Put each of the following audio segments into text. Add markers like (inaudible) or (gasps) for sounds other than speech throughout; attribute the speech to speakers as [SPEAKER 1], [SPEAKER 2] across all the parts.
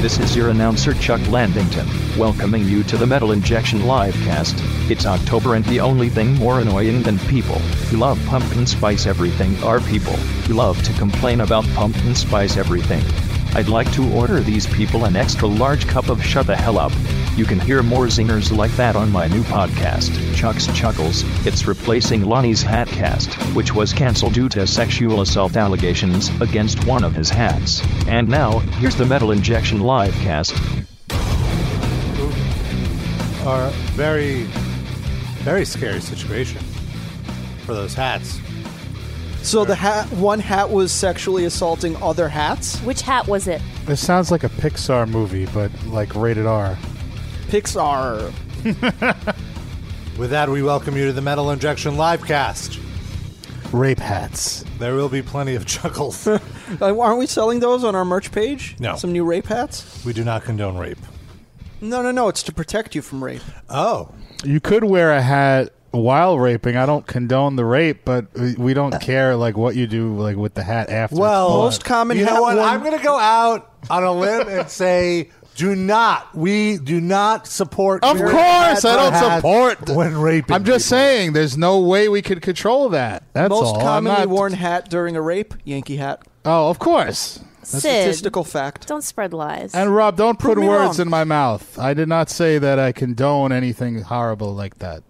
[SPEAKER 1] This is your announcer Chuck Landington, welcoming you to the Metal Injection Livecast. It's October and the only thing more annoying than people who love pumpkin spice everything are people who love to complain about pumpkin spice everything. I'd like to order these people an extra large cup of shut the hell up. You can hear more zingers like that on my new podcast, Chuck's Chuckles. It's replacing Lonnie's Hatcast, which was canceled due to sexual assault allegations against one of his hats. And now, here's the Metal Injection Livecast.
[SPEAKER 2] are very, very
[SPEAKER 3] (laughs)
[SPEAKER 2] scary situation for those hats.
[SPEAKER 4] So the hat, one hat was sexually assaulting other hats.
[SPEAKER 5] Which hat was it?
[SPEAKER 3] This sounds like a Pixar movie, but like rated R.
[SPEAKER 4] Pixar.
[SPEAKER 2] With that, we welcome you to the Metal Injection Livecast.
[SPEAKER 3] Rape hats.
[SPEAKER 2] There will be plenty of
[SPEAKER 3] (laughs)
[SPEAKER 2] chuckles.
[SPEAKER 4] Uh, Aren't we selling those on our merch page?
[SPEAKER 2] No.
[SPEAKER 4] Some new rape hats.
[SPEAKER 2] we do not condone rape.
[SPEAKER 4] No, no, no. It's to protect you from rape.
[SPEAKER 2] Oh,
[SPEAKER 3] You could wear a hat while raping. I don't condone the rape, but we- we don't care like what you do like with the hat after.
[SPEAKER 2] well.
[SPEAKER 4] Most common
[SPEAKER 2] You know
[SPEAKER 4] hat
[SPEAKER 2] what?
[SPEAKER 4] worn-
[SPEAKER 2] I'm going to go out on a limb and say, do not. We do not support.
[SPEAKER 3] Of
[SPEAKER 2] rape
[SPEAKER 3] course, I don't
[SPEAKER 2] hats
[SPEAKER 3] support th-
[SPEAKER 2] when raping.
[SPEAKER 3] I'm just
[SPEAKER 2] people.
[SPEAKER 3] saying, there's no way we could control that. That's
[SPEAKER 4] Most
[SPEAKER 3] all. I'm
[SPEAKER 4] commonly
[SPEAKER 3] not-
[SPEAKER 4] worn hat during a rape. Yankee hat.
[SPEAKER 3] Oh, of course.
[SPEAKER 5] Sid,
[SPEAKER 4] Statistical fact.
[SPEAKER 5] don't spread lies.
[SPEAKER 3] And Rob, don't put
[SPEAKER 4] Prove me
[SPEAKER 3] words
[SPEAKER 4] wrong.
[SPEAKER 3] in my mouth. I did not say that I condone anything horrible like that.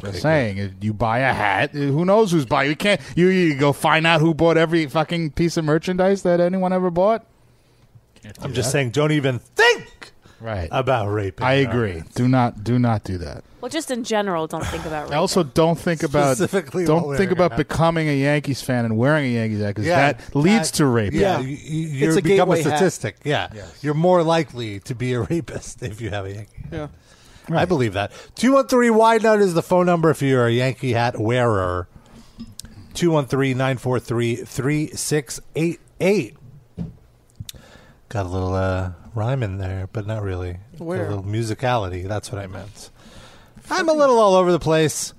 [SPEAKER 3] Just saying, if you buy a hat. eh, Who knows who's buying? You can't. You, you go find out who bought every fucking piece of merchandise that anyone ever bought.
[SPEAKER 2] I'm just saying, don't even think
[SPEAKER 3] Right.
[SPEAKER 2] about raping.
[SPEAKER 3] I agree. Do not do not do that.
[SPEAKER 5] well, just in general, don't think
[SPEAKER 3] (coughs)
[SPEAKER 5] about
[SPEAKER 3] I
[SPEAKER 5] rape.
[SPEAKER 3] also don't think about
[SPEAKER 2] Specifically while
[SPEAKER 3] don't
[SPEAKER 2] wearing
[SPEAKER 3] think
[SPEAKER 2] a
[SPEAKER 3] about
[SPEAKER 2] hat.
[SPEAKER 3] becoming a Yankees fan and wearing a Yankees hat because
[SPEAKER 2] Yeah,
[SPEAKER 3] that leads
[SPEAKER 2] that-
[SPEAKER 3] to rape.
[SPEAKER 2] Yeah,
[SPEAKER 4] Yeah.
[SPEAKER 2] you- you- you
[SPEAKER 4] It's a
[SPEAKER 2] become a
[SPEAKER 4] gateway hat.
[SPEAKER 2] statistic. Yeah, you're more likely to be a rapist if you have a Yankee.
[SPEAKER 4] Yeah.
[SPEAKER 2] I believe that. 213 Wide Note is the phone number if you're a Yankee hat wearer. 213 943 3688. Got a little uh, rhyme in there, but not really. Got
[SPEAKER 4] Where?
[SPEAKER 2] A little musicality. That's what I meant. I'm a little all over the place.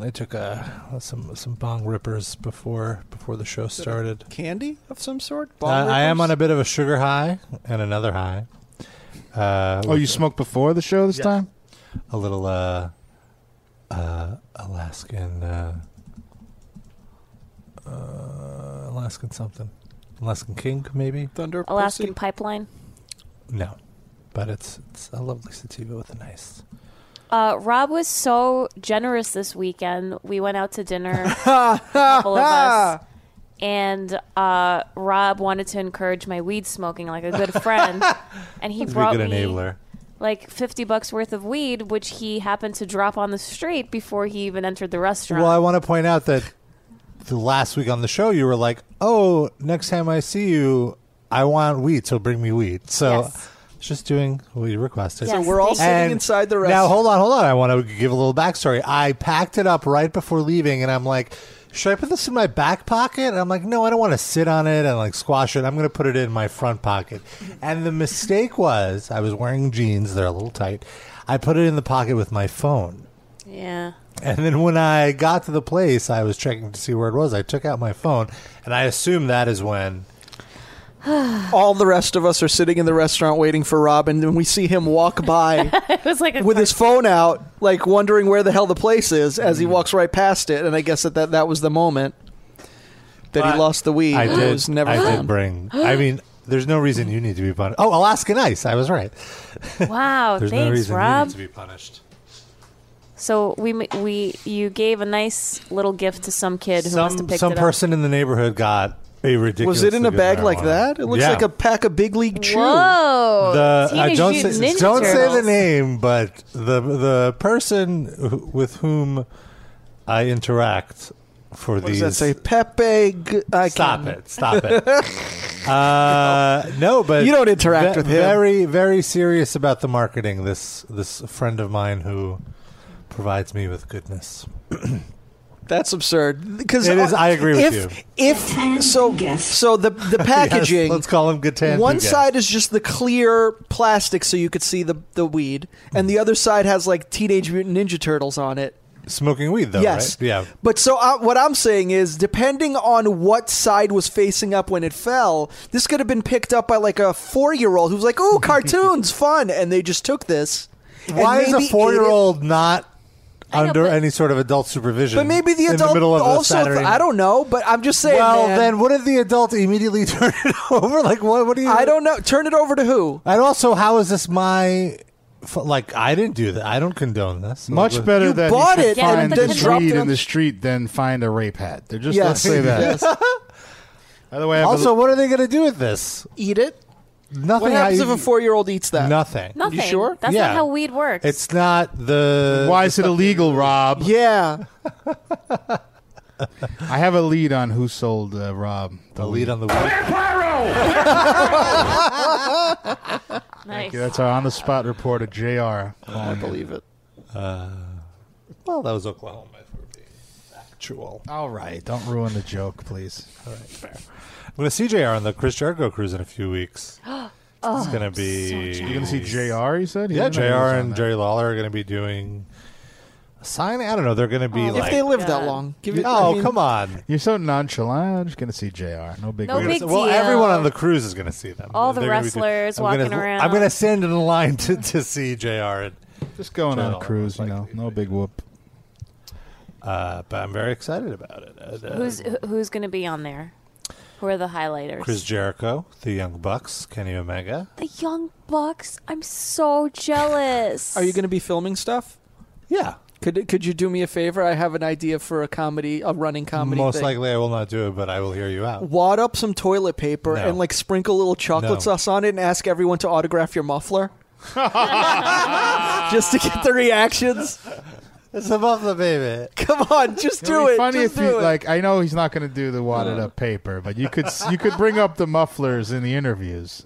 [SPEAKER 2] I took uh, some some bong rippers before before the show started.
[SPEAKER 4] Candy of some sort.
[SPEAKER 2] Uh, I am on a bit of a sugar high and another high. Uh,
[SPEAKER 3] Oh, you smoked before the show this time?
[SPEAKER 2] a little uh, uh, Alaskan, uh, uh, Alaskan something, Alaskan King maybe.
[SPEAKER 4] thunder.
[SPEAKER 5] Alaskan
[SPEAKER 4] pussy.
[SPEAKER 5] pipeline.
[SPEAKER 2] No, but it's it's a lovely sativa with a nice.
[SPEAKER 5] Uh, Rob was so generous this weekend. We went out to dinner, a couple of us, and uh, Rob wanted to encourage my weed smoking like a good friend, and he
[SPEAKER 2] He's a
[SPEAKER 5] brought
[SPEAKER 2] good
[SPEAKER 5] me
[SPEAKER 2] enabler.
[SPEAKER 5] like fifty bucks worth of weed, which he happened to drop on the street before he even entered the restaurant.
[SPEAKER 2] Well, I want to point out that the last week on the show you were like, "Oh, next time I see you, I want weed, so bring me weed." So
[SPEAKER 5] Yes.
[SPEAKER 2] it's just doing what you requested.
[SPEAKER 5] Yes.
[SPEAKER 4] We're all
[SPEAKER 5] Thank you.
[SPEAKER 4] sitting
[SPEAKER 2] And
[SPEAKER 4] inside the
[SPEAKER 2] Now
[SPEAKER 4] restaurant.
[SPEAKER 2] hold on, hold on. I want to give a little backstory. I packed it up right before leaving, and I'm like, should I put this in my back pocket? And I'm like, no, I don't want to sit on it and like squash it. I'm going to put it in my front pocket. And the mistake was, I was wearing jeans; they're a little tight. I put it in the pocket with my phone.
[SPEAKER 5] yeah.
[SPEAKER 2] And then when I got to the place, I was checking to see where it was. I took out my phone, and I assume that is when
[SPEAKER 4] (sighs) all the rest of us are sitting in the restaurant waiting for Rob, and then we see him walk by.
[SPEAKER 5] (laughs) It was like a
[SPEAKER 4] with his phone out, like wondering where the hell the place is as he
[SPEAKER 2] Mm.
[SPEAKER 4] walks right past it. And I guess that that, that was the moment that
[SPEAKER 2] But
[SPEAKER 4] he lost the weed.
[SPEAKER 2] I
[SPEAKER 4] It
[SPEAKER 2] did.
[SPEAKER 4] was never
[SPEAKER 2] I did
[SPEAKER 4] found.
[SPEAKER 2] bring. I mean, there's no reason you need to be punished. Oh, Alaskan Ice. I was right.
[SPEAKER 5] wow.
[SPEAKER 2] There's no
[SPEAKER 5] thanks,
[SPEAKER 2] reason you
[SPEAKER 5] Rob.
[SPEAKER 2] need to be punished.
[SPEAKER 5] So we m- we you gave a nice little gift to some kid who must have
[SPEAKER 2] Some
[SPEAKER 5] picked
[SPEAKER 2] some
[SPEAKER 5] it
[SPEAKER 2] person in the neighborhood got a ridiculous.
[SPEAKER 4] Was it in a bag like that? It looks like a pack of big league
[SPEAKER 5] up.
[SPEAKER 4] chew.
[SPEAKER 5] Whoa!
[SPEAKER 2] The I
[SPEAKER 5] Teenage
[SPEAKER 2] don't say,
[SPEAKER 5] Mutant Ninja
[SPEAKER 2] don't say the
[SPEAKER 5] Turtles.
[SPEAKER 2] name, but the the person wh- with whom I interact for
[SPEAKER 4] What
[SPEAKER 2] these
[SPEAKER 4] does that say? Pepe. G- I
[SPEAKER 2] Stop
[SPEAKER 4] can't-
[SPEAKER 2] it! Stop it!
[SPEAKER 4] (laughs)
[SPEAKER 2] uh, no, but
[SPEAKER 4] You don't interact with him.
[SPEAKER 2] Very, very serious about the marketing. This this friend of mine who provides me with goodness.
[SPEAKER 4] That's absurd. Because
[SPEAKER 2] It is- I agree
[SPEAKER 4] if,
[SPEAKER 2] with you.
[SPEAKER 4] If so, so the the packaging.
[SPEAKER 2] (laughs) Yes, let's call him Gatan.
[SPEAKER 4] one
[SPEAKER 2] Dugan.
[SPEAKER 4] side is just the clear plastic so you could see the the weed, and the other side has like Teenage Mutant Ninja Turtles on it.
[SPEAKER 2] smoking weed though.
[SPEAKER 4] yes.
[SPEAKER 2] right? yeah.
[SPEAKER 4] But so uh, what I'm saying is, depending on what side was facing up when it fell, this could have been picked up by like a four year old who's like, "Ooh, cartoons, fun," and they just took this. and
[SPEAKER 2] Why is
[SPEAKER 4] maybe
[SPEAKER 2] a
[SPEAKER 4] ate it.
[SPEAKER 2] four year old not
[SPEAKER 5] I know,
[SPEAKER 2] under
[SPEAKER 5] but-
[SPEAKER 2] any sort of adult supervision?
[SPEAKER 4] But maybe the
[SPEAKER 2] in the
[SPEAKER 4] adult
[SPEAKER 2] middle of
[SPEAKER 4] also.
[SPEAKER 2] a Saturday.
[SPEAKER 4] I don't know, but I'm just saying.
[SPEAKER 2] Well,
[SPEAKER 4] man,
[SPEAKER 2] then wouldn't the adult immediately (laughs) turn it over? Like what? What do you?
[SPEAKER 4] I don't know. Turn it over to who?
[SPEAKER 2] And also, how is this my? f- Like I didn't do that. I don't condone this.
[SPEAKER 3] Much better
[SPEAKER 4] You
[SPEAKER 3] that
[SPEAKER 4] bought
[SPEAKER 3] you should
[SPEAKER 4] it
[SPEAKER 5] and
[SPEAKER 3] find
[SPEAKER 5] then
[SPEAKER 3] this
[SPEAKER 5] dropped
[SPEAKER 3] weed
[SPEAKER 5] it
[SPEAKER 3] in
[SPEAKER 5] on-
[SPEAKER 3] the street than find a rape hat. They're just
[SPEAKER 4] Yes.
[SPEAKER 3] let's say that.
[SPEAKER 4] Yes.
[SPEAKER 3] By the way, (laughs) I
[SPEAKER 2] Also, what are they going to do with this?
[SPEAKER 4] Eat it.
[SPEAKER 2] Nothing.
[SPEAKER 4] What happens
[SPEAKER 2] how
[SPEAKER 4] if a
[SPEAKER 2] you-
[SPEAKER 4] four year old eats that?
[SPEAKER 2] Nothing.
[SPEAKER 5] Nothing.
[SPEAKER 4] sure?
[SPEAKER 5] That's
[SPEAKER 2] Yeah.
[SPEAKER 5] not how weed works.
[SPEAKER 2] It's not the.
[SPEAKER 3] believe- why is it illegal, Rob?
[SPEAKER 4] Yeah.
[SPEAKER 3] (laughs) I have a lead on who sold uh, Rob the
[SPEAKER 2] the
[SPEAKER 3] weed.
[SPEAKER 2] lead on the weed?
[SPEAKER 3] (laughs)
[SPEAKER 2] (laughs)
[SPEAKER 5] nice.
[SPEAKER 6] (laughs)
[SPEAKER 3] Yeah, that's our on the spot reporter, Jr.
[SPEAKER 4] I believe it.
[SPEAKER 3] Uh,
[SPEAKER 2] Well, that was Oklahoma. If we're being actual.
[SPEAKER 3] All right, don't ruin the joke, please.
[SPEAKER 2] I'm going to CJR on the Chris Jericho cruise in a
[SPEAKER 4] (gasps)
[SPEAKER 2] few weeks.
[SPEAKER 4] Oh,
[SPEAKER 2] it's going to be.
[SPEAKER 3] You're gonna see Jr. You said, He
[SPEAKER 2] Yeah,
[SPEAKER 3] didn't
[SPEAKER 2] Jr.
[SPEAKER 3] know he was on
[SPEAKER 2] and
[SPEAKER 3] that.
[SPEAKER 2] Jerry Lawler are going to be doing a sign. I don't know. They're going to be
[SPEAKER 5] Oh,
[SPEAKER 2] like.
[SPEAKER 4] if they live that
[SPEAKER 5] God.
[SPEAKER 4] long, give it.
[SPEAKER 2] oh,
[SPEAKER 4] I mean,
[SPEAKER 2] come on.
[SPEAKER 3] You're so nonchalant. I'm just gonna see Jr. No big.
[SPEAKER 5] No
[SPEAKER 3] deal.
[SPEAKER 5] big-
[SPEAKER 2] well,
[SPEAKER 5] deal.
[SPEAKER 2] everyone on the cruise is going to see them.
[SPEAKER 5] All the
[SPEAKER 2] They're gonna be-
[SPEAKER 5] wrestlers
[SPEAKER 2] I'm gonna-
[SPEAKER 5] walking around.
[SPEAKER 2] I'm going to stand in line to, to see Jr. and-
[SPEAKER 3] Just going on a
[SPEAKER 2] Jr.
[SPEAKER 3] cruise, you know. No big whoop.
[SPEAKER 2] Uh, but I'm very excited about it. And, uh,
[SPEAKER 5] Who's who- who's going to be on there? Who are the highlighters?
[SPEAKER 2] Chris Jericho, The Young Bucks, Kenny Omega.
[SPEAKER 5] the Young Bucks. I'm so jealous.
[SPEAKER 4] Are you going to be filming stuff?
[SPEAKER 2] Yeah.
[SPEAKER 4] Could could you do me a favor? I have an idea for a comedy, a running comedy.
[SPEAKER 2] Most
[SPEAKER 4] thing.
[SPEAKER 2] likely I will not do it, but I will hear you out.
[SPEAKER 4] wad up some toilet paper
[SPEAKER 2] No.
[SPEAKER 4] and like sprinkle a little chocolate
[SPEAKER 2] No.
[SPEAKER 4] sauce on it and ask everyone to autograph your muffler.
[SPEAKER 3] (laughs)
[SPEAKER 4] just to get the reactions.
[SPEAKER 2] (laughs) It's above the baby.
[SPEAKER 4] Come on,
[SPEAKER 2] (laughs)
[SPEAKER 4] just
[SPEAKER 3] It'd
[SPEAKER 4] do
[SPEAKER 3] be
[SPEAKER 4] it.
[SPEAKER 3] Funny
[SPEAKER 4] just
[SPEAKER 3] if
[SPEAKER 4] do
[SPEAKER 3] you
[SPEAKER 4] it.
[SPEAKER 3] like. I know he's not going to do the wadded up paper, but you could you could bring up the mufflers in the interviews.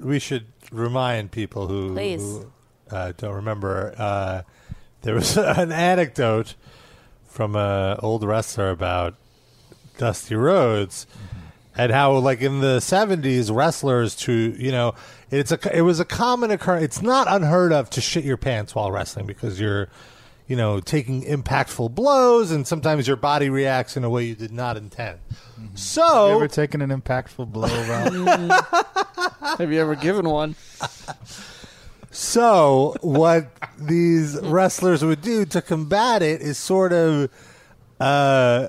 [SPEAKER 2] We should remind people who,
[SPEAKER 5] Please.
[SPEAKER 2] who, uh, don't remember. Uh, there was (laughs) an anecdote from an old wrestler about Dusty Rhodes and how, like in the seventies, wrestlers to you know, it's a it was a common occurrence. It's not unheard of to shit your pants while wrestling because you're. You know, taking impactful blows, and sometimes your body reacts in a way you did not intend. So,
[SPEAKER 3] Mm-hmm. You ever taken an impactful blow, Rob?
[SPEAKER 4] Have you ever given one?
[SPEAKER 2] So, what these wrestlers would do to combat it is sort of uh,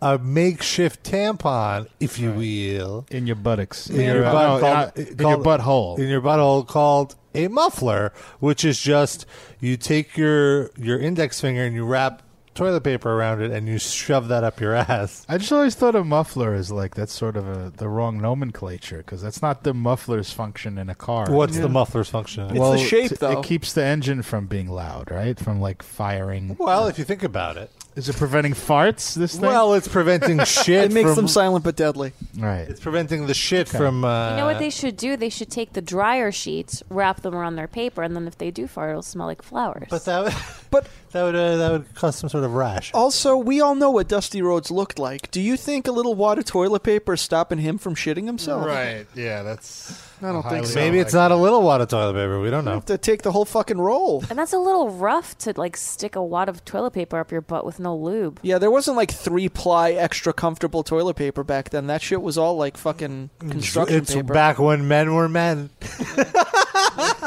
[SPEAKER 2] a makeshift tampon, if you will,
[SPEAKER 3] in your buttocks?
[SPEAKER 2] in your,
[SPEAKER 3] no,
[SPEAKER 2] butt, called-
[SPEAKER 3] uh, in your
[SPEAKER 2] called-
[SPEAKER 3] butthole.
[SPEAKER 2] In your butthole called a muffler, which is just you take your your index finger and you wrap toilet paper around it and you shove that up your ass.
[SPEAKER 3] I just always thought a muffler is like that's sort of a, the wrong nomenclature because that's not the muffler's function in a car.
[SPEAKER 2] What's the muffler's function?
[SPEAKER 4] It's-
[SPEAKER 2] Well,
[SPEAKER 4] the shape,
[SPEAKER 3] t-
[SPEAKER 4] though.
[SPEAKER 3] It keeps the engine from being loud, right? From like firing.
[SPEAKER 2] well, if you think about it,
[SPEAKER 3] Is it preventing farts? This thing,
[SPEAKER 2] well, it's
[SPEAKER 3] (laughs)
[SPEAKER 2] preventing shit.
[SPEAKER 4] It makes
[SPEAKER 2] from,
[SPEAKER 4] them silent but deadly.
[SPEAKER 3] right?
[SPEAKER 2] It's preventing the shit from. Uh,
[SPEAKER 5] You know what they should do? They should take the dryer sheets, wrap them around their paper, and then if they do fart, it'll smell like flowers.
[SPEAKER 2] But that would-
[SPEAKER 4] But
[SPEAKER 2] that would uh, that would cause some sort of rash.
[SPEAKER 4] also, we all know what Dusty Rhodes looked like. Do you think a little wad of toilet paper is stopping him from shitting himself?
[SPEAKER 3] Right? Yeah, that's.
[SPEAKER 4] I don't think so.
[SPEAKER 2] Maybe it's not a little wad of toilet paper. We don't know.
[SPEAKER 4] Have to take the whole fucking roll.
[SPEAKER 5] and that's a little rough to like stick a wad of toilet paper up your butt with no
[SPEAKER 4] (laughs)
[SPEAKER 5] lube.
[SPEAKER 4] Yeah, there wasn't like three ply extra comfortable toilet paper back then. That shit was all like fucking construction
[SPEAKER 2] It's
[SPEAKER 4] paper.
[SPEAKER 2] back when men were men.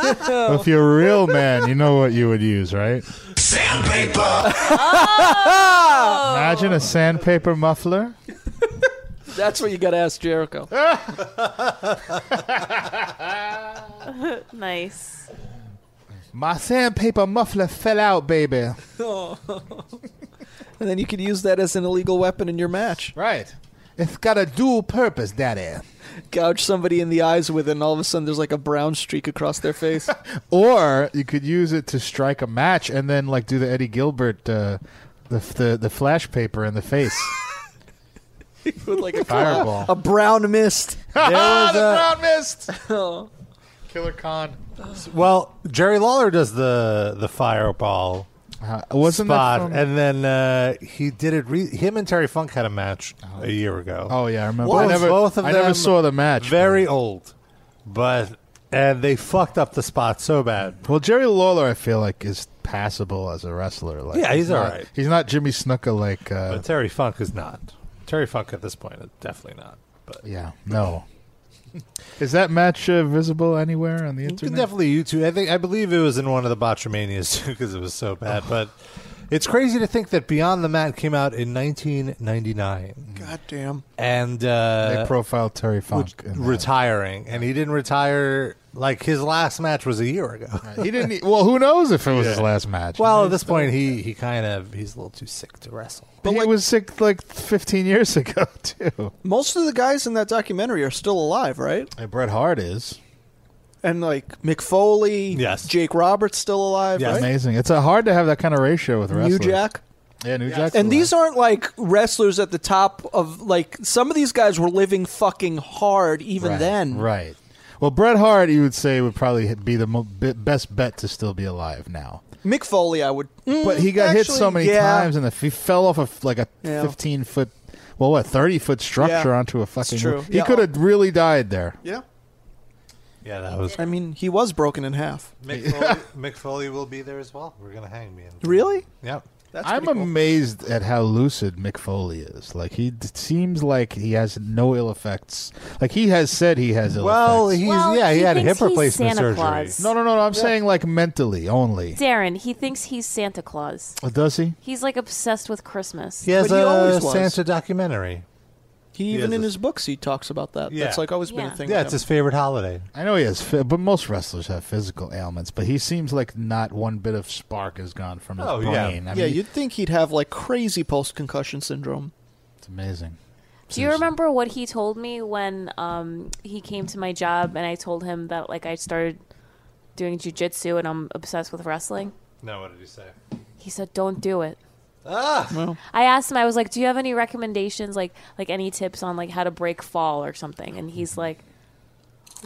[SPEAKER 6] Oh.
[SPEAKER 3] If you're a real man, you know what you would use, right? Sandpaper. Oh. Imagine a sandpaper muffler.
[SPEAKER 4] That's what you got to ask Jericho.
[SPEAKER 5] Nice.
[SPEAKER 3] My sandpaper muffler fell out, baby.
[SPEAKER 4] And then you could use that as an illegal weapon in your match.
[SPEAKER 3] Right. It's got a dual purpose, daddy.
[SPEAKER 4] Gouge somebody in the eyes with it, and all of a sudden there's like a brown streak across their face. (laughs)
[SPEAKER 3] Or you could use it to strike a match and then like do the Eddie Gilbert, uh, the, the the flash paper in the face,
[SPEAKER 2] (laughs)
[SPEAKER 4] with like a,
[SPEAKER 3] (laughs) fireball.
[SPEAKER 4] a brown
[SPEAKER 3] (laughs)
[SPEAKER 4] mist.
[SPEAKER 2] There was a,
[SPEAKER 3] Ah, brown mist.
[SPEAKER 4] Oh.
[SPEAKER 3] Killer Khan.
[SPEAKER 2] well, Jerry Lawler does the the fireball
[SPEAKER 3] Uh, wasn't
[SPEAKER 2] spot,
[SPEAKER 3] that from-
[SPEAKER 2] and then uh, he did it. Re- him and Terry Funk had a match a year ago.
[SPEAKER 3] Oh yeah, I remember.
[SPEAKER 2] Both-
[SPEAKER 3] I never,
[SPEAKER 2] both of
[SPEAKER 3] I never
[SPEAKER 2] them
[SPEAKER 3] saw the match.
[SPEAKER 2] very old, but and they fucked up the spot so bad.
[SPEAKER 3] Well, Jerry Lawler, I feel like is passable as a wrestler. Like,
[SPEAKER 2] Yeah, he's all
[SPEAKER 3] not,
[SPEAKER 2] right.
[SPEAKER 3] He's not Jimmy Snuka like. Uh,
[SPEAKER 2] But Terry Funk is not. Terry Funk at this point is definitely not. But
[SPEAKER 3] yeah, no. is that match uh, visible anywhere on the
[SPEAKER 2] you can
[SPEAKER 3] internet?
[SPEAKER 2] definitely YouTube. I think I believe it was in one of the Botchamanias (laughs) too because it was so bad.
[SPEAKER 3] Oh.
[SPEAKER 2] But it's crazy to think that Beyond the Mat came out in 1999
[SPEAKER 4] God damn.
[SPEAKER 2] and uh,
[SPEAKER 3] they profile Terry Funk.
[SPEAKER 2] which-
[SPEAKER 3] in that.
[SPEAKER 2] retiring, and he didn't retire. Like his last match was a year ago.
[SPEAKER 3] he didn't. e- Well, who knows if it was his last match?
[SPEAKER 2] Well, at this point, (laughs) he he kind of he's a little too sick to wrestle.
[SPEAKER 3] but he was sick like 15 years (laughs) ago too.
[SPEAKER 4] Most of the guys in that documentary are still alive, right?
[SPEAKER 3] And Bret Hart is
[SPEAKER 4] And like Mick Foley,
[SPEAKER 2] Yes.
[SPEAKER 4] Jake Roberts still alive,
[SPEAKER 2] Yes.
[SPEAKER 4] right?
[SPEAKER 3] amazing. It's uh, hard to have that kind of ratio with wrestlers.
[SPEAKER 4] New Jack.
[SPEAKER 3] Yeah, New Jack.
[SPEAKER 4] And these aren't like wrestlers at the top of like some of these guys were living fucking hard even
[SPEAKER 3] right,
[SPEAKER 4] then.
[SPEAKER 3] Right. Well, Bret Hart, you would say, would probably be the mo- be- best bet to still be alive now.
[SPEAKER 4] Mick Foley, I would. Mm,
[SPEAKER 3] But he got hit so
[SPEAKER 4] actually,
[SPEAKER 3] many
[SPEAKER 4] yeah.
[SPEAKER 3] times, and the, he fell off of like a
[SPEAKER 4] Yeah.
[SPEAKER 3] fifteen foot, well, what thirty foot structure
[SPEAKER 4] Yeah.
[SPEAKER 3] onto a fucking.
[SPEAKER 4] true.
[SPEAKER 3] He
[SPEAKER 4] Yeah.
[SPEAKER 3] could have really died there.
[SPEAKER 4] Yeah.
[SPEAKER 2] Yeah, that was
[SPEAKER 4] I mean, he was broken in half.
[SPEAKER 2] Mick Foley,
[SPEAKER 3] (laughs)
[SPEAKER 2] Mick Foley will be there as well. We're gonna hang me. In.
[SPEAKER 4] Really?
[SPEAKER 2] Yep.
[SPEAKER 4] That's
[SPEAKER 3] I'm
[SPEAKER 4] pretty cool.
[SPEAKER 3] amazed at how lucid Mick Foley is. Like he d- seems like he has no ill effects. Like he has said he has ill
[SPEAKER 2] Well,
[SPEAKER 3] effects.
[SPEAKER 2] he's
[SPEAKER 5] Well,
[SPEAKER 2] yeah, he,
[SPEAKER 5] he
[SPEAKER 2] had
[SPEAKER 5] thinks
[SPEAKER 2] hip
[SPEAKER 5] he's
[SPEAKER 2] replacement
[SPEAKER 5] Santa
[SPEAKER 2] surgery.
[SPEAKER 5] Claus.
[SPEAKER 3] no, no, no, no. I'm saying like mentally only.
[SPEAKER 5] Darren, he thinks he's Santa Claus.
[SPEAKER 3] Oh, Does he?
[SPEAKER 5] He's like obsessed with Christmas.
[SPEAKER 2] He has
[SPEAKER 4] But he
[SPEAKER 2] a
[SPEAKER 4] always was.
[SPEAKER 2] Santa documentary.
[SPEAKER 4] He even
[SPEAKER 2] is
[SPEAKER 4] in
[SPEAKER 2] a-
[SPEAKER 4] his books he talks about that.
[SPEAKER 2] Yeah.
[SPEAKER 4] That's like always been
[SPEAKER 5] Yeah.
[SPEAKER 4] a thing.
[SPEAKER 2] Yeah,
[SPEAKER 4] with
[SPEAKER 2] it's
[SPEAKER 4] him.
[SPEAKER 2] his favorite holiday.
[SPEAKER 3] I know he has, phy- but most wrestlers have physical ailments. But he seems like not one bit of spark has gone from his
[SPEAKER 2] Oh, yeah.
[SPEAKER 3] brain. I
[SPEAKER 4] yeah,
[SPEAKER 3] mean,
[SPEAKER 4] you'd think he'd have like crazy post-concussion syndrome.
[SPEAKER 3] it's amazing.
[SPEAKER 5] Do you remember what he told me when um, he came to my job and I told him that like I started doing jujitsu and I'm obsessed with wrestling?
[SPEAKER 2] No, what did he say?
[SPEAKER 5] He said, "Don't do it."
[SPEAKER 2] Ah,
[SPEAKER 5] I asked him. I was like, "Do you have any recommendations, like like any tips on like how to break fall or something?" And he's
[SPEAKER 3] Mm-hmm.
[SPEAKER 5] like,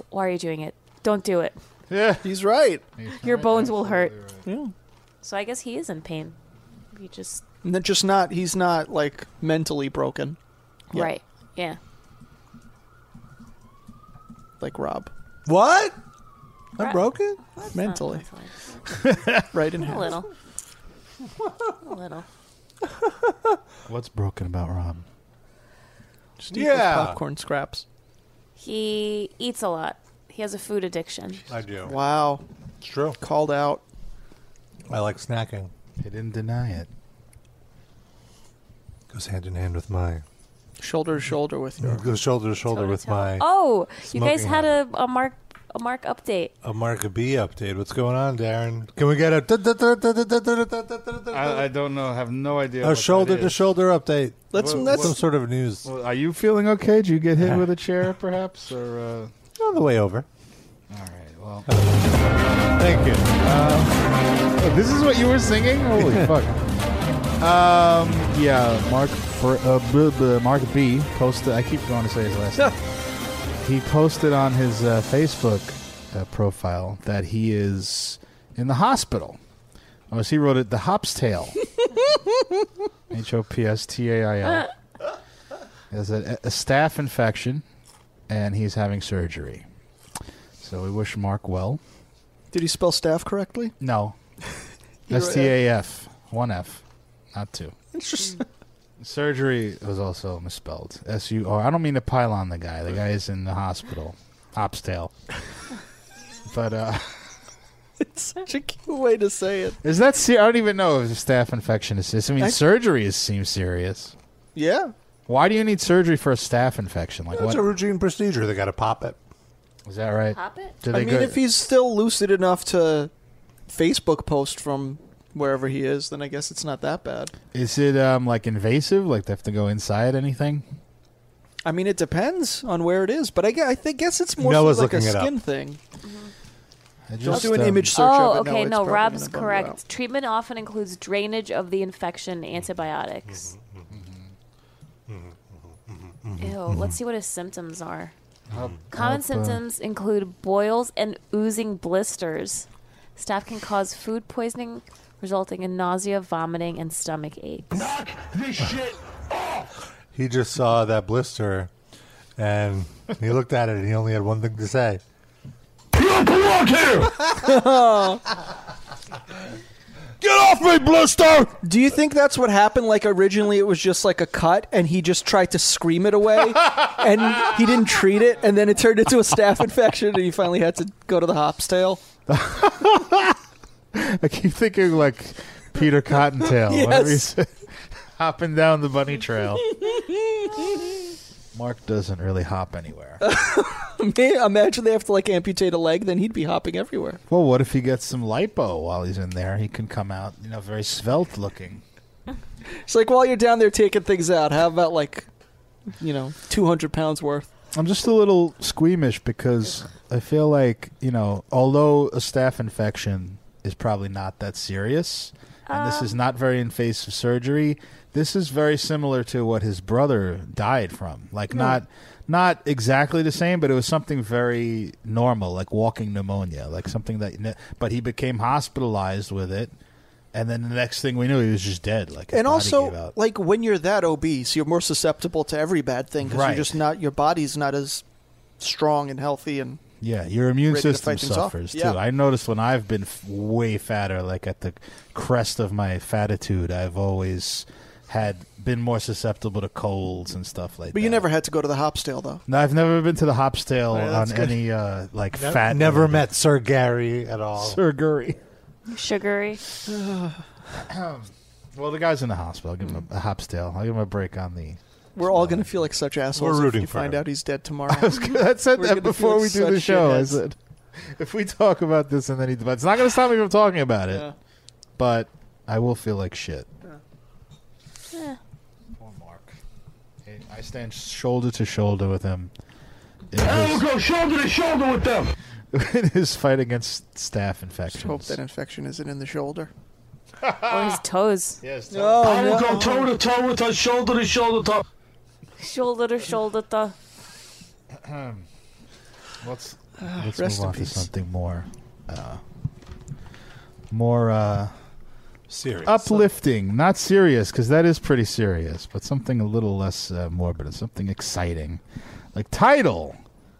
[SPEAKER 5] "Why are you doing it? Don't do it.
[SPEAKER 3] Yeah,
[SPEAKER 4] He's right.
[SPEAKER 5] Your bones will hurt."
[SPEAKER 4] Yeah.
[SPEAKER 5] So I guess he is in pain. He just
[SPEAKER 4] And then just not he's not like mentally broken Yeah.
[SPEAKER 5] right, yeah.
[SPEAKER 4] like Rob.
[SPEAKER 2] what? I'm
[SPEAKER 5] Right.
[SPEAKER 2] broken.
[SPEAKER 4] mentally.
[SPEAKER 5] That's fine.
[SPEAKER 4] (laughs) right in half. (laughs)
[SPEAKER 5] A little, a little.
[SPEAKER 3] What's broken about Rob?
[SPEAKER 4] Just eat
[SPEAKER 2] Yeah.
[SPEAKER 4] those popcorn scraps.
[SPEAKER 5] He eats a lot. He has a food addiction.
[SPEAKER 2] I do.
[SPEAKER 4] Wow.
[SPEAKER 2] It's true.
[SPEAKER 4] Called out.
[SPEAKER 2] I like snacking.
[SPEAKER 3] He didn't deny it.
[SPEAKER 2] Goes hand in hand with my.
[SPEAKER 4] Shoulder to shoulder with you.
[SPEAKER 2] Goes shoulder to shoulder with my
[SPEAKER 5] Oh, you
[SPEAKER 2] Smoking
[SPEAKER 5] guys had a, a mark a mark update.
[SPEAKER 2] a Mark B update. What's going on, Darren? Can we get a
[SPEAKER 3] don't know. I have no idea.
[SPEAKER 2] a shoulder to shoulder update?
[SPEAKER 4] Let's
[SPEAKER 3] Wha-
[SPEAKER 4] let's
[SPEAKER 2] Some sort of news
[SPEAKER 3] are you feeling okay? Did you get hit with a chair, perhaps? Or uh...
[SPEAKER 2] on the (laughs) way over.
[SPEAKER 3] all right. Well,
[SPEAKER 2] Thank you.
[SPEAKER 3] Uh, oh, this is what you were singing. Holy fuck. Um. Yeah. Mark. For, uh, blah, blah, Mark B. Posted. I keep going to say his last name. he posted on his uh, Facebook uh, profile that he is in the hospital. Or as he wrote it, the Hop's Tail. H O P S T
[SPEAKER 6] Uh,
[SPEAKER 3] A I L. Has a, a staph infection, and he's having surgery. So we wish Mark well.
[SPEAKER 4] Did he spell staff correctly?
[SPEAKER 2] (laughs)
[SPEAKER 3] No.
[SPEAKER 4] He wrote
[SPEAKER 3] S T A F. One F. Not two.
[SPEAKER 4] It's just
[SPEAKER 3] Surgery was also misspelled. S U R. I don't mean to pile on the guy. The guy is in the hospital.
[SPEAKER 2] (laughs)
[SPEAKER 3] Hopstail. but uh
[SPEAKER 4] it's (laughs) such a cute way to say it.
[SPEAKER 3] is that ser- I don't even know if it's a staph infection is serious. I mean
[SPEAKER 4] I-
[SPEAKER 3] surgery is, seems serious.
[SPEAKER 4] Yeah.
[SPEAKER 3] Why do you need surgery for a staph infection? Like
[SPEAKER 2] It's
[SPEAKER 3] what
[SPEAKER 2] a routine procedure. They got to pop it.
[SPEAKER 3] is that right?
[SPEAKER 5] Pop it.
[SPEAKER 3] Do
[SPEAKER 4] I mean,
[SPEAKER 3] go-
[SPEAKER 4] if he's still lucid enough to Facebook post from wherever he is, then I guess it's not that bad.
[SPEAKER 3] is it um like invasive? Like they have to go inside anything?
[SPEAKER 4] I mean, it depends on where it is, but I guess, I think, guess it's more
[SPEAKER 2] Noah's
[SPEAKER 4] like a
[SPEAKER 2] looking it up.
[SPEAKER 4] skin thing.
[SPEAKER 3] I
[SPEAKER 4] Don't do an
[SPEAKER 3] um,
[SPEAKER 4] image search.
[SPEAKER 5] Oh,
[SPEAKER 4] of it.
[SPEAKER 5] okay.
[SPEAKER 4] it's
[SPEAKER 5] No,
[SPEAKER 4] probably
[SPEAKER 5] Rob's
[SPEAKER 4] gonna bum you
[SPEAKER 5] correct.
[SPEAKER 4] out.
[SPEAKER 5] Treatment often includes drainage of the infection, antibiotics.
[SPEAKER 4] Mm-hmm.
[SPEAKER 5] Ew. Let's see what his symptoms are. Common (laughs)
[SPEAKER 3] Up, uh,
[SPEAKER 5] symptoms include boils and oozing blisters. Staph can cause food poisoning, resulting in nausea, vomiting, and stomach aches.
[SPEAKER 2] He just saw that blister, and he looked at it, and he only had one thing to say:
[SPEAKER 3] don't belong
[SPEAKER 2] Oh,
[SPEAKER 3] here. Get off me, Blue Star!
[SPEAKER 4] Do you think that's what happened? Like originally, it was just like a cut, and he just tried to scream it away, and he didn't treat it, and then it turned into a
[SPEAKER 3] (laughs)
[SPEAKER 4] staph infection, and he finally had to go to the hops tail.
[SPEAKER 3] (laughs) I keep thinking like Peter (laughs) Cottontail. whatever he
[SPEAKER 4] Yes.
[SPEAKER 3] said. Hopping down the bunny trail. (laughs) Mark doesn't really hop anywhere.
[SPEAKER 4] (laughs) Imagine they have to like amputate a leg, then he'd be hopping everywhere.
[SPEAKER 3] Well, what if he gets some lipo while he's in there? He can come out, you know, very svelte looking.
[SPEAKER 4] It's like while you're down there taking things out, how about like, you know, two hundred pounds worth?
[SPEAKER 3] I'm just a little squeamish because I feel like, you know, although a staph infection is probably not that serious, and
[SPEAKER 4] Uh.
[SPEAKER 3] this is not very invasive surgery, this is very similar to what his brother died from. Like
[SPEAKER 4] Hmm.
[SPEAKER 3] not not exactly the same, but it was something very normal, like walking pneumonia, like something that ne- but he became hospitalized with it. And then the next thing we knew, he was just dead. Like, his
[SPEAKER 4] and
[SPEAKER 3] body gave
[SPEAKER 4] also
[SPEAKER 3] out.
[SPEAKER 4] like when you're that obese you're more susceptible to every bad thing because
[SPEAKER 3] Right.
[SPEAKER 4] you're just not your body's not as strong and healthy and
[SPEAKER 3] Yeah, your immune
[SPEAKER 4] ready to
[SPEAKER 3] system
[SPEAKER 4] fight things off.
[SPEAKER 3] suffers too.
[SPEAKER 4] Yeah.
[SPEAKER 3] I noticed when I've been f- way fatter, like at the crest of my fatitude, I've always had been more susceptible to colds and stuff like that.
[SPEAKER 4] but you never had to go to the hopsdale though
[SPEAKER 3] No, I've never been to the Hopsdale
[SPEAKER 2] Alright,
[SPEAKER 3] on
[SPEAKER 2] that's good.
[SPEAKER 3] any uh, like
[SPEAKER 2] Ne-
[SPEAKER 3] fat.
[SPEAKER 2] Never met Sir Gary at all.
[SPEAKER 3] surgery.
[SPEAKER 2] (sighs)
[SPEAKER 5] Sugary.
[SPEAKER 3] Well, the guy's in the hospital. I'll give him a, a Hopsdale. I'll give him a break on the.
[SPEAKER 4] we're all gonna feel like such assholes
[SPEAKER 2] We're
[SPEAKER 4] if
[SPEAKER 2] rooting
[SPEAKER 4] you
[SPEAKER 2] for
[SPEAKER 4] find
[SPEAKER 2] him.
[SPEAKER 4] out he's dead tomorrow
[SPEAKER 3] (laughs) I said
[SPEAKER 4] (laughs) We're gonna
[SPEAKER 3] that before
[SPEAKER 4] feel
[SPEAKER 3] we do
[SPEAKER 4] such
[SPEAKER 3] the show. I
[SPEAKER 4] shitheads.
[SPEAKER 3] said if we talk about this and then he, but it's not going to stop me from talking about it.
[SPEAKER 4] Yeah.
[SPEAKER 3] But I will feel like shit.
[SPEAKER 5] Yeah.
[SPEAKER 3] Poor Mark. Hey, I stand shoulder to shoulder with him. In
[SPEAKER 7] We'll
[SPEAKER 3] his,
[SPEAKER 7] go shoulder to shoulder with them.
[SPEAKER 3] (laughs) in his fight against staph infections.
[SPEAKER 4] Just hope that infection isn't in the shoulder
[SPEAKER 5] Or his toes.
[SPEAKER 3] (laughs) Yes,
[SPEAKER 7] I will go toe to toe with us, shoulder to shoulder. To-
[SPEAKER 5] Shoulder to shoulder. The
[SPEAKER 3] let's
[SPEAKER 6] Mm-hmm.
[SPEAKER 3] let's
[SPEAKER 4] uh, rest
[SPEAKER 3] move
[SPEAKER 4] in
[SPEAKER 3] on to
[SPEAKER 4] peace.
[SPEAKER 3] something more, uh, more uh,
[SPEAKER 2] Serious.
[SPEAKER 3] uplifting, not serious, because that is pretty serious, but something a little less uh, morbid, and something exciting, like Tidal.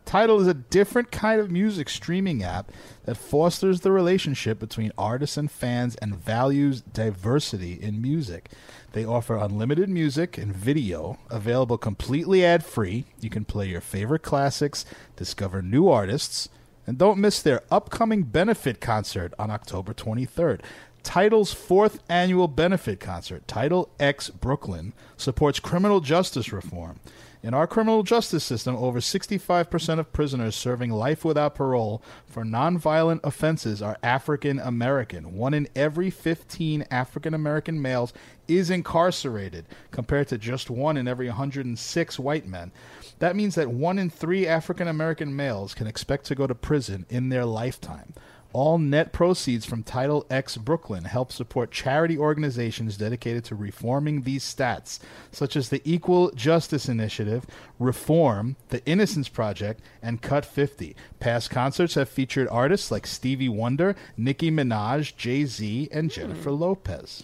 [SPEAKER 3] Tidal is a different kind of music streaming app that fosters the relationship between artists and fans and values diversity in music. They offer unlimited music and video available completely ad free. You can play your favorite classics, discover new artists, and don't miss their upcoming benefit concert on October 23rd. Title's fourth annual benefit concert, Title X Brooklyn, supports criminal justice reform. In our criminal justice system, over 65% of prisoners serving life without parole for nonviolent offenses are African American. One in every 15 African American males is incarcerated, compared to just one in every 106 white men. That means that one in three African American males can expect to go to prison in their lifetime. All net proceeds from Title X Brooklyn help support charity organizations dedicated to reforming these stats, such as the Equal Justice Initiative, Reform, the Innocence Project, and Cut 50. Past concerts have featured artists like Stevie Wonder, Nicki Minaj, Jay Z, and Jennifer Lopez.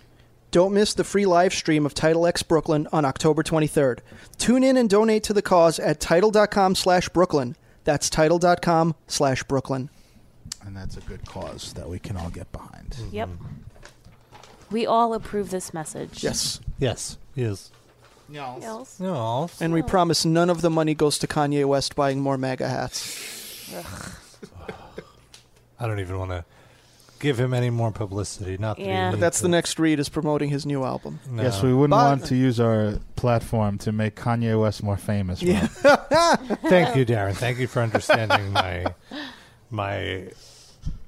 [SPEAKER 4] Don't miss the free live stream of Title X Brooklyn on October 23rd. Tune in and donate to the cause at title.com slash Brooklyn. That's title.com slash Brooklyn.
[SPEAKER 3] And that's a good cause that we can all get behind.
[SPEAKER 5] yep. We all approve this message.
[SPEAKER 4] Yes.
[SPEAKER 2] Yes. Yes.
[SPEAKER 5] Else?
[SPEAKER 2] No.
[SPEAKER 4] And we promise none of the money goes to Kanye West buying more MAGA hats.
[SPEAKER 2] I don't even want to give him any more publicity. Not that he
[SPEAKER 5] Yeah. But
[SPEAKER 2] needs
[SPEAKER 4] That's the
[SPEAKER 2] it.
[SPEAKER 4] next read is promoting his new album.
[SPEAKER 2] No.
[SPEAKER 3] Yes, we wouldn't
[SPEAKER 4] But-
[SPEAKER 3] want to use our platform to make Kanye West more famous. Rob.
[SPEAKER 2] (laughs) Thank you, Darren. Thank you for understanding my my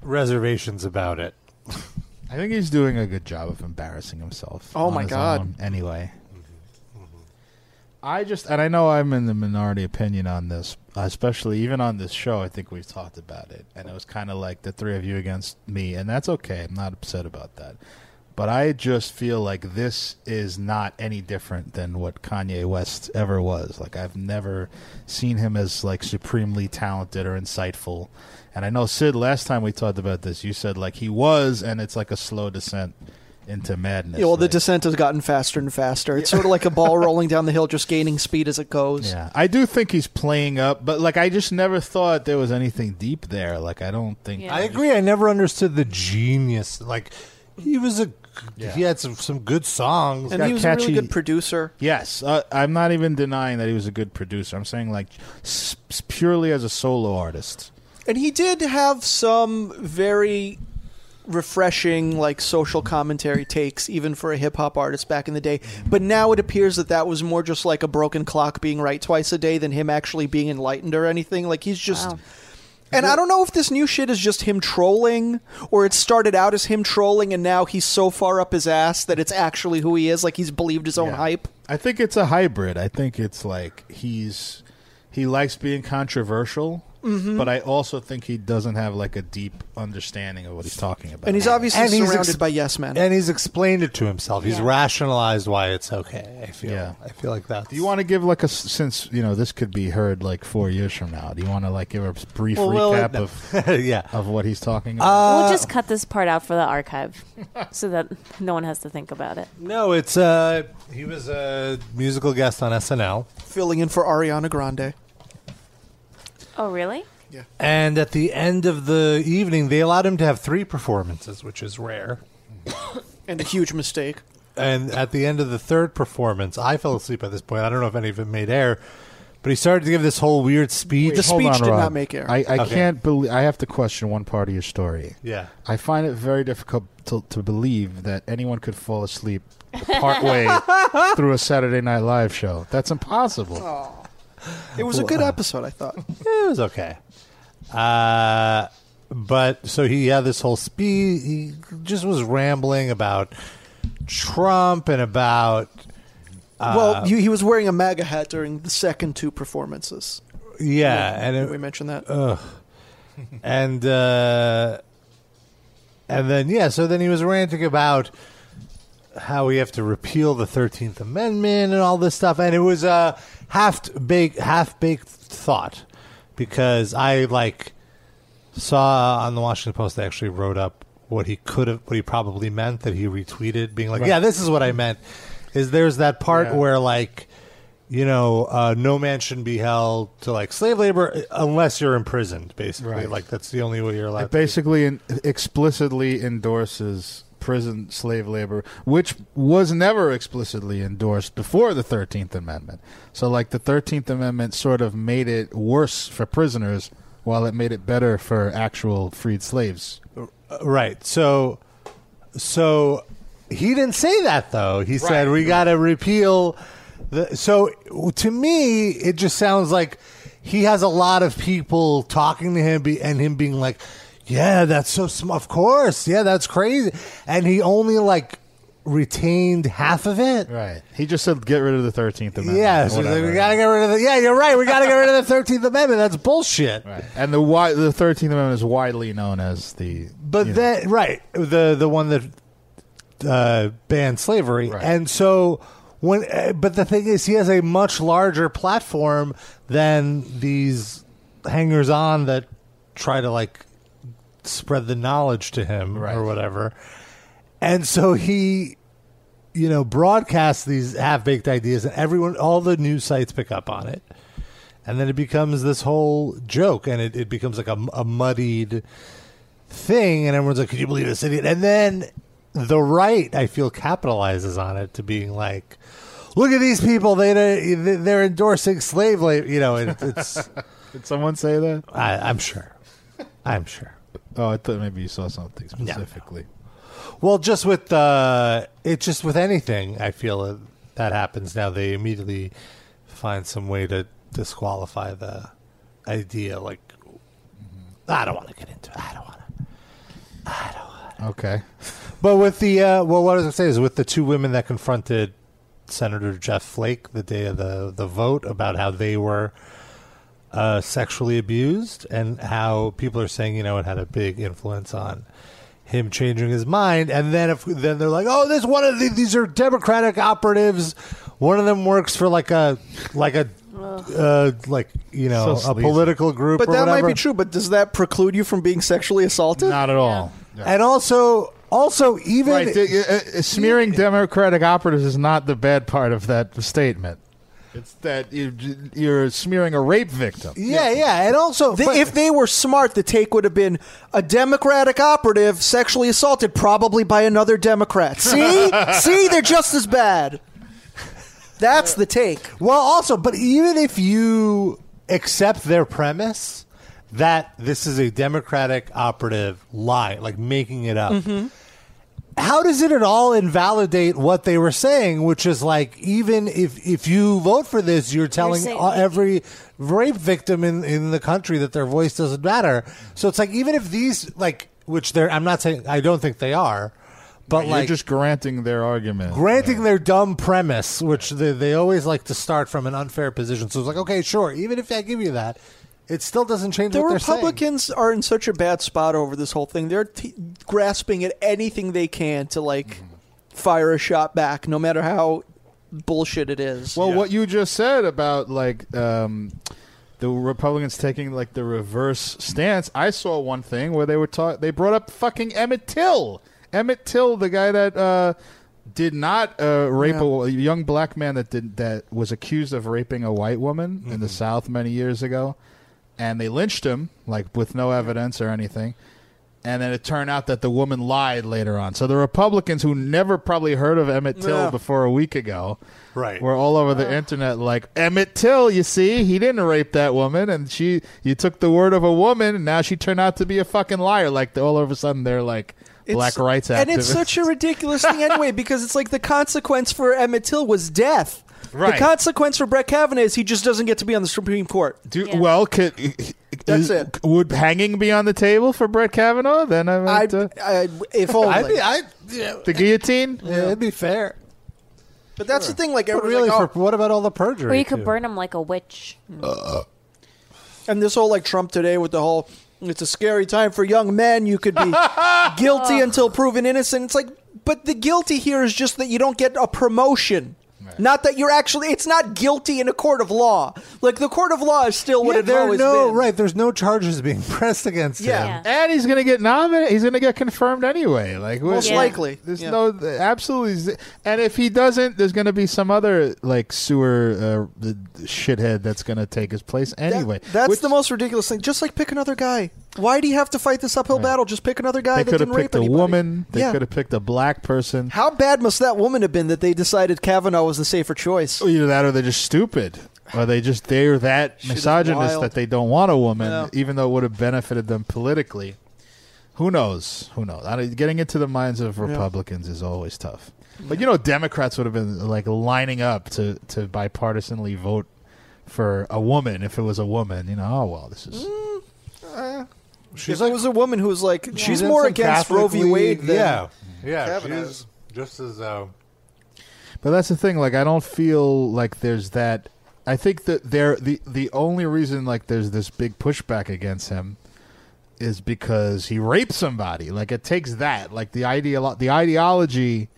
[SPEAKER 2] reservations about it.
[SPEAKER 3] I think he's doing a good job of embarrassing himself.
[SPEAKER 4] Oh
[SPEAKER 3] on
[SPEAKER 4] my
[SPEAKER 3] his
[SPEAKER 4] God.
[SPEAKER 3] own, anyway, I just and I know I'm in the minority opinion on this, especially even on this show. I think we've talked about it, and it was kind of like the three of you against me, and that's okay. I'm not upset about that. But I just feel like this is not any different than what Kanye West ever was. Like I've never seen him as like supremely talented or insightful. And I know Sid last time we talked about this, you said like he was and it's like a slow descent into madness.
[SPEAKER 4] Yeah, well, the
[SPEAKER 3] like-
[SPEAKER 4] descent has gotten faster and faster. It's sort of like a ball rolling down the hill, just gaining speed as it goes.
[SPEAKER 3] Yeah, I do think he's playing up, but like I just never thought there was anything deep there. Like I don't think.
[SPEAKER 5] Yeah.
[SPEAKER 2] I agree. I never understood the genius. Like he was a, he had some some good songs.
[SPEAKER 4] And
[SPEAKER 3] got
[SPEAKER 4] he was a
[SPEAKER 3] catchy-
[SPEAKER 4] really good producer.
[SPEAKER 3] Yes, uh, I'm not even denying that he was a good producer. I'm saying like s- s- purely as a solo artist.
[SPEAKER 4] And he did have some very refreshing, like, social commentary takes, even for a hip hop artist back in the day. But now it appears that that was more just like a broken clock being right twice a day than him actually being enlightened or anything. Like, he's just.
[SPEAKER 5] Wow.
[SPEAKER 4] And I don't know if this new shit is just him trolling, or it started out as him trolling, and now he's so far up his ass that it's actually who he is. Like he's believed his own
[SPEAKER 3] Yeah.
[SPEAKER 4] hype.
[SPEAKER 3] I think it's a hybrid. I think it's like he's he likes being controversial,
[SPEAKER 4] Mm-hmm.
[SPEAKER 3] but I also think he doesn't have like a deep understanding of what he's talking about.
[SPEAKER 4] And he's obviously
[SPEAKER 2] And he's
[SPEAKER 4] surrounded
[SPEAKER 2] ex-
[SPEAKER 4] by yes men.
[SPEAKER 2] And he's explained it to himself. He's
[SPEAKER 5] Yeah.
[SPEAKER 2] rationalized why it's okay. I feel.
[SPEAKER 3] Yeah.
[SPEAKER 2] I feel like that.
[SPEAKER 3] Do you want to give like a s- since you know this could be heard like four years from now? Do you want to like give a brief
[SPEAKER 2] Well, well,
[SPEAKER 3] recap
[SPEAKER 2] no.
[SPEAKER 3] of
[SPEAKER 2] (laughs) yeah. Uh,
[SPEAKER 3] of what he's talking about?
[SPEAKER 4] Uh,
[SPEAKER 5] we'll just cut this part out for the archive so that (laughs) no one has to think about it.
[SPEAKER 2] No, it's uh he was a musical guest on SNL.
[SPEAKER 4] filling in for Ariana Grande.
[SPEAKER 5] Oh, really?
[SPEAKER 2] And at the end of the evening, they allowed him to have three performances, which is rare.
[SPEAKER 4] (coughs) And a huge mistake.
[SPEAKER 2] And at the end of the third performance, I fell asleep at this point. I don't know if any of it made air, but he started to give this whole weird speech.
[SPEAKER 4] The
[SPEAKER 3] Hold
[SPEAKER 4] speech
[SPEAKER 3] on,
[SPEAKER 4] did
[SPEAKER 3] Rob.
[SPEAKER 4] not make air.
[SPEAKER 3] I, I
[SPEAKER 2] Okay.
[SPEAKER 3] can't believe. I have to question one part of your story.
[SPEAKER 2] yeah.
[SPEAKER 3] I find it very difficult to, to believe that anyone could fall
[SPEAKER 2] (laughs)
[SPEAKER 3] asleep partway through a Saturday Night Live show. That's impossible.
[SPEAKER 4] It was a good episode, I thought.
[SPEAKER 2] it was okay. Uh, but so he had this whole speech. He just was rambling about Trump and about uh,
[SPEAKER 4] well, you, he was wearing a MAGA hat during the second two performances.
[SPEAKER 2] yeah, and
[SPEAKER 4] Did
[SPEAKER 2] it,
[SPEAKER 4] we mention that? (laughs)
[SPEAKER 2] and uh, and then yeah, so then he was ranting about how we have to repeal the Thirteenth Amendment and all this stuff, and it was a half baked half baked thought because I like saw on the Washington Post they actually wrote up what he could have what he probably meant that he retweeted, being like, yeah, this is what I meant. Is there's that part
[SPEAKER 3] Yeah.
[SPEAKER 2] where like. You know, uh, no man shouldn't be held to like slave labor unless you're imprisoned. Basically,
[SPEAKER 3] Right.
[SPEAKER 2] like that's the only way you're allowed.
[SPEAKER 3] It basically in, explicitly endorses prison slave labor, which was never explicitly endorsed before the Thirteenth Amendment. So, like the Thirteenth Amendment sort of made it worse for prisoners, while it made it better for actual freed slaves.
[SPEAKER 2] Uh, Right. So, so he didn't say that though. He said we got to repeal the. So to me, it just sounds like he has a lot of people talking to him be, and him being like, "Yeah, that's so. Sm- of course, yeah, that's crazy." And he only like retained half of it.
[SPEAKER 3] Right. He just said, "Get rid of the Thirteenth Amendment."
[SPEAKER 2] Yeah,
[SPEAKER 3] or
[SPEAKER 2] so he's like,
[SPEAKER 3] whatever.
[SPEAKER 2] we gotta get rid of the. Yeah, you're right. We gotta get rid of the Thirteenth Amendment. That's bullshit.
[SPEAKER 3] Right. And the wi- the Thirteenth Amendment is widely known as the.
[SPEAKER 2] But
[SPEAKER 3] you know,
[SPEAKER 2] that right the the one that uh, banned slavery,
[SPEAKER 3] Right.
[SPEAKER 2] and so when uh, but the thing is, he has a much larger platform than these hangers on that try to like spread the knowledge to him
[SPEAKER 3] Right.
[SPEAKER 2] or whatever, and so he. You know, broadcasts these half baked ideas, and everyone, all the news sites pick up on it and then it becomes this whole joke and it, it becomes like a, a muddied thing and everyone's like could you believe this idiot and then the right i feel capitalizes on it to being like look at these people they don't- they're endorsing slave labor you know it, it's
[SPEAKER 3] (laughs) did someone say that?
[SPEAKER 2] I, i'm sure i'm sure
[SPEAKER 3] Oh, I thought maybe you saw something specifically.
[SPEAKER 2] well just with uh it's just with anything i feel that, that happens now they immediately find some way to disqualify the idea like i don't want to get into it i don't want to
[SPEAKER 3] Okay.
[SPEAKER 2] But with the uh, well, what I was gonna say is with the two women that confronted Senator Jeff Flake the day of the the vote about how they were uh, sexually abused and how people are saying you know it had a big influence on him changing his mind, and then if then they're like, oh, this one of the, these are Democratic operatives. One of them works for like a like a uh, like you know
[SPEAKER 3] So
[SPEAKER 2] a
[SPEAKER 3] sleazy.
[SPEAKER 2] political group,
[SPEAKER 4] but
[SPEAKER 2] or
[SPEAKER 4] that might
[SPEAKER 2] whatever.
[SPEAKER 4] be true, but does that preclude you from being sexually assaulted?
[SPEAKER 3] Not at all. Yeah.
[SPEAKER 2] And also, Also, even e-,
[SPEAKER 3] Right. the- uh, uh, smearing Democratic operatives is not the bad part of that statement. It's that you, you're smearing a rape victim.
[SPEAKER 2] yeah, yeah, and also
[SPEAKER 4] They-
[SPEAKER 2] but-
[SPEAKER 4] if they were smart, the take would have been a Democratic operative sexually assaulted, probably by another Democrat. See, (laughs) see, they're just as bad. That's the take.
[SPEAKER 2] Well, also, but even if you accept their premise that this is a Democratic operative lie, like making it up, how does it at all invalidate what they were saying? Which is like, even if if you vote for this, you're telling
[SPEAKER 5] saying-
[SPEAKER 2] all- every rape victim in in the country that their voice doesn't matter. So it's like, even if these like, which they're, I'm not saying I don't think they are, but
[SPEAKER 3] You're
[SPEAKER 2] like
[SPEAKER 3] just granting their argument.
[SPEAKER 2] granting their dumb premise, which they, they always like to start from an unfair position. So it's like, okay, sure, even if I give you that, it still doesn't change
[SPEAKER 4] The
[SPEAKER 2] what they're
[SPEAKER 4] Republicans are in such a bad spot over this whole thing. They're t- grasping at anything they can to like fire a shot back, no matter how bullshit it is.
[SPEAKER 3] Well, what you just said about like um, the Republicans taking like the reverse stance, I saw one thing where they were talk. They brought up fucking Emmett Till. Emmett Till, the guy that uh, did not uh, rape a, a young black man that did that was accused of raping a white woman in the South many years ago, and they lynched him like with no evidence or anything. And then it turned out that the woman lied later on. So the Republicans who never probably heard of Emmett Till
[SPEAKER 4] Yeah.
[SPEAKER 3] before a week ago,
[SPEAKER 2] Right.
[SPEAKER 3] were all over the internet like Emmett Till. You see, he didn't rape that woman, and she you took the word of a woman, and now she turned out to be a fucking liar. Like all of a sudden they're like black rights activists.
[SPEAKER 4] and it's such a ridiculous thing
[SPEAKER 2] (laughs)
[SPEAKER 4] anyway because it's like the consequence for Emmett Till was death.
[SPEAKER 3] Right.
[SPEAKER 4] The consequence for Brett Kavanaugh is he just doesn't get to be on the Supreme Court.
[SPEAKER 3] Do,
[SPEAKER 5] Yeah.
[SPEAKER 3] well. Could,
[SPEAKER 4] That's
[SPEAKER 3] is-
[SPEAKER 4] it.
[SPEAKER 3] Would hanging be on the table for Brett Kavanaugh? Then I
[SPEAKER 4] I,
[SPEAKER 3] meant, uh,
[SPEAKER 4] I, if only.
[SPEAKER 2] saying. I mean, I yeah,
[SPEAKER 3] the guillotine.
[SPEAKER 2] yeah, it'd be fair.
[SPEAKER 4] but that's the thing. Like,
[SPEAKER 2] But
[SPEAKER 4] everyone's
[SPEAKER 2] really,
[SPEAKER 4] like, oh.
[SPEAKER 2] for what about all the perjury?
[SPEAKER 5] Or you could
[SPEAKER 2] too?
[SPEAKER 5] burn him like a witch.
[SPEAKER 4] and this whole like Trump today with the whole it's a scary time for young men. You could be guilty until proven innocent. It's like, but the guilty here is just that you don't get a promotion. Not that you're actually. It's not guilty in a court of law. Like the court of law is still what
[SPEAKER 2] Yeah,
[SPEAKER 4] it
[SPEAKER 2] there are
[SPEAKER 4] always
[SPEAKER 2] no
[SPEAKER 4] been.
[SPEAKER 2] right. There's no charges being (laughs) pressed against
[SPEAKER 4] Yeah.
[SPEAKER 2] him.
[SPEAKER 5] Yeah.
[SPEAKER 3] And he's gonna get nominated. He's gonna get confirmed anyway. Like
[SPEAKER 4] Most
[SPEAKER 3] what-
[SPEAKER 4] likely.
[SPEAKER 3] There's
[SPEAKER 4] Yeah.
[SPEAKER 3] no absolutely, z- and if he doesn't, there's going to be some other like sewer uh, the- the shithead that's going to take his place
[SPEAKER 4] That-
[SPEAKER 3] anyway.
[SPEAKER 4] that's
[SPEAKER 3] Which
[SPEAKER 4] the most ridiculous thing. Just like pick another guy. Why do you have to fight this uphill battle? Just pick another guy
[SPEAKER 3] They
[SPEAKER 4] that
[SPEAKER 3] could have
[SPEAKER 4] didn't
[SPEAKER 3] picked
[SPEAKER 4] rape
[SPEAKER 3] a
[SPEAKER 4] anybody.
[SPEAKER 3] woman. They
[SPEAKER 4] yeah.
[SPEAKER 3] could have picked a black person.
[SPEAKER 4] How bad must that woman have been that they decided Kavanaugh was the safer choice?
[SPEAKER 3] Either that, or they're just stupid, or they just they're that
[SPEAKER 4] Shit is
[SPEAKER 3] misogynist
[SPEAKER 4] wild.
[SPEAKER 3] that they don't want a woman,
[SPEAKER 4] Yeah.
[SPEAKER 3] even though it would have benefited them politically. Who knows? Who knows? I don't- getting into the minds of Republicans is always tough. But you know, Democrats would have been like lining up to to bipartisanly vote for a woman if it was a woman. You know, oh well, this
[SPEAKER 4] Mm.
[SPEAKER 3] is
[SPEAKER 4] She's like, it was a woman who was like, she's
[SPEAKER 2] in
[SPEAKER 4] more
[SPEAKER 2] some
[SPEAKER 4] against
[SPEAKER 2] Catholic
[SPEAKER 4] Roe v. Wade
[SPEAKER 2] league.
[SPEAKER 4] than
[SPEAKER 2] yeah, yeah.
[SPEAKER 4] Kavanaugh
[SPEAKER 2] She's
[SPEAKER 4] is.
[SPEAKER 2] just as uh,
[SPEAKER 3] But that's the thing. Like, I don't feel like there's that. I think that there the the only reason like there's this big pushback against him is because he raped somebody. Like, it takes that. Like the ideolo- the ideology.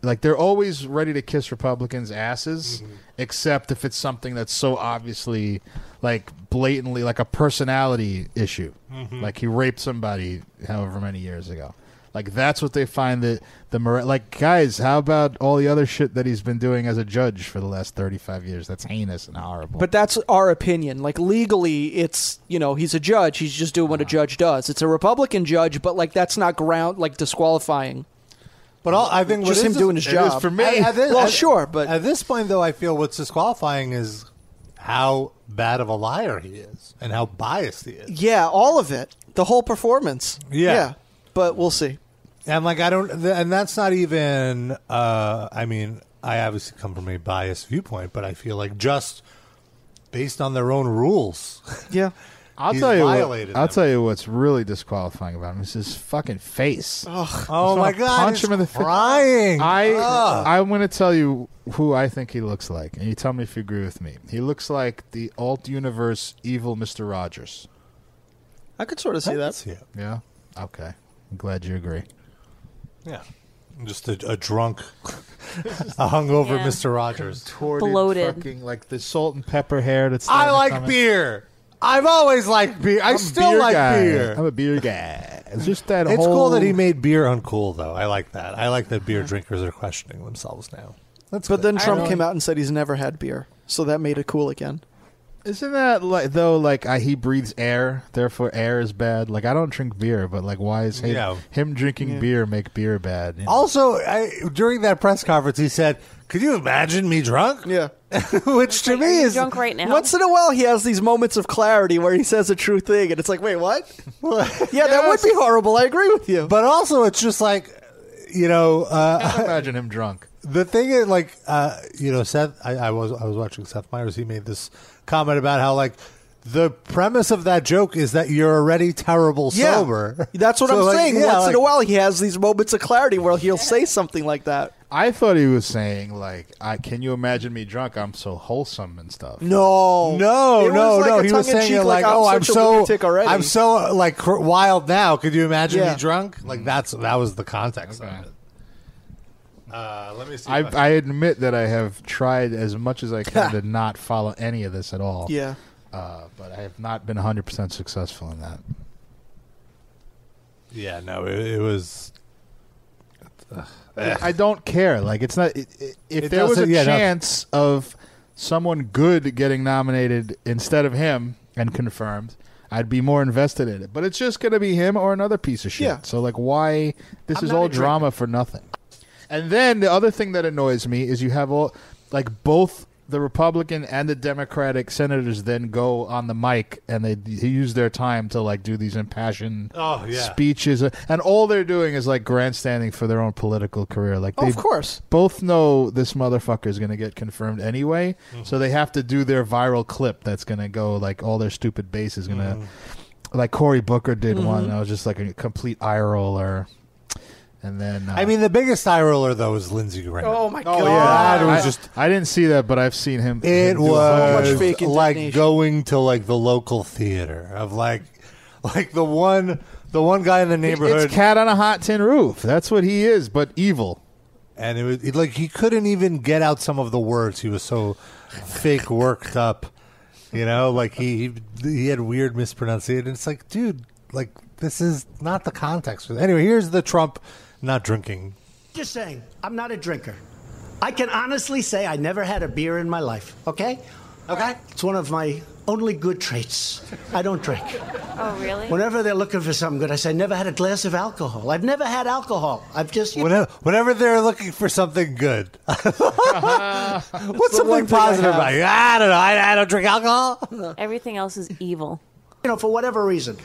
[SPEAKER 3] Like they're always ready to kiss Republicans' asses, except if it's something that's so obviously, like blatantly, like a personality issue. Like he raped somebody, however many years ago. Like that's what they find that the mora- like guys. How about all the other shit that he's been doing as a judge for the last thirty five years? That's heinous and horrible.
[SPEAKER 4] But that's our opinion. Like legally, it's you know he's a judge. He's just doing what a judge does. It's a Republican judge, but like that's not ground like disqualifying.
[SPEAKER 2] But all, I think what
[SPEAKER 4] Just him
[SPEAKER 2] is
[SPEAKER 4] doing his
[SPEAKER 3] It is
[SPEAKER 4] job
[SPEAKER 3] for me.
[SPEAKER 2] At- at thi-
[SPEAKER 4] Well,
[SPEAKER 2] at-
[SPEAKER 4] sure, but-
[SPEAKER 2] at this point, though, I feel what's disqualifying is how bad of a liar he is and how biased he is.
[SPEAKER 4] Yeah, all of it, the whole performance.
[SPEAKER 2] Yeah.
[SPEAKER 4] but we'll see.
[SPEAKER 2] And like I don't, th- and that's not even. Uh, I mean, I obviously come from a biased viewpoint, but I feel like just based on their own rules. (laughs)
[SPEAKER 4] Yeah.
[SPEAKER 3] I'll
[SPEAKER 2] he's
[SPEAKER 3] tell you.
[SPEAKER 2] violated
[SPEAKER 3] What, I'll
[SPEAKER 2] them.
[SPEAKER 3] tell you what's really disqualifying about him is his fucking face.
[SPEAKER 2] oh
[SPEAKER 3] wanna
[SPEAKER 2] my god!
[SPEAKER 3] punch
[SPEAKER 2] he's
[SPEAKER 3] him in the face.
[SPEAKER 2] crying.
[SPEAKER 3] I
[SPEAKER 2] Ugh.
[SPEAKER 3] I'm going to tell you who I think he looks like, and you tell me if you agree with me. He looks like the alt universe evil Mister Rogers.
[SPEAKER 4] I could sort of see that.
[SPEAKER 2] yeah,
[SPEAKER 3] Yeah. Okay. I'm glad you agree.
[SPEAKER 2] yeah. Just a, a drunk, a hungover
[SPEAKER 5] Yeah.
[SPEAKER 2] Mister Rogers.
[SPEAKER 3] Torted,
[SPEAKER 5] Bloated.
[SPEAKER 3] fucking like the salt and pepper hair. That's
[SPEAKER 2] I
[SPEAKER 3] starting to
[SPEAKER 2] like
[SPEAKER 3] come in.
[SPEAKER 2] beer. I've always liked beer. I
[SPEAKER 3] I'm a
[SPEAKER 2] still
[SPEAKER 3] beer
[SPEAKER 2] like
[SPEAKER 3] guy.
[SPEAKER 2] beer.
[SPEAKER 3] I'm a beer guy. just that
[SPEAKER 2] It's
[SPEAKER 3] whole.
[SPEAKER 2] cool that he made beer uncool, though. I like that. I like that beer drinkers are questioning themselves now. That's
[SPEAKER 4] But
[SPEAKER 2] good.
[SPEAKER 4] then Trump
[SPEAKER 5] don't-
[SPEAKER 4] came out and said he's never had beer, so that made it cool again.
[SPEAKER 3] Isn't that like though? Like I, he breathes air, therefore air is bad. Like I don't drink beer, but like why is him,
[SPEAKER 2] Yeah.
[SPEAKER 3] him drinking beer make beer bad? you know?
[SPEAKER 2] also I, during that press conference, he said, "Could you imagine me drunk?"
[SPEAKER 4] Yeah.
[SPEAKER 2] Which to
[SPEAKER 5] Like,
[SPEAKER 2] me
[SPEAKER 5] are you
[SPEAKER 2] is
[SPEAKER 5] drunk right now.
[SPEAKER 4] Once in a while, he has these moments of clarity where he says a true thing, and it's like, wait,
[SPEAKER 2] (laughs)
[SPEAKER 4] what? Yeah, that would be horrible. I agree with you.
[SPEAKER 2] But also, it's just (laughs) like you know, uh,
[SPEAKER 3] imagine him drunk.
[SPEAKER 2] the thing is like uh, you know, Seth. I, I was I was watching Seth Meyers. He made this comment about how like. The premise of that joke is that you're already terrible
[SPEAKER 4] yeah,
[SPEAKER 2] sober.
[SPEAKER 4] that's what
[SPEAKER 2] (laughs) So,
[SPEAKER 4] I'm
[SPEAKER 2] like,
[SPEAKER 4] saying.
[SPEAKER 2] yeah,
[SPEAKER 4] Once
[SPEAKER 2] like-
[SPEAKER 4] in a while, he has these moments of clarity where he'll say something like that.
[SPEAKER 3] I thought he was saying like, "I can you imagine me drunk? I'm so wholesome and stuff."
[SPEAKER 4] No,
[SPEAKER 2] No,
[SPEAKER 4] It was
[SPEAKER 2] no,
[SPEAKER 4] like
[SPEAKER 2] no.
[SPEAKER 4] a
[SPEAKER 2] He was
[SPEAKER 4] tongue-in-cheek,
[SPEAKER 2] saying it like, "Oh, I'm
[SPEAKER 4] such a
[SPEAKER 2] so,
[SPEAKER 4] lunatic already."
[SPEAKER 2] I'm so uh, like cr- wild now. Could you imagine
[SPEAKER 4] Yeah.
[SPEAKER 2] me drunk? Like that's that was the context
[SPEAKER 3] Okay.
[SPEAKER 2] of it. Uh, let me see.
[SPEAKER 3] I,
[SPEAKER 2] if
[SPEAKER 3] I admit that I have tried as much as I
[SPEAKER 4] (laughs)
[SPEAKER 3] can to not follow any of this at all.
[SPEAKER 4] yeah.
[SPEAKER 3] Uh, but I have not been 100% successful in that.
[SPEAKER 2] yeah, no, it, it was.
[SPEAKER 3] I don't care. Like, it's not. It, it, if
[SPEAKER 2] It
[SPEAKER 3] there was a
[SPEAKER 2] doesn't- yeah, no.
[SPEAKER 3] chance of someone good getting nominated instead of him and confirmed, I'd be more invested in it. But it's just going to be him or another piece of shit.
[SPEAKER 4] Yeah.
[SPEAKER 3] So, like, why? This
[SPEAKER 4] I'm
[SPEAKER 3] is
[SPEAKER 4] not
[SPEAKER 3] all
[SPEAKER 4] a drinker.
[SPEAKER 3] drama for nothing. And then the other thing that annoys me is you have all like both the Republican and the Democratic senators then go on the mic and they d- use their time to like do these impassioned
[SPEAKER 2] Oh, yeah.
[SPEAKER 3] speeches uh, and all they're doing is like grandstanding for their own political career. Like
[SPEAKER 4] Oh,
[SPEAKER 3] they
[SPEAKER 4] of course.
[SPEAKER 3] both know this motherfucker is going to get confirmed anyway,
[SPEAKER 2] Mm-hmm.
[SPEAKER 3] so they have to do their viral clip that's going to go like all their stupid base is going to
[SPEAKER 2] Mm-hmm.
[SPEAKER 3] like Cory Booker did
[SPEAKER 4] Mm-hmm.
[SPEAKER 3] one. And I was just like a complete eye roller. And then uh,
[SPEAKER 2] I mean, the biggest eye roller though was Lindsey Graham.
[SPEAKER 4] Oh my
[SPEAKER 3] Oh
[SPEAKER 4] god.
[SPEAKER 3] yeah,
[SPEAKER 2] That was
[SPEAKER 3] I,
[SPEAKER 2] just-
[SPEAKER 3] I didn't see that, but I've seen him. him
[SPEAKER 2] It
[SPEAKER 3] do a whole bunch
[SPEAKER 2] was
[SPEAKER 3] of-
[SPEAKER 4] fake
[SPEAKER 2] like
[SPEAKER 4] indignation.
[SPEAKER 2] going to like the local theater of like, like the one, the one guy in the neighborhood,
[SPEAKER 3] It's cat on a hot tin roof. That's what he is, but evil.
[SPEAKER 2] and it was it, like he couldn't even get out some of the words. He was so fake worked up, you know. Like he he, he had weird mispronunciation. It's like, dude, like this is not the context. Anyway, here's the Trump not drinking.
[SPEAKER 8] Just saying, I'm not a drinker. I can honestly say I never had a beer in my life, okay? Okay. It's one of my only good traits. I don't drink.
[SPEAKER 5] Oh, really?
[SPEAKER 8] Whenever they're looking for something good, I say, never had a glass of alcohol. I've never had alcohol. I've just. you
[SPEAKER 2] Whenever, whenever they're looking for something good, (laughs) what's
[SPEAKER 4] one thing
[SPEAKER 2] something
[SPEAKER 4] I
[SPEAKER 2] positive
[SPEAKER 4] have.
[SPEAKER 2] about you? I don't know. I, I don't drink alcohol.
[SPEAKER 5] Everything else is evil.
[SPEAKER 8] you know, for whatever reason.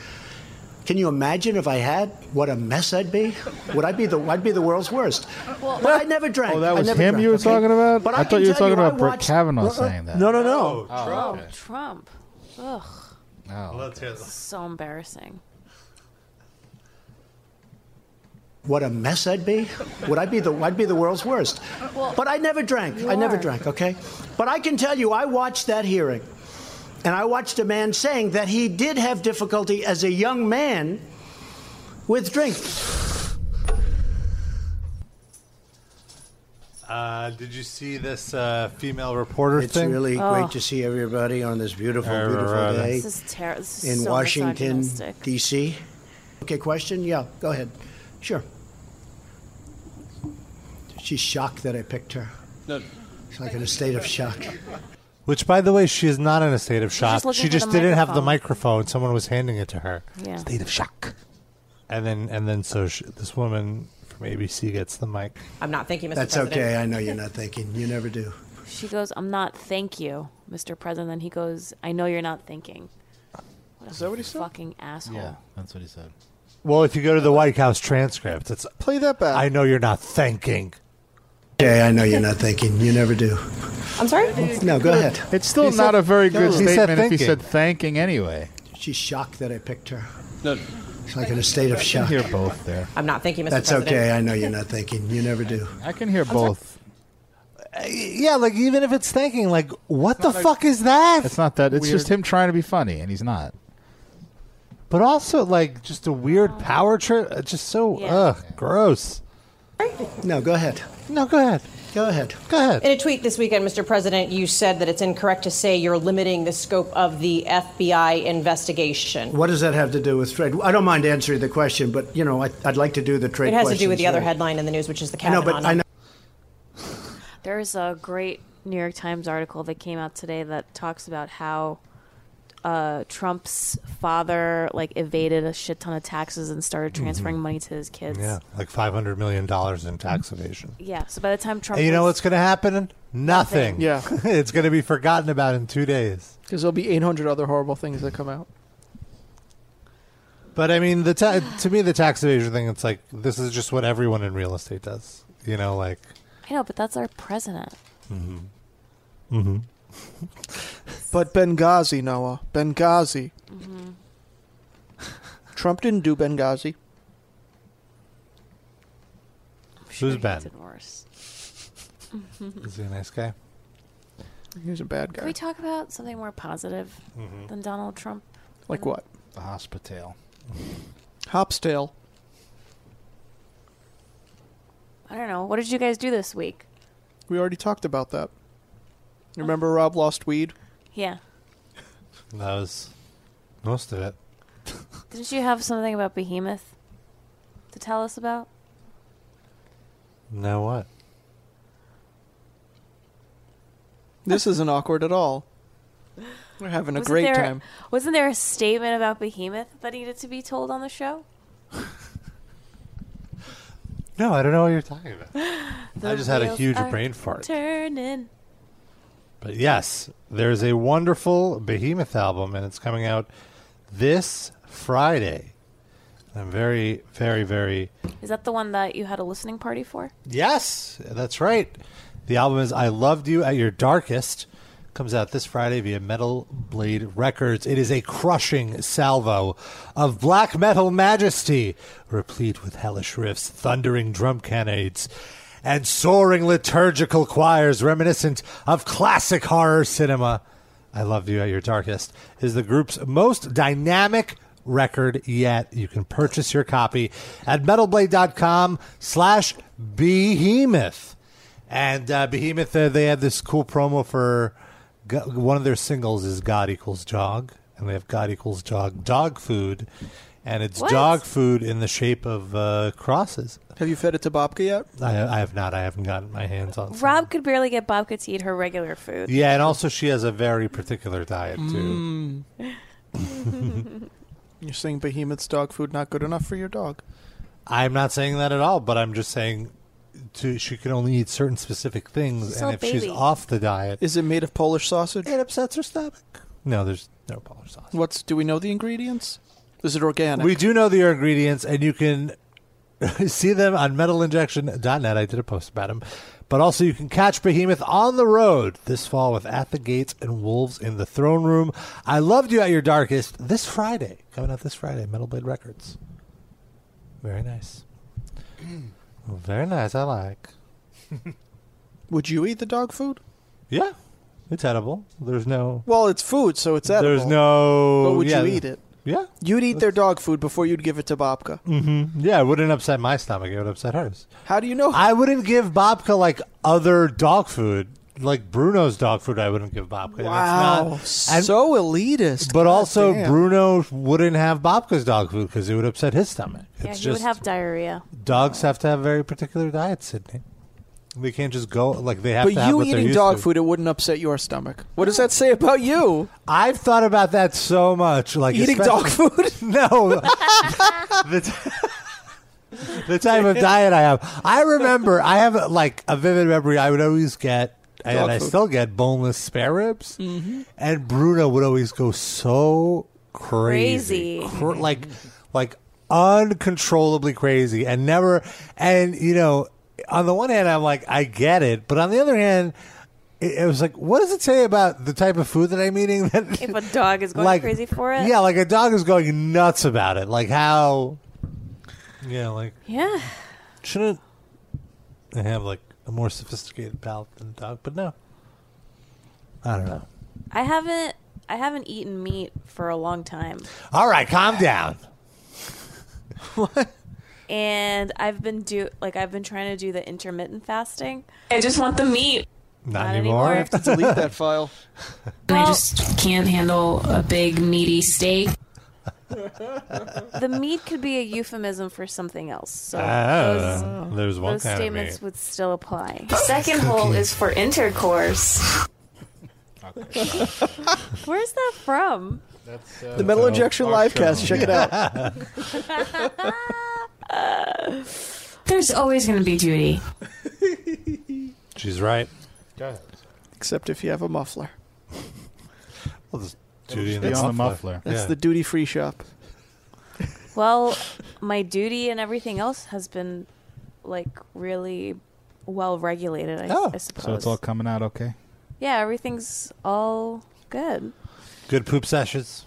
[SPEAKER 8] Can you imagine if I had what a mess I'd be? Would I be the I'd be the world's worst? but I never drank.
[SPEAKER 3] Oh, that
[SPEAKER 8] I
[SPEAKER 3] was
[SPEAKER 8] never
[SPEAKER 3] him
[SPEAKER 8] drank,
[SPEAKER 3] you were
[SPEAKER 8] okay?
[SPEAKER 3] talking about.
[SPEAKER 8] But
[SPEAKER 3] I,
[SPEAKER 8] I
[SPEAKER 3] thought you were
[SPEAKER 8] can tell
[SPEAKER 3] talking
[SPEAKER 8] I
[SPEAKER 3] about Brett
[SPEAKER 8] watched-
[SPEAKER 3] Kavanaugh saying that.
[SPEAKER 4] No, no, no.
[SPEAKER 5] Trump. Ugh,
[SPEAKER 3] Oh.
[SPEAKER 5] so embarrassing.
[SPEAKER 8] what a mess I'd be. Would I be the I'd be the world's worst? but I never drank. I never
[SPEAKER 5] are.
[SPEAKER 8] drank, okay? But I can tell you I watched that hearing. And I watched a man saying that he did have difficulty as a young man with drink.
[SPEAKER 2] Uh, did you see this uh, female reporter
[SPEAKER 8] It's
[SPEAKER 2] thing?
[SPEAKER 8] really
[SPEAKER 9] Oh.
[SPEAKER 8] great to see everybody on this beautiful,
[SPEAKER 2] All
[SPEAKER 8] beautiful
[SPEAKER 2] right.
[SPEAKER 8] day.
[SPEAKER 5] This is terrible. This is
[SPEAKER 8] in
[SPEAKER 5] so
[SPEAKER 8] Washington,
[SPEAKER 5] misogynistic.
[SPEAKER 8] D.C. Okay, question? Yeah, go ahead. Sure. She's shocked that I picked her. She's like in a state of shock.
[SPEAKER 2] Which, by the way, she is not in a state of shock.
[SPEAKER 5] just looking
[SPEAKER 2] she
[SPEAKER 5] for
[SPEAKER 2] just
[SPEAKER 5] the
[SPEAKER 2] didn't have the
[SPEAKER 5] microphone.
[SPEAKER 2] microphone. Someone was handing it to her.
[SPEAKER 5] Yeah.
[SPEAKER 2] State of shock. And then, and then, so she, this woman from ABC gets the mic.
[SPEAKER 9] I'm not thanking Mr.
[SPEAKER 8] That's
[SPEAKER 9] President.
[SPEAKER 8] okay. I know you're not thinking. You never do.
[SPEAKER 5] She goes, "I'm not. Thank you, Mr. President." Then he goes, "I know you're not thinking." What is
[SPEAKER 4] that what he said?
[SPEAKER 5] Fucking asshole.
[SPEAKER 3] Yeah, that's what he said.
[SPEAKER 2] Well, if you go to the White House transcript, it's.
[SPEAKER 4] Play that back.
[SPEAKER 2] I know you're not thanking.
[SPEAKER 8] Okay, I know you're not thinking. You never do.
[SPEAKER 9] I'm sorry?
[SPEAKER 8] No, go ahead.
[SPEAKER 3] It's still
[SPEAKER 2] He
[SPEAKER 3] not
[SPEAKER 2] said-
[SPEAKER 3] a very good
[SPEAKER 2] No. He said
[SPEAKER 3] statement if he
[SPEAKER 2] thinking.
[SPEAKER 3] said thanking anyway.
[SPEAKER 8] She's shocked that I picked her. She's like in a state of
[SPEAKER 3] I
[SPEAKER 8] shock.
[SPEAKER 3] can hear both there.
[SPEAKER 9] I'm not thanking Mr.
[SPEAKER 8] That's
[SPEAKER 9] President.
[SPEAKER 8] okay. I know you're not thinking. You never do.
[SPEAKER 3] I can hear both.
[SPEAKER 2] Uh, Yeah, like even if it's thanking, like what the fuck is that?
[SPEAKER 3] It's not that. It's just him trying to be funny, and he's not.
[SPEAKER 2] but also like just a weird power trip. uh, Just so
[SPEAKER 5] Yeah.
[SPEAKER 2] ugh, gross.
[SPEAKER 8] No, go ahead.
[SPEAKER 2] No, go ahead.
[SPEAKER 8] Go ahead.
[SPEAKER 2] Go ahead.
[SPEAKER 9] In a tweet this weekend, Mr. President, you said that it's incorrect to say you're limiting the scope of the FBI investigation.
[SPEAKER 8] What does that have to do with trade? I don't mind answering the question, but you know, I, I'd like to do the trade.
[SPEAKER 9] It has to do with
[SPEAKER 8] questions
[SPEAKER 9] the other
[SPEAKER 8] later.
[SPEAKER 9] headline in the news, which is the
[SPEAKER 8] I know,
[SPEAKER 9] Kavanaugh.
[SPEAKER 8] but I know.
[SPEAKER 5] There's a great New York Times article that came out today that talks about how uh, Trump's father like evaded a shit ton of taxes and started transferring money to his kids.
[SPEAKER 2] Yeah, like five hundred million dollars in tax evasion.
[SPEAKER 5] Yeah, So by the time Trump,
[SPEAKER 2] And you know
[SPEAKER 5] was-
[SPEAKER 2] what's going to happen? Nothing.
[SPEAKER 4] Yeah.
[SPEAKER 2] (laughs) it's going to be forgotten about in two days.
[SPEAKER 4] Because there'll be 800 other horrible things that come out.
[SPEAKER 2] But I mean, the ta- to me, the tax evasion thing. It's like this is just what everyone in real estate does. You know, like
[SPEAKER 5] I know, but that's our president.
[SPEAKER 4] But Benghazi, Noah. Benghazi.
[SPEAKER 6] Mm-hmm.
[SPEAKER 4] Trump didn't do Benghazi.
[SPEAKER 2] who's Ben?
[SPEAKER 5] Did worse.
[SPEAKER 2] Is he a nice guy?
[SPEAKER 4] He was a bad
[SPEAKER 5] Can
[SPEAKER 4] guy.
[SPEAKER 5] we talk about something more positive
[SPEAKER 2] Mm-hmm.
[SPEAKER 5] than Donald Trump?
[SPEAKER 4] Like what?
[SPEAKER 3] The hospital.
[SPEAKER 4] Hopstail.
[SPEAKER 5] I don't know. What did you guys do this week?
[SPEAKER 4] We already talked about that. You Remember Rob lost weed?
[SPEAKER 5] Yeah.
[SPEAKER 2] That was most of it.
[SPEAKER 5] Didn't you have something about Behemoth to tell us about?
[SPEAKER 2] Now what?
[SPEAKER 4] This isn't awkward at all. We're having a great
[SPEAKER 5] there,
[SPEAKER 4] time.
[SPEAKER 5] Wasn't there a statement about Behemoth that needed to be told on the show?
[SPEAKER 2] No, I don't know what you're talking about. I
[SPEAKER 5] The
[SPEAKER 2] just had a
[SPEAKER 5] wheels
[SPEAKER 2] huge
[SPEAKER 5] are
[SPEAKER 2] brain fart.
[SPEAKER 5] Turning.
[SPEAKER 2] But yes, there's a wonderful Behemoth album, and it's coming out this Friday. I'm very, very, very.
[SPEAKER 5] Is that the one that you had a listening party for?
[SPEAKER 2] Yes, that's right. The album is I Loved You at Your Darkest. Comes out this Friday via Metal Blade Records. It is a crushing salvo of black metal majesty, replete with hellish riffs, thundering drum cannons, and soaring liturgical choirs reminiscent of classic horror cinema. I Loved You at Your Darkest is the group's most dynamic record yet. You can purchase your copy at metalblade.com slash behemoth. And uh, Behemoth, uh, they had this cool promo for go- one of their singles is God Equals Dog. And they have God Equals Dog dog food. And it's
[SPEAKER 5] What?
[SPEAKER 2] dog food in the shape of uh, crosses.
[SPEAKER 4] Have you fed it to Bobka yet?
[SPEAKER 2] I, I have not. I haven't gotten my hands on some.
[SPEAKER 5] Rob could barely get Bobka to eat her regular food.
[SPEAKER 2] Yeah, and also she has a very particular diet, too.
[SPEAKER 4] Mm.
[SPEAKER 5] (laughs)
[SPEAKER 4] (laughs) You're saying Behemoth's dog food not good enough for your dog.
[SPEAKER 2] I'm not saying that at all, but I'm just saying to, she can only eat certain specific things,
[SPEAKER 5] She's
[SPEAKER 2] and
[SPEAKER 5] a
[SPEAKER 2] if she's
[SPEAKER 5] baby.
[SPEAKER 2] off the diet,
[SPEAKER 4] Is it made of Polish sausage?
[SPEAKER 2] it upsets her stomach. No, there's no Polish sauce.
[SPEAKER 4] What's do we know the ingredients? Is it organic?
[SPEAKER 2] We do know the ingredients, and you can (laughs) see them on metalinjection.net. I did a post about them. But also, you can catch Behemoth on the road this fall with At the Gates and Wolves in the Throne Room. I loved you at your darkest this Friday, coming out this Friday, Metal Blade Records. Very nice. (clears throat) Very nice. I like.
[SPEAKER 4] Would you eat the dog food?
[SPEAKER 2] Yeah, it's edible. There's no.
[SPEAKER 4] Well, it's food, so it's edible.
[SPEAKER 2] There's no.
[SPEAKER 4] But would
[SPEAKER 2] yeah,
[SPEAKER 4] you eat it?
[SPEAKER 2] Yeah,
[SPEAKER 4] You'd eat their dog food before you'd give it to Bobka.
[SPEAKER 2] mm-hmm. yeah. It wouldn't upset my stomach. It would upset hers.
[SPEAKER 4] How do you know?
[SPEAKER 2] I wouldn't give Bobka like other dog food, like Bruno's dog food. I wouldn't give Bobka. That's
[SPEAKER 4] wow,
[SPEAKER 2] not- and-
[SPEAKER 4] so elitist.
[SPEAKER 2] but
[SPEAKER 4] God
[SPEAKER 2] also,
[SPEAKER 4] damn.
[SPEAKER 2] Bruno wouldn't have Bobka's dog food because it would upset his stomach. It's
[SPEAKER 5] Yeah, he
[SPEAKER 2] just
[SPEAKER 5] would have diarrhea.
[SPEAKER 2] dogs have to have very particular diets, Sydney. They can't just go like they have.
[SPEAKER 4] But
[SPEAKER 2] to have
[SPEAKER 4] you
[SPEAKER 2] what they're
[SPEAKER 4] eating
[SPEAKER 2] used
[SPEAKER 4] dog
[SPEAKER 2] to.
[SPEAKER 4] food, it wouldn't upset your stomach. What does that say about you?
[SPEAKER 2] I've thought about that so much. Like
[SPEAKER 4] Eating
[SPEAKER 2] especially-
[SPEAKER 4] dog food?
[SPEAKER 2] (laughs) No. the, t- (laughs) the type of diet I have. I remember, I have like a vivid memory. I would always get, and
[SPEAKER 4] Dog
[SPEAKER 2] I
[SPEAKER 4] food. Mm-hmm.
[SPEAKER 2] still get, boneless spare ribs. And Bruno would always go so crazy.
[SPEAKER 5] Crazy.
[SPEAKER 2] (laughs) Cr- like, like uncontrollably crazy and never, and you know, on the one hand, I'm like, I get it. But on the other hand, it, it was like, what does it say about the type of food that I'm eating that
[SPEAKER 5] If a dog is going crazy for it.
[SPEAKER 2] yeah, like a dog is going nuts about it. Like how? Yeah, like
[SPEAKER 5] Yeah.
[SPEAKER 2] shouldn't I have like a more sophisticated palate than a dog? But no, I don't know.
[SPEAKER 5] I haven't I haven't eaten meat for a long time.
[SPEAKER 2] All right, calm down.
[SPEAKER 5] and I've been do like I've been trying to do the intermittent fasting. I just want the meat.
[SPEAKER 2] Not,
[SPEAKER 5] anymore.
[SPEAKER 2] anymore.
[SPEAKER 5] I have to
[SPEAKER 4] delete that
[SPEAKER 2] (laughs)
[SPEAKER 4] file.
[SPEAKER 5] I
[SPEAKER 10] just can't handle (laughs) a big meaty steak.
[SPEAKER 5] The meat could be a euphemism for something else. So
[SPEAKER 2] Ah,
[SPEAKER 5] those,
[SPEAKER 2] there's one
[SPEAKER 5] those
[SPEAKER 2] kind of
[SPEAKER 5] statements
[SPEAKER 2] meat.
[SPEAKER 5] would still apply.
[SPEAKER 10] The second hole is for intercourse.
[SPEAKER 5] (laughs) Where's that
[SPEAKER 10] (laughs)
[SPEAKER 5] from?
[SPEAKER 3] That's,
[SPEAKER 4] The Metal Injection Livecast. Check it out.
[SPEAKER 10] There's always going to be Judy.
[SPEAKER 2] She's right.
[SPEAKER 4] Except if you have a muffler.
[SPEAKER 2] Well, this duty
[SPEAKER 3] be on the muffler.
[SPEAKER 4] That's the duty free shop.
[SPEAKER 5] Well, my duty and everything else has been like really well regulated. I,
[SPEAKER 2] Oh,
[SPEAKER 5] I suppose.
[SPEAKER 3] So it's all coming out okay.
[SPEAKER 5] yeah, everything's all good.
[SPEAKER 2] Good poop sessions.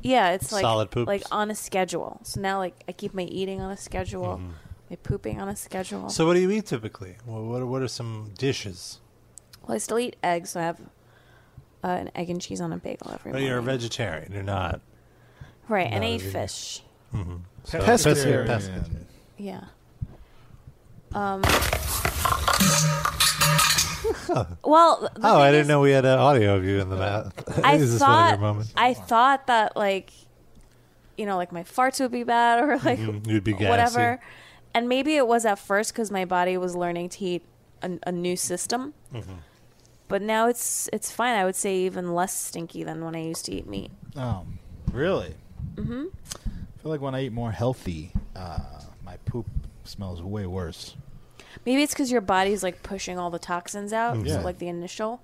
[SPEAKER 5] Yeah, it's like
[SPEAKER 2] Solid poops.
[SPEAKER 5] like on a schedule. So now like I keep my eating on a schedule, my pooping on a schedule.
[SPEAKER 2] Mm-hmm. So, what do you eat typically? What what are, what are some dishes?
[SPEAKER 5] well, I still eat eggs, so I have uh, an egg and cheese on a bagel every
[SPEAKER 2] But
[SPEAKER 5] morning.
[SPEAKER 2] Oh, you're a vegetarian. You're not.
[SPEAKER 5] right, and I
[SPEAKER 2] not a
[SPEAKER 5] eat
[SPEAKER 2] vegan.
[SPEAKER 5] fish.
[SPEAKER 2] Mm-hmm.
[SPEAKER 4] Pescatarian.
[SPEAKER 2] (laughs)
[SPEAKER 5] Yeah. Um. (laughs) well, th- the
[SPEAKER 2] Oh, I
[SPEAKER 5] thing
[SPEAKER 2] didn't
[SPEAKER 5] is,
[SPEAKER 2] know we had an audio of you in the (laughs) mouth.
[SPEAKER 5] I
[SPEAKER 2] Is this one of
[SPEAKER 5] thought
[SPEAKER 2] your moments?
[SPEAKER 5] I thought that like, you know, like my farts would be bad or like
[SPEAKER 2] Mhm, you'd be gassy.
[SPEAKER 5] whatever, and maybe it was at first because my body was learning to eat a, a new system.
[SPEAKER 2] Mm-hmm.
[SPEAKER 5] But now it's it's fine. I would say even less stinky than when I used to eat meat.
[SPEAKER 3] Oh, really?
[SPEAKER 5] Mm-hmm.
[SPEAKER 3] I feel like when I eat more healthy, uh, my poop smells way worse.
[SPEAKER 5] Maybe it's because your body's like pushing all the toxins out,
[SPEAKER 2] Mm-hmm.
[SPEAKER 3] Mhm.
[SPEAKER 5] so,
[SPEAKER 3] Yeah.
[SPEAKER 5] like the initial.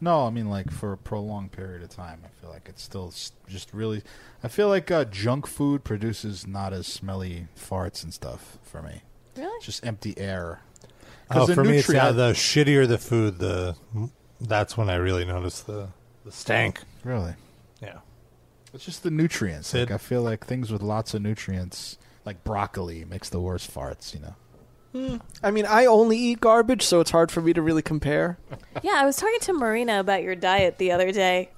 [SPEAKER 3] No, I mean like for a prolonged period of time, I feel like it's still s- just really. I feel like uh, junk food produces not as smelly farts and stuff for me.
[SPEAKER 5] Really?
[SPEAKER 3] Just empty air. 'Cause
[SPEAKER 2] Oh,
[SPEAKER 3] the
[SPEAKER 2] for me, it's
[SPEAKER 3] nutrient-
[SPEAKER 2] not the shittier the food, the that's when I really notice the the stank.
[SPEAKER 3] Really?
[SPEAKER 2] Yeah.
[SPEAKER 3] It's just the nutrients. Like I feel like things with lots of nutrients, like broccoli, makes the worst farts. You know.
[SPEAKER 4] I mean, I only eat garbage, so it's hard for me to really compare.
[SPEAKER 5] yeah, I was talking to Marina about your diet the other day,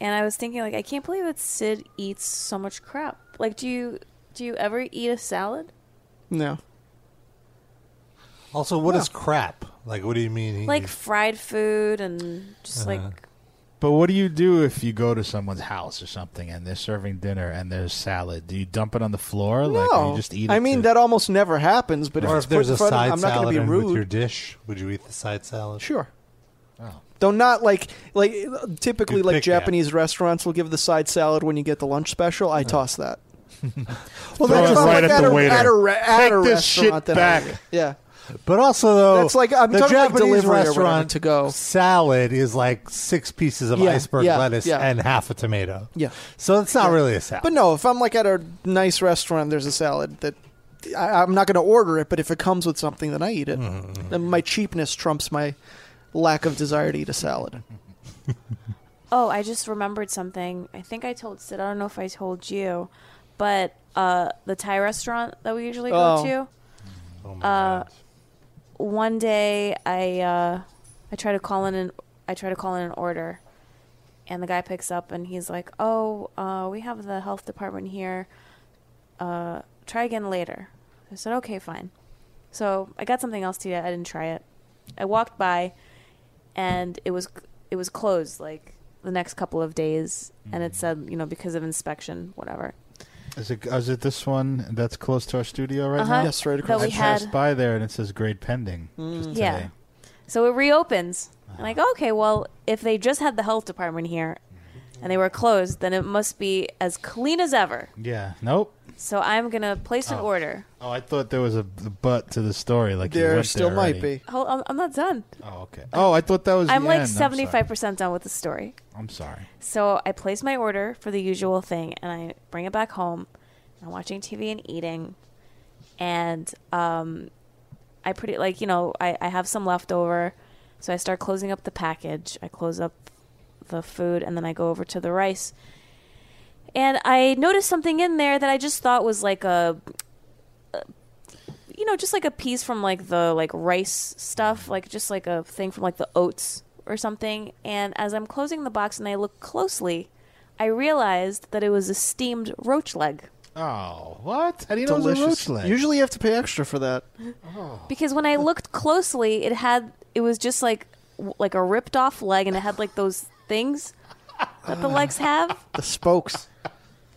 [SPEAKER 5] and I was thinking like I can't believe that Sid eats so much crap. Like, do you do you ever eat a salad?
[SPEAKER 4] No.
[SPEAKER 2] Also, what is crap? Like, what do you mean?
[SPEAKER 5] Like fried food and just like
[SPEAKER 3] But what do you do if you go to someone's house or something and they're serving dinner and there's salad? Do you dump it on the floor? Like or
[SPEAKER 4] no.
[SPEAKER 3] you just eat it?
[SPEAKER 4] I mean,
[SPEAKER 3] to-
[SPEAKER 4] that almost never happens, but if,
[SPEAKER 2] or
[SPEAKER 4] it's
[SPEAKER 2] if there's
[SPEAKER 4] put in
[SPEAKER 2] a
[SPEAKER 4] front of me,
[SPEAKER 2] side
[SPEAKER 4] I'm not
[SPEAKER 2] salad
[SPEAKER 4] going to be
[SPEAKER 2] in
[SPEAKER 4] rude.
[SPEAKER 2] with your dish, would you eat the side salad?
[SPEAKER 4] Sure.
[SPEAKER 3] Oh.
[SPEAKER 4] Though not like like typically
[SPEAKER 2] Good
[SPEAKER 4] like
[SPEAKER 2] pick, Dad.
[SPEAKER 4] Japanese restaurants will give the side salad when you get the lunch special. I toss
[SPEAKER 3] (laughs)
[SPEAKER 4] that. well,
[SPEAKER 3] Throw it
[SPEAKER 4] if I'm,
[SPEAKER 3] right
[SPEAKER 4] like,
[SPEAKER 3] at the
[SPEAKER 4] a-
[SPEAKER 3] waiter.
[SPEAKER 4] At a, re- at
[SPEAKER 3] Take
[SPEAKER 4] a
[SPEAKER 3] this
[SPEAKER 4] restaurant,
[SPEAKER 3] shit
[SPEAKER 4] then
[SPEAKER 3] back.
[SPEAKER 4] I, yeah.
[SPEAKER 2] But also, though,
[SPEAKER 4] That's like- I'm
[SPEAKER 2] the
[SPEAKER 4] talking like
[SPEAKER 2] Japanese
[SPEAKER 4] delivery or whatever
[SPEAKER 2] restaurant
[SPEAKER 4] to go.
[SPEAKER 2] salad is like six pieces of
[SPEAKER 4] Yeah,
[SPEAKER 2] iceberg
[SPEAKER 4] yeah,
[SPEAKER 2] lettuce
[SPEAKER 4] yeah.
[SPEAKER 2] and half a tomato.
[SPEAKER 4] Yeah.
[SPEAKER 2] So it's not really a salad.
[SPEAKER 4] But no, if I'm like at a nice restaurant, there's a salad that I, I'm not going to order it, but if it comes with something, then I eat it.
[SPEAKER 3] Mm-hmm.
[SPEAKER 4] Then my cheapness trumps my lack of desire to eat a salad.
[SPEAKER 5] Oh, I just remembered something. I think I told Sid. I don't know if I told you, but uh, the Thai restaurant that we usually
[SPEAKER 4] Oh.
[SPEAKER 5] go to. uh, one day I uh, I try to call in an I try to call in an order, and the guy picks up and he's like, "Oh, uh, we have the health department here. Uh, try again later." I said, "Okay, fine." So I got something else to eat. I didn't try it. I walked by, and it was it was closed like the next couple of days, and it said you know because of inspection, whatever.
[SPEAKER 3] Is it is it this one that's close to our studio right
[SPEAKER 5] Uh-huh.
[SPEAKER 3] now?
[SPEAKER 5] Yes, right across That
[SPEAKER 3] I
[SPEAKER 5] we
[SPEAKER 3] passed
[SPEAKER 5] had.
[SPEAKER 3] by there and it says grade pending. just
[SPEAKER 6] Mm,
[SPEAKER 5] Yeah.
[SPEAKER 3] today.
[SPEAKER 5] So it reopens. I'm like, okay, well, if they just had the health department here and they were closed, then it must be as clean as ever.
[SPEAKER 3] Yeah. Nope.
[SPEAKER 5] So I'm gonna place an
[SPEAKER 3] Oh.
[SPEAKER 5] order.
[SPEAKER 3] Oh, I thought there was a b- but to the story. Like you
[SPEAKER 4] There
[SPEAKER 3] went
[SPEAKER 4] still might
[SPEAKER 3] already.
[SPEAKER 4] be.
[SPEAKER 5] Hold, I'm, I'm not done.
[SPEAKER 3] Oh, okay. Oh, I thought that was.
[SPEAKER 5] I'm
[SPEAKER 3] the
[SPEAKER 5] like
[SPEAKER 3] end.
[SPEAKER 5] seventy five percent done with the story.
[SPEAKER 3] I'm sorry.
[SPEAKER 5] So I place my order for the usual thing, and I bring it back home. I'm watching TV and eating, and um, I pretty like you know I, I have some leftover, so I start closing up the package. I close up the food, and then I go over to the rice, and I notice something in there that I just thought was like a. a- You know, just like a piece from like the like rice stuff, like just like a thing from like the oats or something. And as I'm closing the box and I look closely, I realized that it was a steamed roach leg.
[SPEAKER 3] Oh, what? How do you know it was a
[SPEAKER 4] Delicious.
[SPEAKER 3] roach leg?
[SPEAKER 4] Usually you have to pay extra for that.
[SPEAKER 5] Because when I looked closely, it had it was just like w- like a ripped off leg, and it had like those things that the legs have.
[SPEAKER 4] The spokes.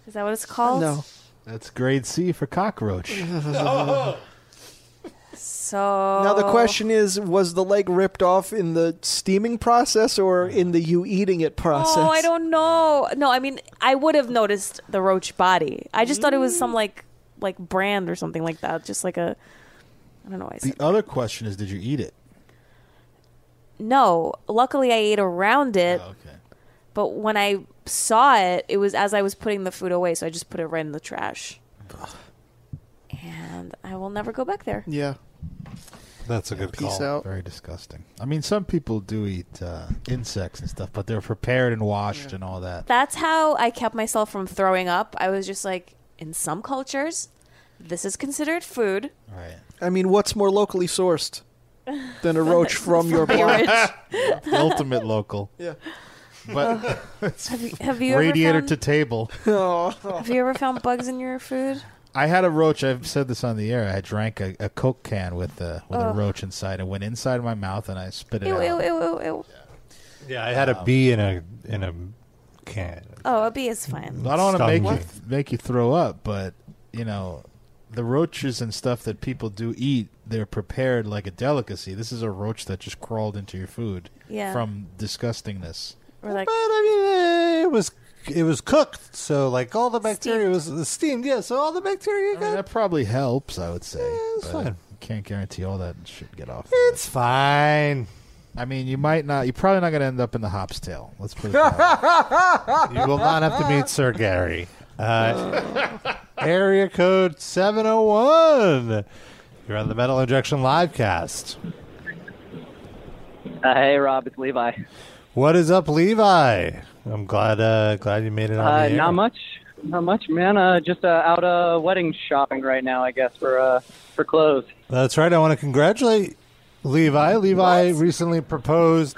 [SPEAKER 5] Is that what it's called?
[SPEAKER 4] No.
[SPEAKER 3] That's grade C for cockroach.
[SPEAKER 5] (laughs) So
[SPEAKER 4] Now the question is, was the leg ripped off in the steaming process or in the you eating it process?
[SPEAKER 5] Oh, I don't know. No, I mean I would have noticed the roach body. I just thought it was some like like brand or something like that. Just like a I don't know. Why I
[SPEAKER 3] the
[SPEAKER 5] said
[SPEAKER 3] other question is, did you eat it?
[SPEAKER 5] no. Luckily, I ate around it.
[SPEAKER 3] Okay.
[SPEAKER 5] But when I saw it, it was as I was putting the food away, so I just put it right in the trash. And I will never go back there.
[SPEAKER 4] Yeah.
[SPEAKER 2] That's a good
[SPEAKER 4] Peace
[SPEAKER 2] call.
[SPEAKER 4] out.
[SPEAKER 3] Very disgusting. I mean, some people do eat uh, insects and stuff, but they're prepared and washed and all that.
[SPEAKER 5] That's how I kept myself from throwing up. I was just like, in some cultures, this is considered food.
[SPEAKER 3] Right.
[SPEAKER 4] I mean, what's more locally sourced than
[SPEAKER 5] (laughs)
[SPEAKER 4] a roach from your block?
[SPEAKER 5] Rich,
[SPEAKER 2] (laughs)
[SPEAKER 3] Ultimate local.
[SPEAKER 4] (laughs) Yeah.
[SPEAKER 3] But
[SPEAKER 5] (laughs) have you, have you
[SPEAKER 3] radiator
[SPEAKER 5] ever
[SPEAKER 3] to
[SPEAKER 5] found,
[SPEAKER 3] (laughs) table.
[SPEAKER 5] have you ever found bugs in your food?
[SPEAKER 3] I had a roach. I've said this on the air. I drank a, a Coke can with a with a roach inside. It went inside my mouth, and I spit it
[SPEAKER 5] Ew,
[SPEAKER 3] out.
[SPEAKER 5] ew, ew, ew, ew.
[SPEAKER 2] Yeah, I had a bee in a in a can.
[SPEAKER 5] Oh, a bee is fine.
[SPEAKER 3] I don't want to make
[SPEAKER 2] Stung
[SPEAKER 3] you make you throw up, but you know, the roaches and stuff that people do eat, they're prepared like a delicacy. This is a roach that just crawled into your food
[SPEAKER 5] Yeah.
[SPEAKER 3] from disgustingness.
[SPEAKER 5] We're like,
[SPEAKER 2] But I mean, eh, it was it was cooked, so like all the bacteria was steamed. Yeah, so all the
[SPEAKER 3] I
[SPEAKER 2] bacteria
[SPEAKER 3] mean,
[SPEAKER 2] got.
[SPEAKER 3] that probably helps, I would say.
[SPEAKER 2] it's
[SPEAKER 3] but
[SPEAKER 2] fine.
[SPEAKER 3] you Can't guarantee all that should get off.
[SPEAKER 2] it's fine.
[SPEAKER 3] I mean, you might not. You're probably not going to end up in the hop's tail. Let's
[SPEAKER 2] (laughs)
[SPEAKER 3] put it that way.
[SPEAKER 2] You will not have to meet Sir Gary. Uh,
[SPEAKER 4] (laughs)
[SPEAKER 2] area code 701. You're on the Metal Injection Livecast.
[SPEAKER 11] Uh, hey, Rob, it's Levi.
[SPEAKER 2] What is up, Levi? I'm glad uh, glad you made it on
[SPEAKER 11] Uh,
[SPEAKER 2] the air.
[SPEAKER 11] not much, not much, man. Uh, just uh, out uh, wedding shopping right now, I guess for uh, for clothes.
[SPEAKER 2] That's right. I want to congratulate Levi. Levi recently proposed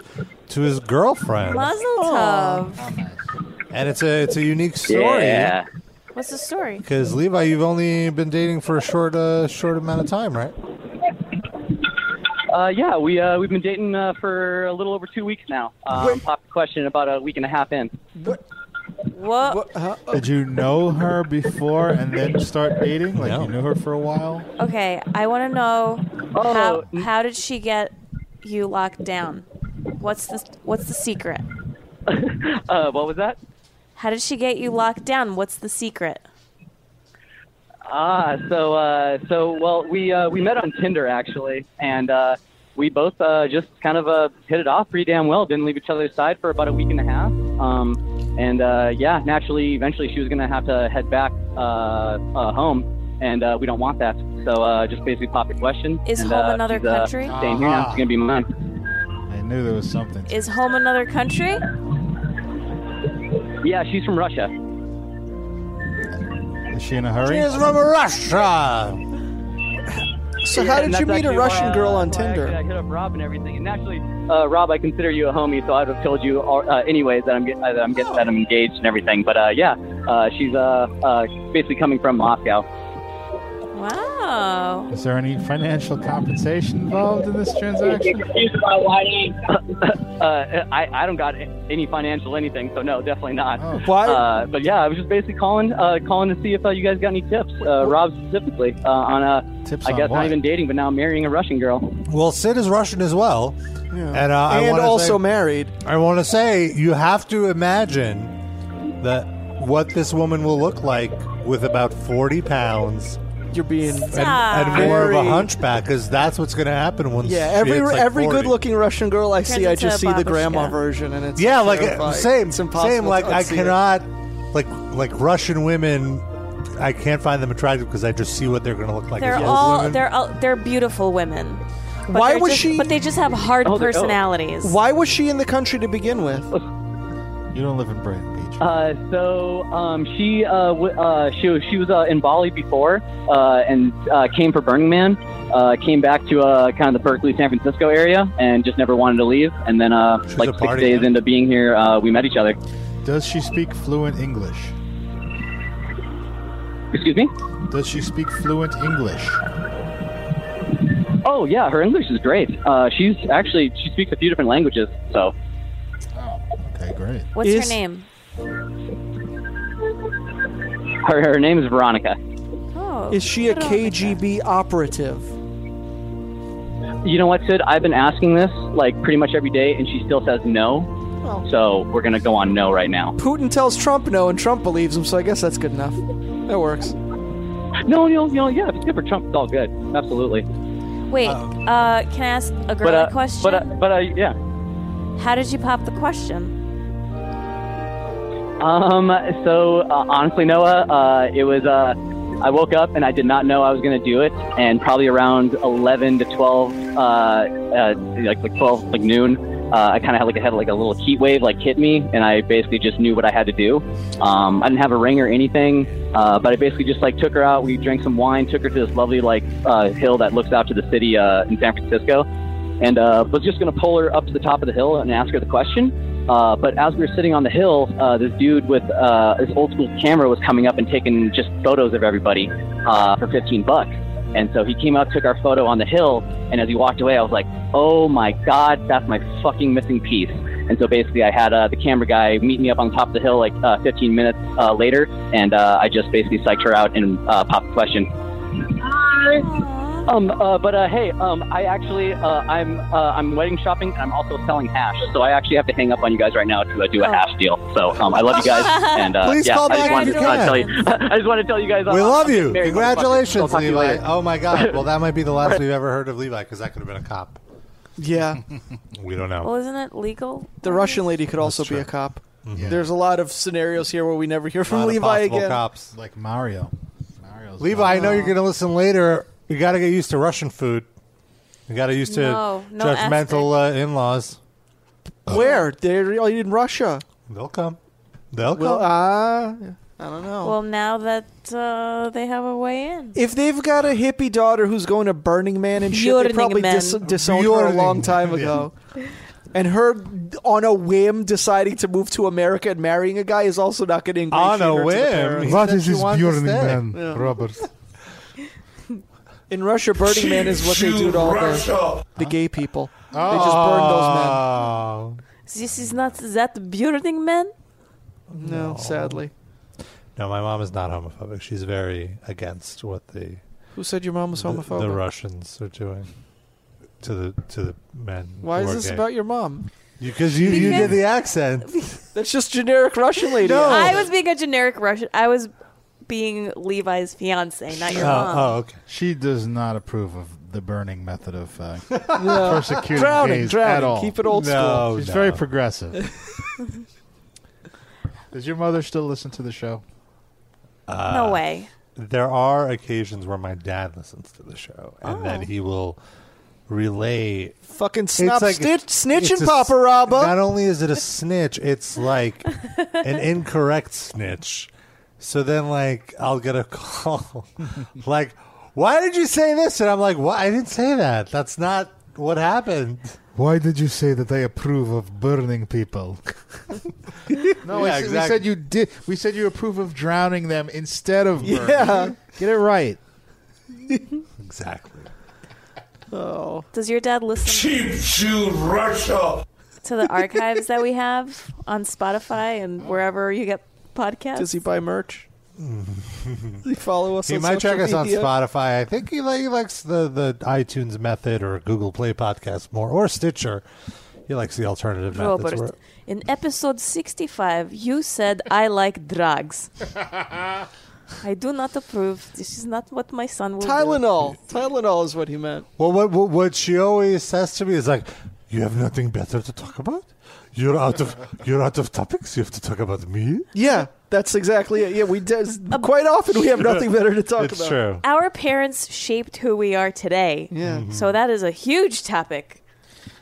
[SPEAKER 2] to his girlfriend,
[SPEAKER 5] Mazel tov.
[SPEAKER 2] and it's a it's a unique story.
[SPEAKER 11] Yeah.
[SPEAKER 5] What's the story?
[SPEAKER 2] Because Levi, you've only been dating for a short uh, short amount of time, right?
[SPEAKER 11] Uh, yeah, we uh, we've been dating uh, for a little over two weeks now. Um, popped the question about a week and a half in.
[SPEAKER 5] What?
[SPEAKER 3] Did you know her before and then start dating? Like you knew her for a while?
[SPEAKER 5] Okay, I want to know
[SPEAKER 11] Oh.
[SPEAKER 5] how how did she get you locked down? What's the what's the secret?
[SPEAKER 11] Uh, what was that?
[SPEAKER 5] How did she get you locked down? What's the secret?
[SPEAKER 11] Ah, so uh, so well, we uh, we met on Tinder actually, and uh, we both uh, just kind of uh, hit it off pretty damn well. Didn't leave each other's side for about a week and a half. Um, and uh, yeah, naturally, eventually, she was gonna have to head back uh, uh, home, and uh, we don't want that. So uh, just basically popped the question.
[SPEAKER 5] Is
[SPEAKER 11] and,
[SPEAKER 5] home
[SPEAKER 11] uh,
[SPEAKER 5] another
[SPEAKER 11] she's, uh,
[SPEAKER 5] country?
[SPEAKER 11] staying here now.
[SPEAKER 3] Aha.
[SPEAKER 11] It's gonna be mine.
[SPEAKER 3] I knew there was something.
[SPEAKER 5] Is home another country?
[SPEAKER 11] Yeah, she's from Russia.
[SPEAKER 3] Is she in a hurry?
[SPEAKER 2] He's from Russia.
[SPEAKER 4] So how
[SPEAKER 11] And
[SPEAKER 4] did you
[SPEAKER 11] that's
[SPEAKER 4] meet a
[SPEAKER 11] actually
[SPEAKER 4] Russian
[SPEAKER 11] why, uh,
[SPEAKER 4] girl on
[SPEAKER 11] why actually I
[SPEAKER 4] Tinder?
[SPEAKER 11] hit up Rob and everything, and naturally, uh, Rob, I consider you a homie, so I'd have told you all, uh, anyways that I'm get, uh, that I'm get, that I'm engaged and everything. But uh, yeah, uh, she's uh, uh, basically coming from Moscow.
[SPEAKER 5] Wow.
[SPEAKER 3] Is there any financial compensation involved in this transaction?
[SPEAKER 11] Uh, I I don't got any financial anything, so no, definitely not.
[SPEAKER 3] Oh.
[SPEAKER 4] Why?
[SPEAKER 11] Uh, but yeah, I was just basically calling, uh, calling to see if uh, you guys got any tips, uh, Rob specifically, uh, on uh,
[SPEAKER 3] Tips
[SPEAKER 11] I
[SPEAKER 3] on
[SPEAKER 11] guess
[SPEAKER 3] what?
[SPEAKER 11] not even dating, but now marrying a Russian girl.
[SPEAKER 2] Well, Sid is Russian as well, and uh, I
[SPEAKER 4] and
[SPEAKER 2] wanna
[SPEAKER 4] also
[SPEAKER 2] say-
[SPEAKER 4] married.
[SPEAKER 2] I want to say you have to imagine that what this woman will look like with about 40 pounds
[SPEAKER 4] You're being
[SPEAKER 2] and, and
[SPEAKER 5] Stop.
[SPEAKER 2] more of a
[SPEAKER 4] Very-
[SPEAKER 2] hunchback because that's what's going to happen when
[SPEAKER 4] yeah.
[SPEAKER 2] she
[SPEAKER 4] Every
[SPEAKER 2] hits, like,
[SPEAKER 4] every
[SPEAKER 2] 40.
[SPEAKER 4] good looking Russian girl I see, I
[SPEAKER 5] into
[SPEAKER 4] just
[SPEAKER 5] a
[SPEAKER 4] see the grandma
[SPEAKER 5] babushka.
[SPEAKER 4] version, and it's
[SPEAKER 2] yeah like uh,
[SPEAKER 4] terrifying.
[SPEAKER 2] same
[SPEAKER 4] It's impossible
[SPEAKER 2] same like
[SPEAKER 4] to
[SPEAKER 2] I
[SPEAKER 4] unsee it.
[SPEAKER 2] cannot like like Russian women I can't find them attractive because I just see what they're going to look like
[SPEAKER 5] They're
[SPEAKER 2] as old
[SPEAKER 5] all
[SPEAKER 2] women.
[SPEAKER 5] they're all, they're beautiful women. But
[SPEAKER 4] Why
[SPEAKER 5] they're
[SPEAKER 4] was
[SPEAKER 5] just-
[SPEAKER 4] she-
[SPEAKER 5] But they just have hard
[SPEAKER 11] Oh, they- oh.
[SPEAKER 5] personalities.
[SPEAKER 4] Why was she in the country to begin with?
[SPEAKER 3] You don't live in Brighton Beach.
[SPEAKER 11] Uh, so um, she uh, w- uh, she was- she was uh, in Bali before uh, and uh, came for Burning Man. Uh, came back to uh, kind of the Berkeley, San Francisco area, and just never wanted to leave. And then, uh,
[SPEAKER 2] She's
[SPEAKER 11] like
[SPEAKER 2] a
[SPEAKER 11] six
[SPEAKER 2] party
[SPEAKER 11] days
[SPEAKER 2] gal.
[SPEAKER 11] into being here, uh, we met each other.
[SPEAKER 3] Does she speak fluent English?
[SPEAKER 11] Excuse me?
[SPEAKER 3] Does she speak fluent English?
[SPEAKER 11] Oh yeah, her English is great. Uh, she's actually she speaks a few different languages. So
[SPEAKER 3] Okay, great.
[SPEAKER 5] What's
[SPEAKER 11] Is-
[SPEAKER 5] her name?
[SPEAKER 11] her, her name is Veronica.
[SPEAKER 5] Oh,
[SPEAKER 4] Is she a
[SPEAKER 5] I don't know.
[SPEAKER 4] KGB operative?
[SPEAKER 11] You know what, Sid? I've been asking this like pretty much every day, and she still says no.
[SPEAKER 4] Well,
[SPEAKER 11] So we're gonna go on no right now.
[SPEAKER 4] Putin tells Trump no, and Trump believes him, so I guess that's good enough. That works.
[SPEAKER 11] No, no, no. Yeah, if it's good for Trump, it's all good. Absolutely.
[SPEAKER 5] Wait,
[SPEAKER 4] um,
[SPEAKER 5] uh, can I ask a girly
[SPEAKER 11] But uh,
[SPEAKER 5] question?
[SPEAKER 11] but uh, but uh, yeah.
[SPEAKER 5] How did you pop the question?
[SPEAKER 11] Um. So uh, honestly, Noah, uh, it was. Uh, I woke up and I did not know I was going to do it, and probably around 11 to 12, uh, uh, like like 12, like noon, uh, I kind of had like I had like a little heat wave like hit me, and I basically just knew what I had to do. Um, I didn't have a ring or anything, uh, but I basically just like took her out. We drank some wine, took her to this lovely like uh, hill that looks out to the city uh, in San Francisco, and uh, was just going to pull her up to the top of the hill and ask her the question. Uh, but as we were sitting on the hill, uh, this dude with uh, this old school camera was coming up and taking just photos of everybody uh, for 15 bucks. And so he came out, took our photo on the hill, and as he walked away, I was like, "Oh my God, that's my fucking missing piece." And so basically, I had uh, the camera guy meet me up on top of the hill like uh, 15 minutes uh, later, and uh, I just basically psyched her out and uh, popped the question. Um, uh, but uh, hey, um, I actually uh, I'm uh, I'm wedding shopping and I'm also selling hash, so I actually have to hang up on you guys right now to uh, do a hash deal. So um, I love you
[SPEAKER 2] (laughs)
[SPEAKER 11] guys, and uh,
[SPEAKER 2] Oh. Please
[SPEAKER 11] yeah,
[SPEAKER 12] (laughs)
[SPEAKER 2] call
[SPEAKER 11] I just
[SPEAKER 2] back
[SPEAKER 11] wanted
[SPEAKER 2] if you
[SPEAKER 11] to uh,
[SPEAKER 2] can.
[SPEAKER 11] tell you (laughs) I just want to tell you guys uh,
[SPEAKER 2] We
[SPEAKER 11] I'm
[SPEAKER 2] love you.
[SPEAKER 11] married, motherfucker. I'll
[SPEAKER 2] Congratulations,
[SPEAKER 11] talk to you
[SPEAKER 2] Levi.
[SPEAKER 11] later.
[SPEAKER 2] Oh
[SPEAKER 11] (laughs)
[SPEAKER 2] my God. Well, that might be the last we've ever heard of Levi because that could have been a cop.
[SPEAKER 4] Yeah.
[SPEAKER 2] (laughs) We don't know.
[SPEAKER 5] Well, isn't it legal?
[SPEAKER 4] The Russian lady could also be a cop. There's a lot of scenarios here where we never hear
[SPEAKER 2] A Mm-hmm.
[SPEAKER 4] from
[SPEAKER 2] lot of
[SPEAKER 4] Levi
[SPEAKER 2] possible
[SPEAKER 4] again.
[SPEAKER 2] cops.
[SPEAKER 3] Like Mario.
[SPEAKER 2] Levi, I know you're going to listen later. You got to get used to Russian food. You got to used to
[SPEAKER 4] No, no
[SPEAKER 2] judgmental uh, in-laws.
[SPEAKER 4] Where? They're all in Russia.
[SPEAKER 2] They'll come. They'll
[SPEAKER 4] Well,
[SPEAKER 2] come.
[SPEAKER 4] uh, I don't know.
[SPEAKER 5] Well, now that uh, they have a way in.
[SPEAKER 4] if they've got a hippie daughter who's going to Burning Man and shit, they
[SPEAKER 5] Burning
[SPEAKER 4] probably
[SPEAKER 5] Man.
[SPEAKER 4] dis- disowned her a long time
[SPEAKER 2] (laughs)
[SPEAKER 4] ago. And her, on a whim, deciding to move to America and marrying a guy is also not going to ingratiate
[SPEAKER 2] On a
[SPEAKER 4] her to the
[SPEAKER 2] whim?
[SPEAKER 4] parents.
[SPEAKER 2] He What said is she this wanted to Burning stay. Man,
[SPEAKER 4] Yeah.
[SPEAKER 3] Robert?
[SPEAKER 4] In Russia, Burning
[SPEAKER 3] She-
[SPEAKER 4] Man is what they
[SPEAKER 3] she
[SPEAKER 4] do to all
[SPEAKER 3] Russia.
[SPEAKER 4] the, the gay people. They just burn those
[SPEAKER 2] Oh.
[SPEAKER 5] This is not that Burning Man.
[SPEAKER 4] men. No, sadly.
[SPEAKER 2] No, my mom is not homophobic. She's very against what the
[SPEAKER 4] Who said your mom was
[SPEAKER 2] the-
[SPEAKER 4] homophobic?
[SPEAKER 2] The, Russians are doing to the to the men.
[SPEAKER 4] Why is this about your mom?
[SPEAKER 2] Because you, you did
[SPEAKER 5] Because-
[SPEAKER 2] the accent.
[SPEAKER 4] That's just generic Russian lady.
[SPEAKER 5] I was being a generic Russian. I was being Levi's fiance, not
[SPEAKER 11] Oh,
[SPEAKER 3] Oh,
[SPEAKER 5] your mom.
[SPEAKER 2] okay.
[SPEAKER 3] She does not approve of the burning method of (laughs) uh,
[SPEAKER 4] No.
[SPEAKER 3] persecuting
[SPEAKER 4] Drowning,
[SPEAKER 3] gays
[SPEAKER 4] drowning.
[SPEAKER 3] at all.
[SPEAKER 4] Keep it old No, school.
[SPEAKER 3] She's
[SPEAKER 4] no.
[SPEAKER 3] very progressive. (laughs) does your mother still listen to the show?
[SPEAKER 5] No way.
[SPEAKER 2] Uh, There are occasions where my dad listens to the show, and then
[SPEAKER 5] Oh.
[SPEAKER 2] he will relay.
[SPEAKER 4] Fucking snap
[SPEAKER 2] like-
[SPEAKER 4] snitch,
[SPEAKER 2] it's
[SPEAKER 4] snitching,
[SPEAKER 2] a-
[SPEAKER 4] Papa Robba.
[SPEAKER 2] Not only is it a snitch, it's
[SPEAKER 5] (laughs)
[SPEAKER 2] like an incorrect snitch. So then, like, I'll get a call, (laughs) like, "Why did you say this?" And I'm like, "What? I didn't say that. That's not
[SPEAKER 5] (laughs)
[SPEAKER 2] what happened."
[SPEAKER 3] Why did you say that I approve of burning people? no,
[SPEAKER 2] Yeah,
[SPEAKER 3] we, said, we
[SPEAKER 2] exactly.
[SPEAKER 3] said you did. We said you approve of drowning them instead of burning.
[SPEAKER 4] Yeah.
[SPEAKER 3] Get it right.
[SPEAKER 2] Exactly.
[SPEAKER 4] Oh.
[SPEAKER 5] Does your dad listen
[SPEAKER 7] Shoot Russia.
[SPEAKER 5] to the archives that we have on Spotify and wherever you get podcasts?
[SPEAKER 4] Does he buy
[SPEAKER 2] (laughs)
[SPEAKER 4] merch? Does he follow us
[SPEAKER 2] He
[SPEAKER 4] on
[SPEAKER 2] might
[SPEAKER 4] social
[SPEAKER 2] check us on
[SPEAKER 4] media?
[SPEAKER 2] Spotify. I think he, li- he likes the, the iTunes method or Google Play podcast more, or Stitcher. He likes the alternative methods.
[SPEAKER 5] Robert, Oh, in episode 65, you said I like
[SPEAKER 2] (laughs)
[SPEAKER 5] drugs. I do not approve. This is not what my son will do.
[SPEAKER 4] Tylenol. Tylenol is what he meant.
[SPEAKER 2] Well, what, what what she always says to me is like, "You have nothing better to talk about. You're out of you're out of topics. You have to talk about me."
[SPEAKER 4] Yeah, that's exactly it. Yeah, we des- quite often we have nothing better to talk
[SPEAKER 2] It's
[SPEAKER 4] about.
[SPEAKER 2] true.
[SPEAKER 5] Our parents shaped who we are today.
[SPEAKER 4] Yeah. Mhm.
[SPEAKER 5] So that is a huge topic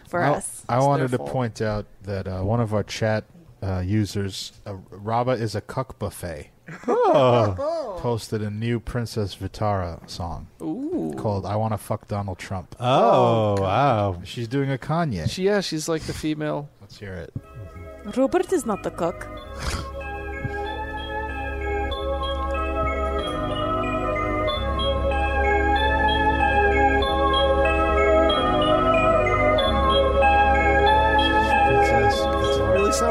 [SPEAKER 5] for
[SPEAKER 3] I,
[SPEAKER 5] us.
[SPEAKER 3] I
[SPEAKER 5] It's
[SPEAKER 3] wanted
[SPEAKER 5] their
[SPEAKER 3] to
[SPEAKER 5] fault.
[SPEAKER 3] point out that uh, one of our chat uh, users, uh, Raba is a cuck buffet,
[SPEAKER 2] Oh.
[SPEAKER 5] (laughs) Oh.
[SPEAKER 3] posted a new Princess Vitara song
[SPEAKER 4] Ooh.
[SPEAKER 3] called "I Want to Fuck Donald Trump."
[SPEAKER 2] Oh, wow!
[SPEAKER 3] She's doing a Kanye.
[SPEAKER 4] She, yeah, she's like the female.
[SPEAKER 3] Let's hear it.
[SPEAKER 5] Robert is not the cook.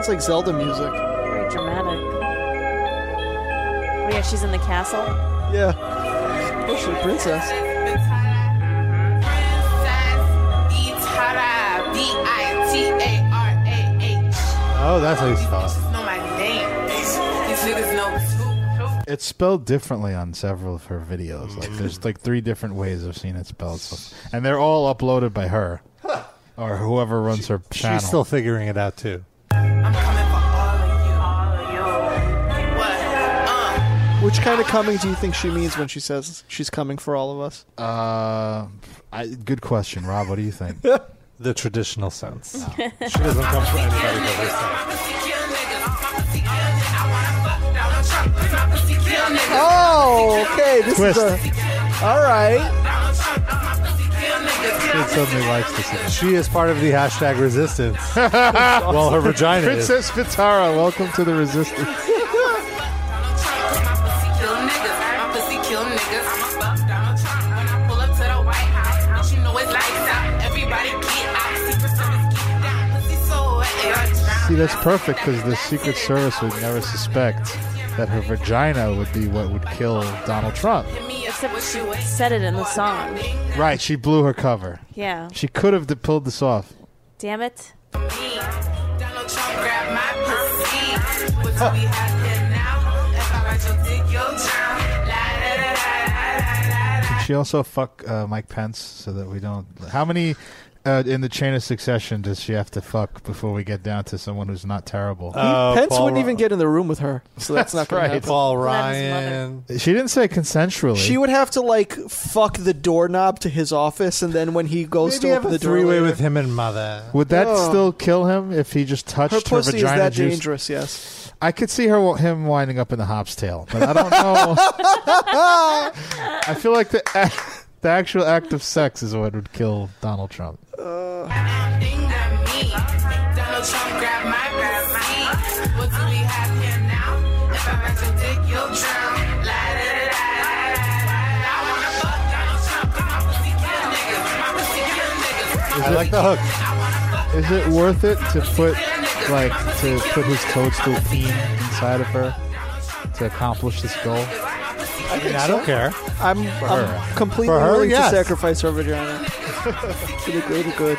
[SPEAKER 4] like Zelda music.
[SPEAKER 5] Very dramatic. Oh yeah, she's in the castle.
[SPEAKER 4] Yeah. Especially Princess.
[SPEAKER 6] Bitara, B I T A R A H.
[SPEAKER 2] Oh, that's how you spell it.
[SPEAKER 6] Know my name. These niggas know.
[SPEAKER 3] It's spelled differently on several of her videos. Like
[SPEAKER 2] Mm.
[SPEAKER 3] there's like three different ways I've seen it spelled, so, and they're all uploaded by her or whoever runs her channel.
[SPEAKER 2] She's still figuring it out too.
[SPEAKER 4] Which kind of coming do you think she means when she says she's coming for all of us?
[SPEAKER 3] Uh, I, good question, Rob. What do
[SPEAKER 4] (laughs)
[SPEAKER 3] you think?
[SPEAKER 2] the traditional sense.
[SPEAKER 3] She
[SPEAKER 2] doesn't come for anybody but
[SPEAKER 4] Oh, okay. This
[SPEAKER 3] Twist.
[SPEAKER 4] is a. All
[SPEAKER 10] (laughs)
[SPEAKER 4] right.
[SPEAKER 2] Kid suddenly likes this. She is part of the hashtag resistance.
[SPEAKER 3] (laughs)
[SPEAKER 2] well, her vagina is.
[SPEAKER 3] Princess Vitara, welcome to the resistance.
[SPEAKER 6] Kill niggas. My pussy kill niggas. I'm a buck Donald Trump. When I pull up to the White House, don't you know it's lights out? Everybody get out. Secret Service get down. Pussy so wet, they all drown.
[SPEAKER 3] See, that's perfect because the Secret Service would never suspect that her vagina would be what would kill Donald Trump.
[SPEAKER 5] Except she said it in the song.
[SPEAKER 3] Right, she blew her cover.
[SPEAKER 5] Yeah.
[SPEAKER 3] She could have d- pulled this off.
[SPEAKER 5] Damn it.
[SPEAKER 6] Donald Trump grab my pussy. What do we have here now? If I write your dick, you'll drown. La da da da da da da.
[SPEAKER 3] Could she also fuck uh, Mike Pence so that we don't? How many uh, in the chain of succession does she have to fuck before we get down to someone who's not terrible?
[SPEAKER 2] Uh,
[SPEAKER 4] Pence wouldn't even get in the room with her, so that's, not gonna happen.
[SPEAKER 2] Paul Ryan.
[SPEAKER 3] She didn't say consensually.
[SPEAKER 4] She would have to like fuck the doorknob to his office, and then when he goes to
[SPEAKER 2] Maybe have
[SPEAKER 4] open
[SPEAKER 2] a
[SPEAKER 4] the door,
[SPEAKER 2] three way
[SPEAKER 4] later-
[SPEAKER 2] with him and mother.
[SPEAKER 3] Would that
[SPEAKER 4] Oh.
[SPEAKER 3] still kill him if he just touched her,
[SPEAKER 4] her pussy is
[SPEAKER 3] vagina
[SPEAKER 4] that
[SPEAKER 3] juice?
[SPEAKER 4] dangerous. Yes.
[SPEAKER 3] I could see her him winding up in the hop's tail, but I don't know.
[SPEAKER 4] (laughs)
[SPEAKER 3] I feel like the act- the actual act of sex is what would kill Donald Trump.
[SPEAKER 6] me. Donald Trump grab my pussy. What do we have here now? If I write your dick, you'll drown. La da da da da da da. I wanna fuck Donald Trump. 'cause My pussy kill niggas. My pussy kill niggas.
[SPEAKER 3] I like the hook. Is it worth it to put like to put his toadstool peen inside of her to accomplish this goal?
[SPEAKER 4] I, think
[SPEAKER 3] I don't
[SPEAKER 4] so.
[SPEAKER 3] care.
[SPEAKER 4] I'm,
[SPEAKER 3] For
[SPEAKER 4] I'm
[SPEAKER 3] her.
[SPEAKER 4] completely
[SPEAKER 3] For her,
[SPEAKER 4] willing
[SPEAKER 3] yes.
[SPEAKER 4] to sacrifice her vagina for the greater
[SPEAKER 3] (laughs)
[SPEAKER 4] good.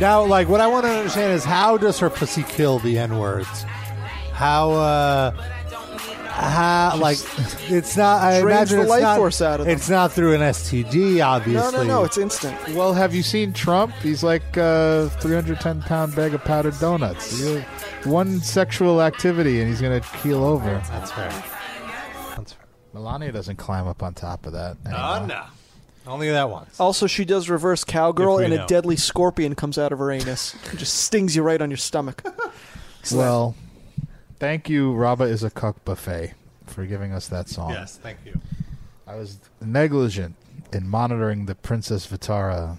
[SPEAKER 2] Now, like, what I want to understand is how does her pussy kill the N words? How, uh, how, like, it's not, I
[SPEAKER 4] Drains
[SPEAKER 2] imagine
[SPEAKER 4] the
[SPEAKER 2] it's
[SPEAKER 4] life
[SPEAKER 2] not,
[SPEAKER 4] force out of them.
[SPEAKER 2] it's not through an STD,
[SPEAKER 4] No,
[SPEAKER 2] obviously.
[SPEAKER 4] no, no. It's instant.
[SPEAKER 3] Well, have you seen Trump? He's like a 310 pound bag of powdered donuts. You- One sexual activity and he's going to keel over.
[SPEAKER 2] That's fair. That's fair.
[SPEAKER 3] Melania doesn't climb up on top of that. anymore.
[SPEAKER 2] Only that one.
[SPEAKER 4] Also, she does reverse cowgirl,
[SPEAKER 3] If we
[SPEAKER 4] and
[SPEAKER 3] know.
[SPEAKER 4] a deadly scorpion comes out of her anus. It just stings you right on your
[SPEAKER 3] (laughs)
[SPEAKER 4] stomach.
[SPEAKER 3] Well, thank you, Rabba is a cuck buffet, for giving us that song.
[SPEAKER 2] thank you.
[SPEAKER 3] I was negligent in monitoring the Princess Vitara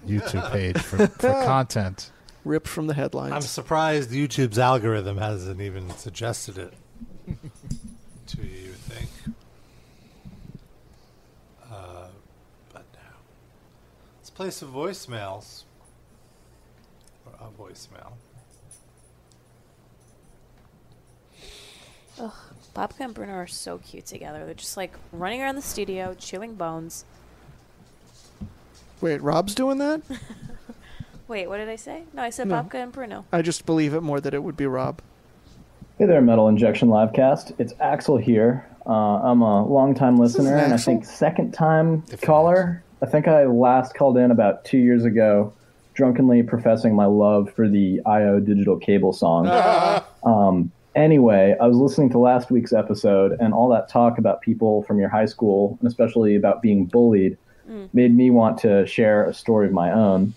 [SPEAKER 4] (laughs)
[SPEAKER 3] YouTube page for, for content.
[SPEAKER 4] Ripped from the headlines.
[SPEAKER 2] I'm surprised YouTube's algorithm hasn't even suggested it (laughs) to you, you would think. Uh, but no. Let's play some voicemails. Or a voicemail.
[SPEAKER 5] Ugh, Bobka and Bruno are so cute together. They're just like running around the studio, chewing bones.
[SPEAKER 4] Wait, Rob's doing
[SPEAKER 3] (laughs)
[SPEAKER 4] that?
[SPEAKER 5] Wait, what did I say? No, I said
[SPEAKER 4] No.
[SPEAKER 5] Bobka and Bruno.
[SPEAKER 4] I just believe it more that it would be Rob.
[SPEAKER 12] Hey there, Metal Injection Livecast. It's Axel here. Uh, I'm a longtime listener and I think second time caller. I think I last called in about two years ago, drunkenly professing my love for the IO Digital Cable song. um, anyway, I was listening to last week's episode, and all that talk about people from your high school, and especially about being bullied,
[SPEAKER 13] Mm.
[SPEAKER 12] made me want to share a story of my own.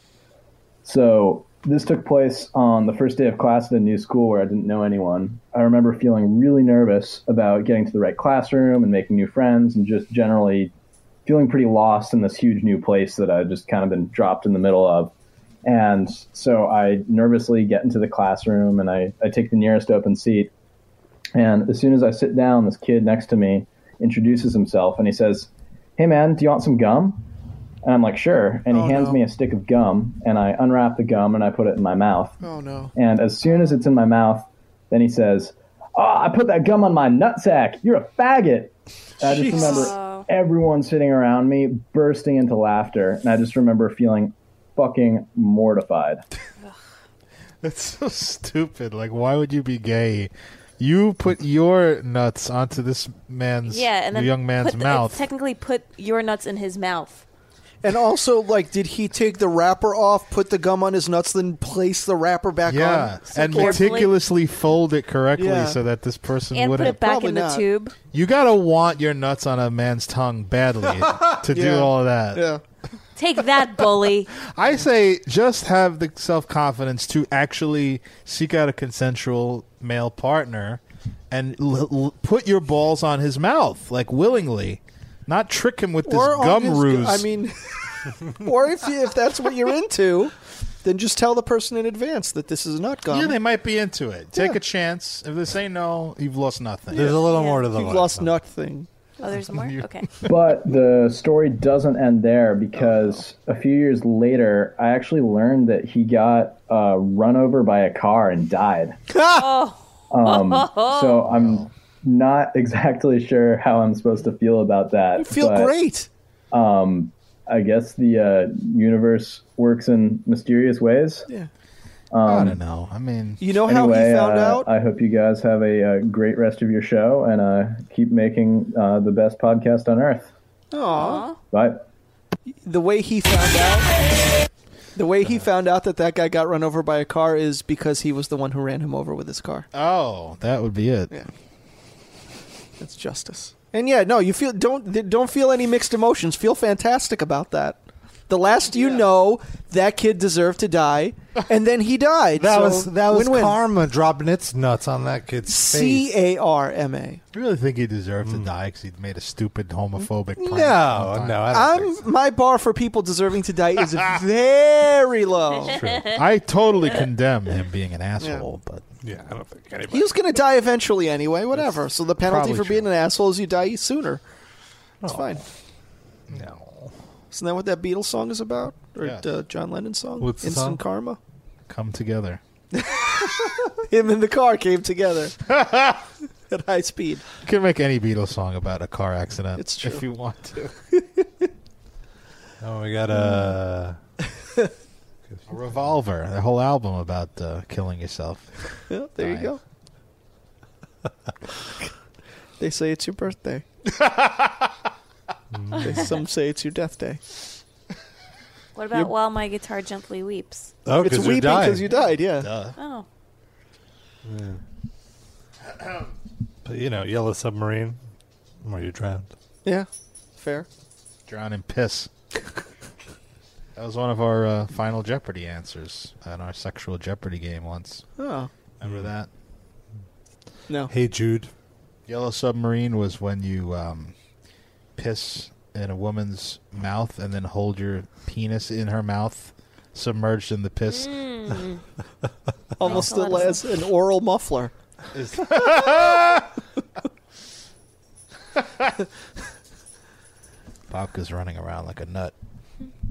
[SPEAKER 12] So this took place on the first day of class at a new school where I didn't know anyone. I remember feeling really nervous about getting to the right classroom and making new friends and just generally feeling pretty lost in this huge new place that I'd just kind of been dropped in the middle of. And so I nervously get into the classroom and I, I take the nearest open seat. And as soon as I sit down, this kid next to me introduces himself and he says, Hey man, do you want some gum? And I'm like, sure. And he hands me a stick of gum, and I unwrap the gum and I put it in my mouth.
[SPEAKER 4] Oh no.
[SPEAKER 12] And as soon as it's in my mouth, then he says, "Oh, I put that gum on my nutsack. You're a faggot." And I
[SPEAKER 6] Jeez.
[SPEAKER 12] just remember everyone sitting around me bursting into laughter, and I just remember feeling fucking mortified.
[SPEAKER 3] That's so stupid. Like, why would you be gay? You put your nuts onto this man's
[SPEAKER 5] Yeah, and then
[SPEAKER 3] young man's
[SPEAKER 5] put- uh,
[SPEAKER 3] mouth.
[SPEAKER 5] Technically, put your nuts in his mouth.
[SPEAKER 4] And also, like, did he take the wrapper off, put the gum on his nuts, then place the wrapper back on?
[SPEAKER 3] yeah, and meticulously fold it correctly
[SPEAKER 4] Yeah.
[SPEAKER 3] so that this person
[SPEAKER 5] And put
[SPEAKER 3] wouldn't.
[SPEAKER 5] it back in the Probably not. tube.
[SPEAKER 3] You gotta want your nuts on a man's
[SPEAKER 4] (laughs)
[SPEAKER 3] tongue badly (laughs) to do
[SPEAKER 5] Yeah.
[SPEAKER 3] all that.
[SPEAKER 4] Yeah.
[SPEAKER 5] Take that, bully.
[SPEAKER 3] I say just have the self confidence to actually seek out a consensual male partner and l- l- put your balls on his mouth, like willingly, not trick him with this
[SPEAKER 4] Or on
[SPEAKER 3] gum
[SPEAKER 4] his-
[SPEAKER 3] ruse.
[SPEAKER 4] I mean, (laughs) or if you, if that's what you're into, then just tell the person in advance that this is not gum.
[SPEAKER 3] yeah, they might be into it. Take a chance. If they say no, you've lost nothing.
[SPEAKER 12] There's a little Yeah. more to the
[SPEAKER 4] You've
[SPEAKER 12] life,
[SPEAKER 4] lost nut thing.
[SPEAKER 5] Oh, there's more? Okay.
[SPEAKER 12] but the story doesn't end there because a few years later, I actually learned that he got uh, run over by a car and died.
[SPEAKER 5] oh.
[SPEAKER 12] Um,
[SPEAKER 3] (laughs)
[SPEAKER 12] so I'm not exactly sure how I'm supposed to feel about that.
[SPEAKER 4] You feel
[SPEAKER 12] but,
[SPEAKER 4] great.
[SPEAKER 12] Um, I guess the uh, universe works in mysterious ways.
[SPEAKER 4] Yeah.
[SPEAKER 12] Um,
[SPEAKER 3] I don't know. I mean,
[SPEAKER 4] You know
[SPEAKER 12] anyway,
[SPEAKER 4] found
[SPEAKER 12] uh,
[SPEAKER 4] out?
[SPEAKER 12] I hope you guys have a uh, great rest of your show and uh, keep making uh, the best podcast on earth.
[SPEAKER 4] Aww.
[SPEAKER 12] Bye.
[SPEAKER 4] The way he found out. The way he found out that that guy got run over by a car is because he was the one who ran him over with his car.
[SPEAKER 3] Oh, that would be it.
[SPEAKER 4] Yeah. That's justice. And yeah, no, you feel don't th- don't feel any mixed emotions. Feel fantastic about that. The last you know, that kid deserved to die, and then he died.
[SPEAKER 2] That
[SPEAKER 4] So,
[SPEAKER 2] was that was
[SPEAKER 4] win-win.
[SPEAKER 2] karma dropping its nuts on that kid's
[SPEAKER 4] C
[SPEAKER 2] face.
[SPEAKER 4] A R M A.
[SPEAKER 3] You really think he deserved
[SPEAKER 12] Mm.
[SPEAKER 3] to die because he made a stupid homophobic prank?
[SPEAKER 2] No, no,
[SPEAKER 4] I'm my bar for people deserving to die is very low.
[SPEAKER 3] (laughs) I totally condemn him being an asshole, but
[SPEAKER 2] yeah, I don't think
[SPEAKER 4] He was going to die eventually anyway, whatever. So the penalty
[SPEAKER 3] probably Oh.
[SPEAKER 4] for being an asshole is you die sooner. It's fine.
[SPEAKER 3] No.
[SPEAKER 4] Isn't that what that Beatles song is about? Or
[SPEAKER 3] Yes.
[SPEAKER 4] uh, John Lennon song?
[SPEAKER 3] What's the
[SPEAKER 4] Instant
[SPEAKER 3] song?
[SPEAKER 4] Karma?
[SPEAKER 3] come together.
[SPEAKER 4] Him and the car came
[SPEAKER 3] (laughs)
[SPEAKER 4] together at high speed.
[SPEAKER 3] You can make any Beatles song about a car accident. It's
[SPEAKER 4] true.
[SPEAKER 3] If you want to.
[SPEAKER 2] Oh, we
[SPEAKER 4] (laughs)
[SPEAKER 2] got a
[SPEAKER 3] a revolver. The whole album about uh, killing yourself.
[SPEAKER 4] Yeah, there you
[SPEAKER 3] (laughs)
[SPEAKER 4] go. they say it's your birthday.
[SPEAKER 3] (laughs)
[SPEAKER 4] They- Some say it's your death day.
[SPEAKER 5] What about while my guitar gently weeps?
[SPEAKER 2] Oh,
[SPEAKER 4] it's
[SPEAKER 2] 'cause you
[SPEAKER 4] weeping
[SPEAKER 2] died.
[SPEAKER 4] because you died. Yeah. (laughs)
[SPEAKER 5] Oh.
[SPEAKER 2] But you know, yellow submarine, where you drowned.
[SPEAKER 4] Yeah. Fair.
[SPEAKER 3] Drown in piss. that was one of our uh, final Jeopardy answers on our sexual Jeopardy game once.
[SPEAKER 4] Oh.
[SPEAKER 3] Remember that?
[SPEAKER 4] No.
[SPEAKER 2] Hey Jude.
[SPEAKER 3] Yellow submarine was when you um, piss in a woman's mouth and then hold your penis in her mouth, submerged in the piss.
[SPEAKER 4] Mm.
[SPEAKER 3] (laughs)
[SPEAKER 4] Almost as an oral muffler.
[SPEAKER 3] Bobka's running around like a nut.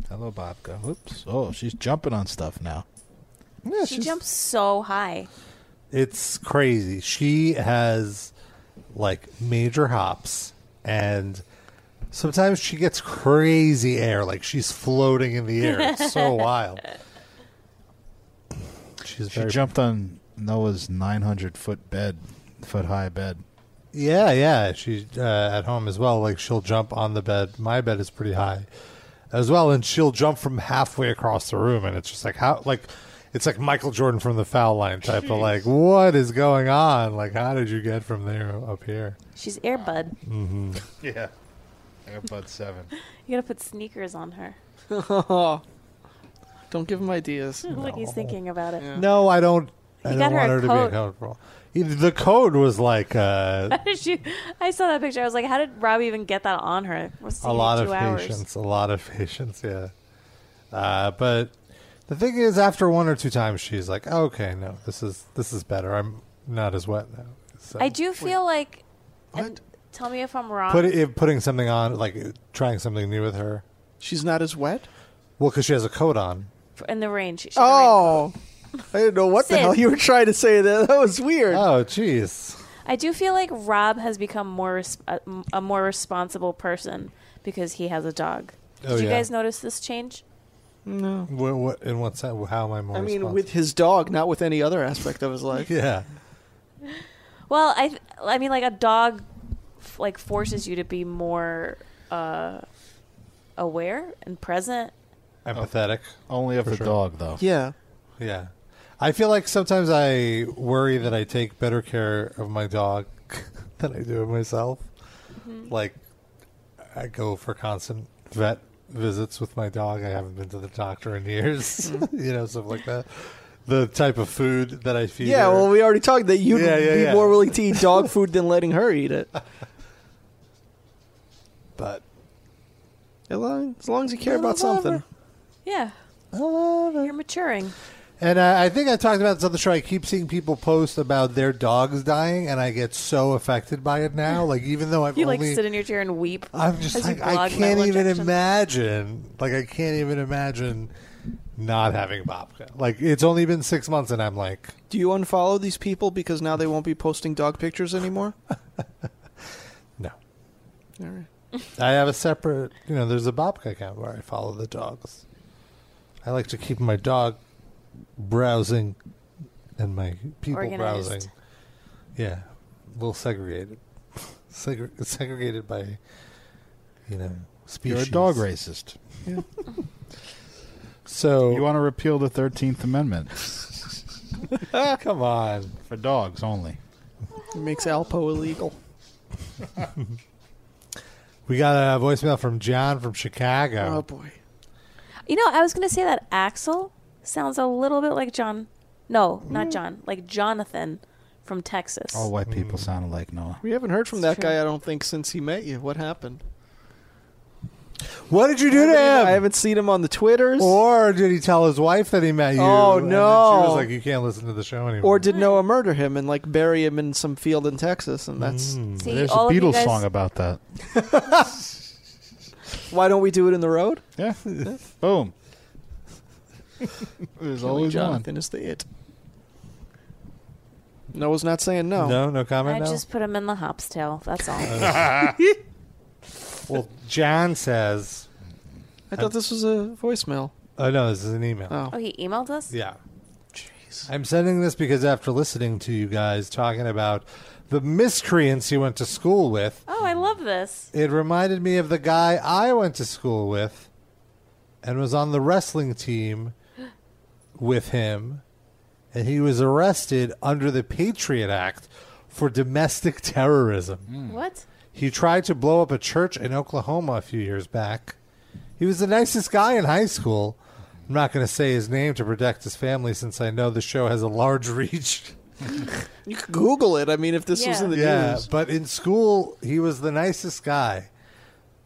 [SPEAKER 3] Hello, Bobka. Whoops. Oh, she's jumping on stuff now.
[SPEAKER 5] she jumps so high.
[SPEAKER 2] It's crazy. She has like major hops and sometimes she gets crazy air like she's floating in the air.
[SPEAKER 14] (laughs)
[SPEAKER 2] It's so wild. She's
[SPEAKER 3] she
[SPEAKER 2] very-
[SPEAKER 3] jumped on Noah's 900 foot bed, foot high bed.
[SPEAKER 2] Yeah, yeah. She uh, at home as well. Like she'll jump on the bed. My bed is pretty high, as well, and she'll jump from halfway across the room, and it's just like how like it's like Michael Jordan from the foul line type of like what is going on? Like how did you get from there up here?
[SPEAKER 5] She's Airbud.
[SPEAKER 2] (laughs) hmm
[SPEAKER 3] Yeah. Airbud 7.
[SPEAKER 5] You gotta put sneakers on her. (laughs)
[SPEAKER 4] (laughs) Don't give him
[SPEAKER 5] (laughs)
[SPEAKER 4] ideas.
[SPEAKER 5] Like he's thinking about it.
[SPEAKER 2] No, I don't. I
[SPEAKER 5] He
[SPEAKER 2] don't
[SPEAKER 5] got her
[SPEAKER 2] want
[SPEAKER 5] a
[SPEAKER 2] her to be
[SPEAKER 5] coat.
[SPEAKER 2] uncomfortable. Either The code was like uh,
[SPEAKER 5] (laughs) How did you? (laughs) I saw that picture. I was like, how did Rob even get that on her? It must have
[SPEAKER 2] a
[SPEAKER 5] taken
[SPEAKER 2] lot
[SPEAKER 5] two
[SPEAKER 2] of
[SPEAKER 5] hours.
[SPEAKER 2] patience, a lot of (laughs) patience, yeah. Uh, but the thing is, after one or two times, she's like, "Okay, no, this is this is better. I'm not as wet now." So
[SPEAKER 5] I do feel like. and tell me if I'm wrong.
[SPEAKER 2] put if putting something on, like trying something new with her.
[SPEAKER 4] She's not as wet.
[SPEAKER 2] Well, because she has a coat on.
[SPEAKER 5] in the rain. She, she
[SPEAKER 4] Oh, I didn't know what the
[SPEAKER 5] Sid.
[SPEAKER 4] hell you were trying to say. There, that was weird.
[SPEAKER 2] Oh, jeez.
[SPEAKER 5] I do feel like Rob has become more res- a, a more responsible person because he has a dog. Did
[SPEAKER 2] Oh,
[SPEAKER 5] you
[SPEAKER 2] yeah.
[SPEAKER 5] guys notice this change?
[SPEAKER 4] No.
[SPEAKER 2] What, what, in what sense? How am I more
[SPEAKER 4] I mean,
[SPEAKER 2] responsible?
[SPEAKER 4] with his dog, not with any other aspect of his life.
[SPEAKER 2] (laughs) Yeah.
[SPEAKER 5] Well, I th- I mean, like a dog, f- like forces you to be more uh, aware and present.
[SPEAKER 2] Empathetic.
[SPEAKER 3] Only of
[SPEAKER 2] For
[SPEAKER 3] the
[SPEAKER 2] sure.
[SPEAKER 3] dog, though.
[SPEAKER 4] Yeah.
[SPEAKER 2] Yeah. I feel like sometimes I worry that I take better care of my dog (laughs) than I do of myself.
[SPEAKER 4] Mm-hmm.
[SPEAKER 6] Mhm.
[SPEAKER 2] Like, I go for constant vet visits with my dog. I haven't been to the doctor in years, (laughs)
[SPEAKER 4] Mm-hmm.
[SPEAKER 2] you know, stuff like that. The type of food that I feed.
[SPEAKER 4] Yeah,
[SPEAKER 2] her.
[SPEAKER 4] well, we already talked that you'd
[SPEAKER 2] Yeah, yeah,
[SPEAKER 4] be
[SPEAKER 2] yeah.
[SPEAKER 4] more willing to eat dog food than letting her eat it.
[SPEAKER 2] (laughs) But
[SPEAKER 4] as long as, long as you care about something,
[SPEAKER 5] Yeah. You're maturing.
[SPEAKER 2] And I, I think I talked about this on the show. I keep seeing people post about their dogs dying, and I get so affected by
[SPEAKER 4] (laughs)
[SPEAKER 2] it now. Like even though I've
[SPEAKER 5] you
[SPEAKER 2] only,
[SPEAKER 5] like sit in your chair and weep.
[SPEAKER 2] I'm just
[SPEAKER 5] as you
[SPEAKER 2] like I
[SPEAKER 5] blog
[SPEAKER 2] can't
[SPEAKER 5] metal
[SPEAKER 2] even
[SPEAKER 5] injections.
[SPEAKER 2] imagine. Like I can't even imagine not having Bobka. Like it's only been six months, and I'm like,
[SPEAKER 4] do you unfollow these people because now they won't be posting dog pictures anymore?
[SPEAKER 2] No.
[SPEAKER 4] All right.
[SPEAKER 2] I have a separate. You know, there's a Bobka account where I follow the dogs. I like to keep my dog browsing and my people
[SPEAKER 5] Organized.
[SPEAKER 2] browsing. Yeah, a little segregated, (laughs) Segre- segregated by you know species.
[SPEAKER 3] You're a dog racist.
[SPEAKER 2] So
[SPEAKER 3] you want to repeal the Thirteenth Amendment?
[SPEAKER 2] (laughs) Come on,
[SPEAKER 3] for dogs only.
[SPEAKER 4] It makes Alpo illegal.
[SPEAKER 2] We got a voicemail from John from Chicago.
[SPEAKER 4] Oh boy,
[SPEAKER 5] You know, I was going to say that Axel sounds a little bit like John. No,
[SPEAKER 2] Hmm.
[SPEAKER 5] not John. Like Jonathan from Texas.
[SPEAKER 2] Oh,
[SPEAKER 3] All white people
[SPEAKER 2] Mm.
[SPEAKER 3] sound alike, Noah.
[SPEAKER 4] we haven't heard from that guy. I don't think since he met you. What happened?
[SPEAKER 2] What did you do to him?
[SPEAKER 4] I haven't seen him on the Twitters.
[SPEAKER 2] Or did he tell his wife that he met you?
[SPEAKER 4] Oh,
[SPEAKER 2] and then she
[SPEAKER 4] no.
[SPEAKER 2] was like, "You can't listen to the show anymore."
[SPEAKER 4] Or did Noah murder him and like bury him in some field in Texas? And that's
[SPEAKER 2] Hmm,
[SPEAKER 5] See, There's a all of you Beatles guys- song
[SPEAKER 3] about that.
[SPEAKER 4] (laughs) Why don't we do it in the road?
[SPEAKER 3] Yeah.
[SPEAKER 4] (laughs)
[SPEAKER 3] Boom. There's
[SPEAKER 4] Killing
[SPEAKER 3] always one.
[SPEAKER 4] Jonathan is the it. Noah's not saying no.
[SPEAKER 2] No, no Oh. comment
[SPEAKER 5] I
[SPEAKER 2] now?
[SPEAKER 5] just put him in the hop's tail. That's all.
[SPEAKER 2] (laughs) well, John says,
[SPEAKER 4] I thought this was a voicemail.
[SPEAKER 2] "Oh no, this is an email."
[SPEAKER 5] oh, he emailed us?
[SPEAKER 2] Yeah. I'm sending this because after listening to you guys talking about the miscreants you went to school with,
[SPEAKER 5] Oh, I love this.
[SPEAKER 2] it reminded me of the guy I went to school with and was on the wrestling team with him, and he was arrested under the Patriot Act for domestic terrorism.
[SPEAKER 5] What?
[SPEAKER 2] He tried to blow up a church in Oklahoma a few years back. He was the nicest guy in high school. I'm not going to say his name to protect his family since I know the show has a large (laughs) reach.
[SPEAKER 4] You could Google it. I mean, if this was in the
[SPEAKER 2] yeah,
[SPEAKER 4] news.
[SPEAKER 2] but in school, he was the nicest guy.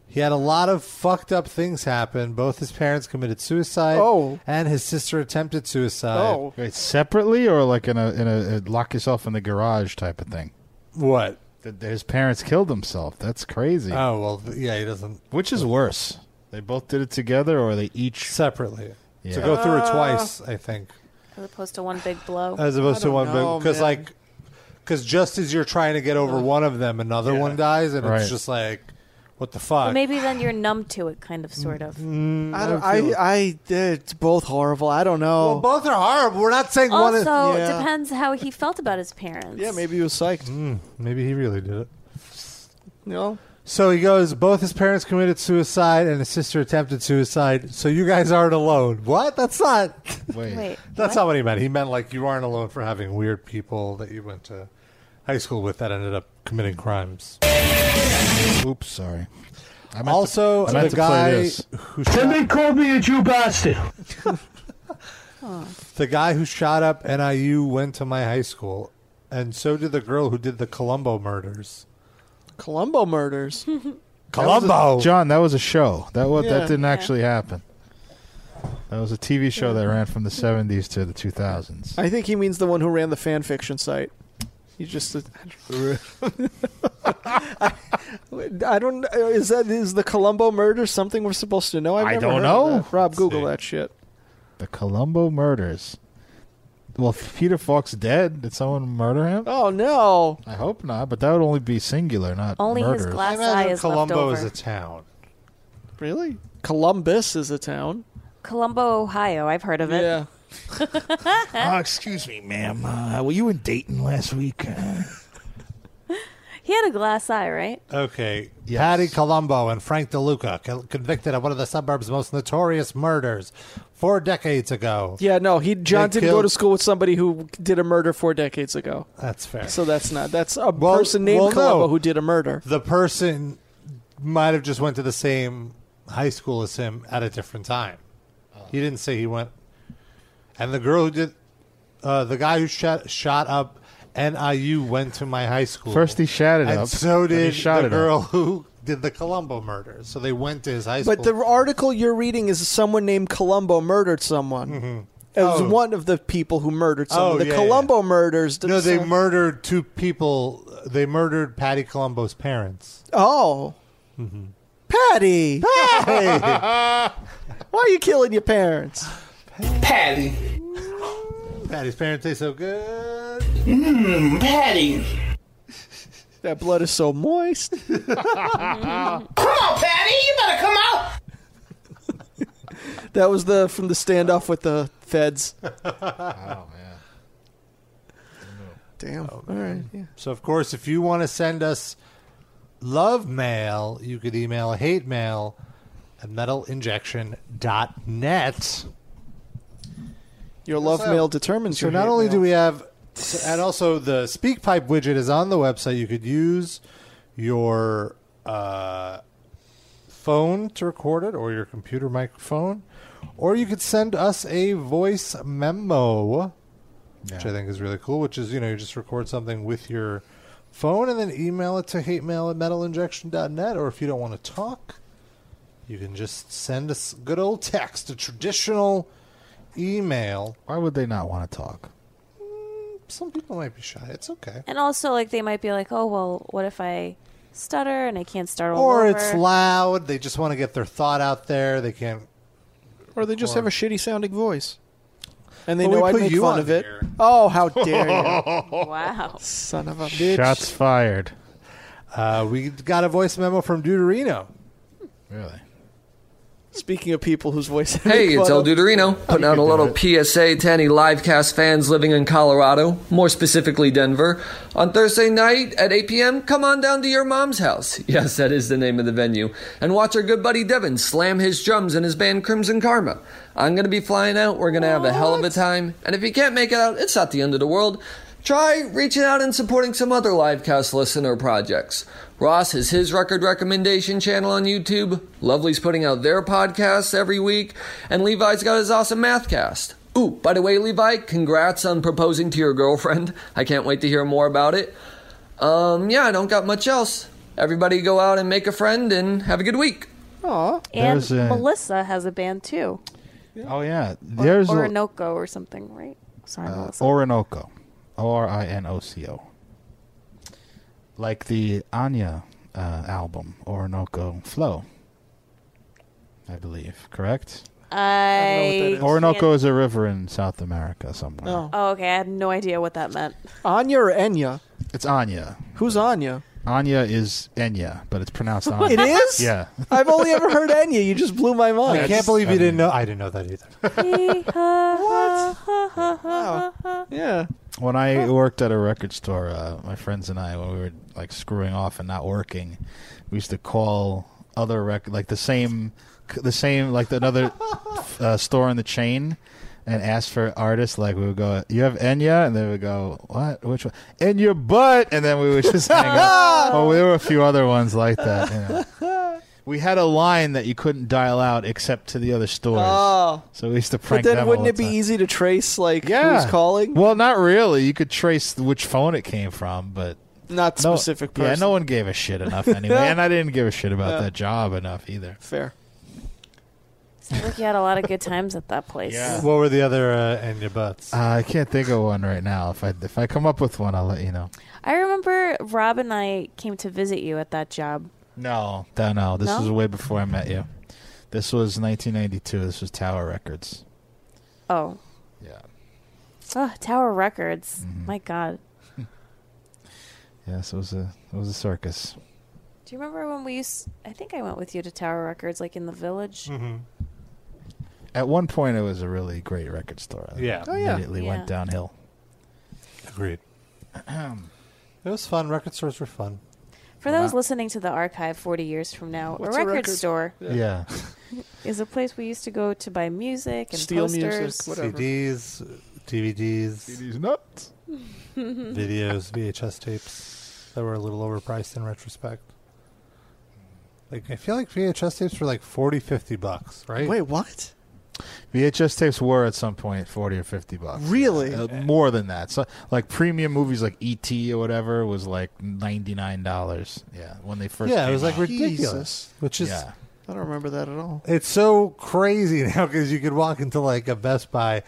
[SPEAKER 2] He had a lot of fucked up things happen. Both his parents committed suicide,
[SPEAKER 3] Oh.
[SPEAKER 2] and his sister attempted suicide.
[SPEAKER 3] Uh,
[SPEAKER 4] Oh.
[SPEAKER 3] Wait, separately or like in a in a uh, lock yourself in the garage type of thing?
[SPEAKER 2] What?
[SPEAKER 3] That his parents killed themselves. That's crazy.
[SPEAKER 2] Oh well, th- yeah, he doesn't.
[SPEAKER 3] Which is worse? They both did it together, or they each
[SPEAKER 2] separately?
[SPEAKER 3] Yeah.
[SPEAKER 2] To go through it
[SPEAKER 5] Uh,
[SPEAKER 2] twice, I think.
[SPEAKER 5] As opposed to one big blow.
[SPEAKER 2] as opposed to one big because like because just as you're trying to get over one of them another one dies and
[SPEAKER 3] Right.
[SPEAKER 2] it's just like what the fuck
[SPEAKER 5] Well, maybe then you're numb to it, kind of, sort of.
[SPEAKER 4] Mm,
[SPEAKER 2] Mm.
[SPEAKER 4] I, don't, I, I, it's both horrible. I don't know.
[SPEAKER 2] well both are horrible we're not saying one
[SPEAKER 5] also,
[SPEAKER 2] is
[SPEAKER 5] it depends how he felt about his parents.
[SPEAKER 4] yeah, maybe he was psyched.
[SPEAKER 2] Hmm, maybe he really did it
[SPEAKER 4] No.
[SPEAKER 2] so he goes both his parents committed suicide and his sister attempted suicide so you guys aren't alone what that's not
[SPEAKER 3] wait,
[SPEAKER 5] Wait,
[SPEAKER 2] that's not what he meant he meant like you aren't alone for having weird people that you went to high school with that ended up committing crimes
[SPEAKER 3] Oops, sorry. I meant
[SPEAKER 2] also
[SPEAKER 3] I meant to
[SPEAKER 2] the
[SPEAKER 3] play
[SPEAKER 2] guy
[SPEAKER 3] this.
[SPEAKER 2] who somebody called me a Jew bastard The guy who shot up NIU went to my high school, and so did the girl who did the Colombo murders.
[SPEAKER 4] Columbo murders.
[SPEAKER 3] That was a- John, that was a show. That was
[SPEAKER 4] Yeah.
[SPEAKER 3] that didn't
[SPEAKER 4] Yeah.
[SPEAKER 3] actually happen. That was a TV show that ran from the seventies to the two thousands.
[SPEAKER 4] I think he means the one who ran the fan fiction site. You just.
[SPEAKER 2] (laughs)
[SPEAKER 4] I don't. Is that is the Colombo murder something we're supposed to know? I've
[SPEAKER 3] I
[SPEAKER 4] never
[SPEAKER 3] don't
[SPEAKER 4] heard
[SPEAKER 3] know.
[SPEAKER 4] of that. Rob, Google that shit.
[SPEAKER 3] The Colombo murders. Well, if Peter Falk's dead. Did someone murder him?
[SPEAKER 4] Oh no!
[SPEAKER 3] I hope not. But that would only be singular, not
[SPEAKER 5] Only his
[SPEAKER 3] murders.
[SPEAKER 5] glass I imagine eye is Colombo left over. is a
[SPEAKER 2] town.
[SPEAKER 4] Really? Columbus is a town.
[SPEAKER 5] Colombo, Ohio. I've heard of it. (laughs)
[SPEAKER 4] Yeah.
[SPEAKER 3] Oh, excuse me, ma'am. Uh, were you in Dayton last week? Uh,
[SPEAKER 5] He had a glass eye, right?
[SPEAKER 2] Okay. Patty Colombo and Frank DeLuca, co- convicted of one of the suburb's most notorious murders four decades ago.
[SPEAKER 4] Yeah, no, he John
[SPEAKER 2] They
[SPEAKER 4] didn't go
[SPEAKER 2] killed-
[SPEAKER 4] to school with somebody who did a murder four decades ago.
[SPEAKER 2] That's fair.
[SPEAKER 4] So that's not that's a person named
[SPEAKER 2] well, no.
[SPEAKER 4] Colombo who did a murder.
[SPEAKER 2] The person might have just went to the same high school as him at a different time.
[SPEAKER 4] Oh.
[SPEAKER 2] He didn't say he went. And the girl who did, uh, the guy who shot, shot up NIU went to my high school.
[SPEAKER 3] First he shot it
[SPEAKER 2] and
[SPEAKER 3] up,
[SPEAKER 2] So
[SPEAKER 3] then he
[SPEAKER 2] did
[SPEAKER 3] shot it
[SPEAKER 2] the
[SPEAKER 3] up.
[SPEAKER 2] girl who did the Colombo murder. So they went to his high school.
[SPEAKER 4] But the article you're reading is someone named Colombo murdered someone. It was
[SPEAKER 2] Oh.
[SPEAKER 4] one of the people who murdered someone.
[SPEAKER 2] Oh,
[SPEAKER 4] the
[SPEAKER 2] yeah,
[SPEAKER 4] Colombo murders. did
[SPEAKER 2] no, they
[SPEAKER 4] some-
[SPEAKER 2] murdered two people. They murdered Patty Colombo's parents.
[SPEAKER 4] Oh, Patty.
[SPEAKER 2] Mm-hmm. Patty.
[SPEAKER 4] Why are you killing your parents?
[SPEAKER 2] (laughs) Patty. Patty's parents taste so good. Mm,
[SPEAKER 4] Mmm, Patty. That blood is so moist. (laughs)
[SPEAKER 6] Come on, Patty, you better come out.
[SPEAKER 4] That was the from the standoff with the feds. Damn. All right. Yeah.
[SPEAKER 2] Oh, So, of course, if you want to send us love mail, you could email hate mail at metalinjection.net.
[SPEAKER 4] Your love mail determines
[SPEAKER 2] So
[SPEAKER 4] your
[SPEAKER 2] not
[SPEAKER 4] hate
[SPEAKER 2] only
[SPEAKER 4] mail.
[SPEAKER 2] do we have, so- and also the SpeakPipe widget is on the website. You could use your uh, phone to record it, or your computer microphone, or you could send us a voice memo, which I think is really cool. Which is you know you just record something with your phone and then email it to hate mail at metalinjection.net, or if you don't want to talk. You can just send us good old text, a traditional email. Mm,
[SPEAKER 3] Why would they not want to talk?
[SPEAKER 2] Some people might be shy. It's okay.
[SPEAKER 5] And also, like, they might be like, oh, well, what if I stutter and I can't start all
[SPEAKER 2] Or
[SPEAKER 5] over?
[SPEAKER 2] it's loud. They just want to get their thought out there. They can't.
[SPEAKER 4] Or they just
[SPEAKER 2] Or-
[SPEAKER 4] have a shitty sounding voice. And they
[SPEAKER 2] Well,
[SPEAKER 4] know
[SPEAKER 2] we
[SPEAKER 4] I'd
[SPEAKER 2] put
[SPEAKER 4] make
[SPEAKER 2] you
[SPEAKER 4] fun
[SPEAKER 2] on
[SPEAKER 4] of it. Oh, how dare (laughs)
[SPEAKER 2] (laughs)
[SPEAKER 4] you.
[SPEAKER 5] wow.
[SPEAKER 4] Son of a bitch.
[SPEAKER 3] Shots fired.
[SPEAKER 2] Uh, we got a voice memo from Deuterino.
[SPEAKER 3] Really?
[SPEAKER 4] Speaking of people whose voice. I
[SPEAKER 13] Hey,
[SPEAKER 4] make
[SPEAKER 13] it's
[SPEAKER 4] fun
[SPEAKER 13] El
[SPEAKER 4] of.
[SPEAKER 13] Duderino, putting out a little PSA to any livecast fans living in Colorado, more specifically Denver. On Thursday night at 8 p.m., come on down to your mom's house. (laughs) Yes, that is the name of the venue. And watch our good buddy Devin slam his drums in his band Crimson Karma. I'm going to be flying out. We're going to have a hell of a time. And if you can't make it out, it's not the end of the world. Try reaching out and supporting some other livecast listener projects. Ross has his record recommendation channel on YouTube. Lovely's putting out their podcasts every week. And Levi's got his awesome mathcast. Ooh, by the way, Levi, congrats on proposing to your girlfriend. (laughs) I can't wait to hear more about it. Um, yeah, I don't got much else. Everybody go out and make a friend and have a good week.
[SPEAKER 5] Aw. And
[SPEAKER 3] There's a-
[SPEAKER 5] Melissa has a band, too.
[SPEAKER 3] Oh yeah, there's a-
[SPEAKER 5] Orinoco or something, right? Sorry,
[SPEAKER 3] uh,
[SPEAKER 5] Melissa.
[SPEAKER 3] Orinoco, O R I N O C O, like the Anya uh, album Orinoco Flow, I believe. Correct.
[SPEAKER 5] I.
[SPEAKER 3] Orinoco
[SPEAKER 5] can't-
[SPEAKER 3] is a river in South America somewhere.
[SPEAKER 5] Oh. okay. I had no idea what that meant.
[SPEAKER 4] Anya or Enya?
[SPEAKER 3] It's Anya.
[SPEAKER 4] Who's Anya?
[SPEAKER 3] Anya is Enya, but it's pronounced
[SPEAKER 4] (laughs)
[SPEAKER 3] Anya.
[SPEAKER 4] (laughs) It is?
[SPEAKER 3] Yeah.
[SPEAKER 4] (laughs) I've only ever heard Enya. You just blew my mind.
[SPEAKER 2] I can't believe you didn't know. I didn't know that either.
[SPEAKER 4] (laughs) Wow. Yeah.
[SPEAKER 3] When I
[SPEAKER 4] Oh.
[SPEAKER 3] worked at a record store, uh, my friends and I, when we were like screwing off and not working, we used to call other record like the same, the same
[SPEAKER 4] (laughs)
[SPEAKER 3] like another uh, store in the chain, and ask for artists. Like we would go, "You have Enya," and they would go, "What? Which one? In your butt?" And then we would just
[SPEAKER 4] (laughs)
[SPEAKER 3] hang up. Oh, there were a few other ones like that. you know. We had a line that you couldn't dial out except to the other stores.
[SPEAKER 4] Oh.
[SPEAKER 3] So we used to
[SPEAKER 4] But
[SPEAKER 3] prank
[SPEAKER 4] then
[SPEAKER 3] them
[SPEAKER 4] wouldn't
[SPEAKER 3] all
[SPEAKER 4] it
[SPEAKER 3] the
[SPEAKER 4] be
[SPEAKER 3] time.
[SPEAKER 4] easy to trace, like, who's calling?
[SPEAKER 3] Well, not really. You could trace which phone it came from, but
[SPEAKER 4] Not the
[SPEAKER 3] no-
[SPEAKER 4] specific
[SPEAKER 3] Yeah,
[SPEAKER 4] person.
[SPEAKER 3] no one
[SPEAKER 4] (laughs)
[SPEAKER 3] gave a shit enough anyway, and I didn't give a shit about
[SPEAKER 4] Yeah.
[SPEAKER 3] that job enough either.
[SPEAKER 4] Fair.
[SPEAKER 5] Sounds like you had a lot of good times at that place.
[SPEAKER 2] What were the other uh, and
[SPEAKER 3] (clears throat)
[SPEAKER 2] your butts?
[SPEAKER 3] Uh, I can't think of one right now. If I if I come up with one, I'll let you know.
[SPEAKER 5] I remember Rob and I came to visit you at that job.
[SPEAKER 3] No, no, no. This
[SPEAKER 5] No?
[SPEAKER 3] was way before I met you. This was 1992. This was Tower Records.
[SPEAKER 5] Oh.
[SPEAKER 3] Yeah.
[SPEAKER 5] Oh, Tower Records. My God.
[SPEAKER 3] Yes, it was a it was a circus.
[SPEAKER 5] Do you remember when we used? I think I went with you to Tower Records, like in the village. Mm-hmm.
[SPEAKER 3] At one point, it was a really great record store.
[SPEAKER 2] Yeah.
[SPEAKER 5] Oh, yeah.
[SPEAKER 3] immediately
[SPEAKER 5] Yeah.
[SPEAKER 3] went downhill.
[SPEAKER 2] Agreed. it was fun. Record stores were fun.
[SPEAKER 5] For those listening to the archive 40 years from now,
[SPEAKER 2] What's
[SPEAKER 5] a
[SPEAKER 2] a
[SPEAKER 5] record,
[SPEAKER 2] record-
[SPEAKER 5] store
[SPEAKER 3] Yeah.
[SPEAKER 5] is a place we used to go to buy music and
[SPEAKER 4] Steal music,
[SPEAKER 5] posters.
[SPEAKER 4] whatever.
[SPEAKER 2] CDs, DVDs,
[SPEAKER 3] CDs nuts,
[SPEAKER 2] (laughs) videos, VHS tapes that were a little overpriced in retrospect. Like I feel like VHS tapes were like 40, 50 bucks, right?
[SPEAKER 4] Wait, what?
[SPEAKER 3] VHS tapes were at some point forty or fifty bucks.
[SPEAKER 4] Really?
[SPEAKER 3] Uh, more than that. So like premium movies like ET or whatever was like ninety nine dollars. Yeah, when they first.
[SPEAKER 2] yeah, it
[SPEAKER 3] came
[SPEAKER 2] was like
[SPEAKER 3] out.
[SPEAKER 2] ridiculous. Which is
[SPEAKER 3] Yeah.
[SPEAKER 4] I don't remember that at all.
[SPEAKER 2] It's so crazy (laughs) now because you could walk into like a Best Buy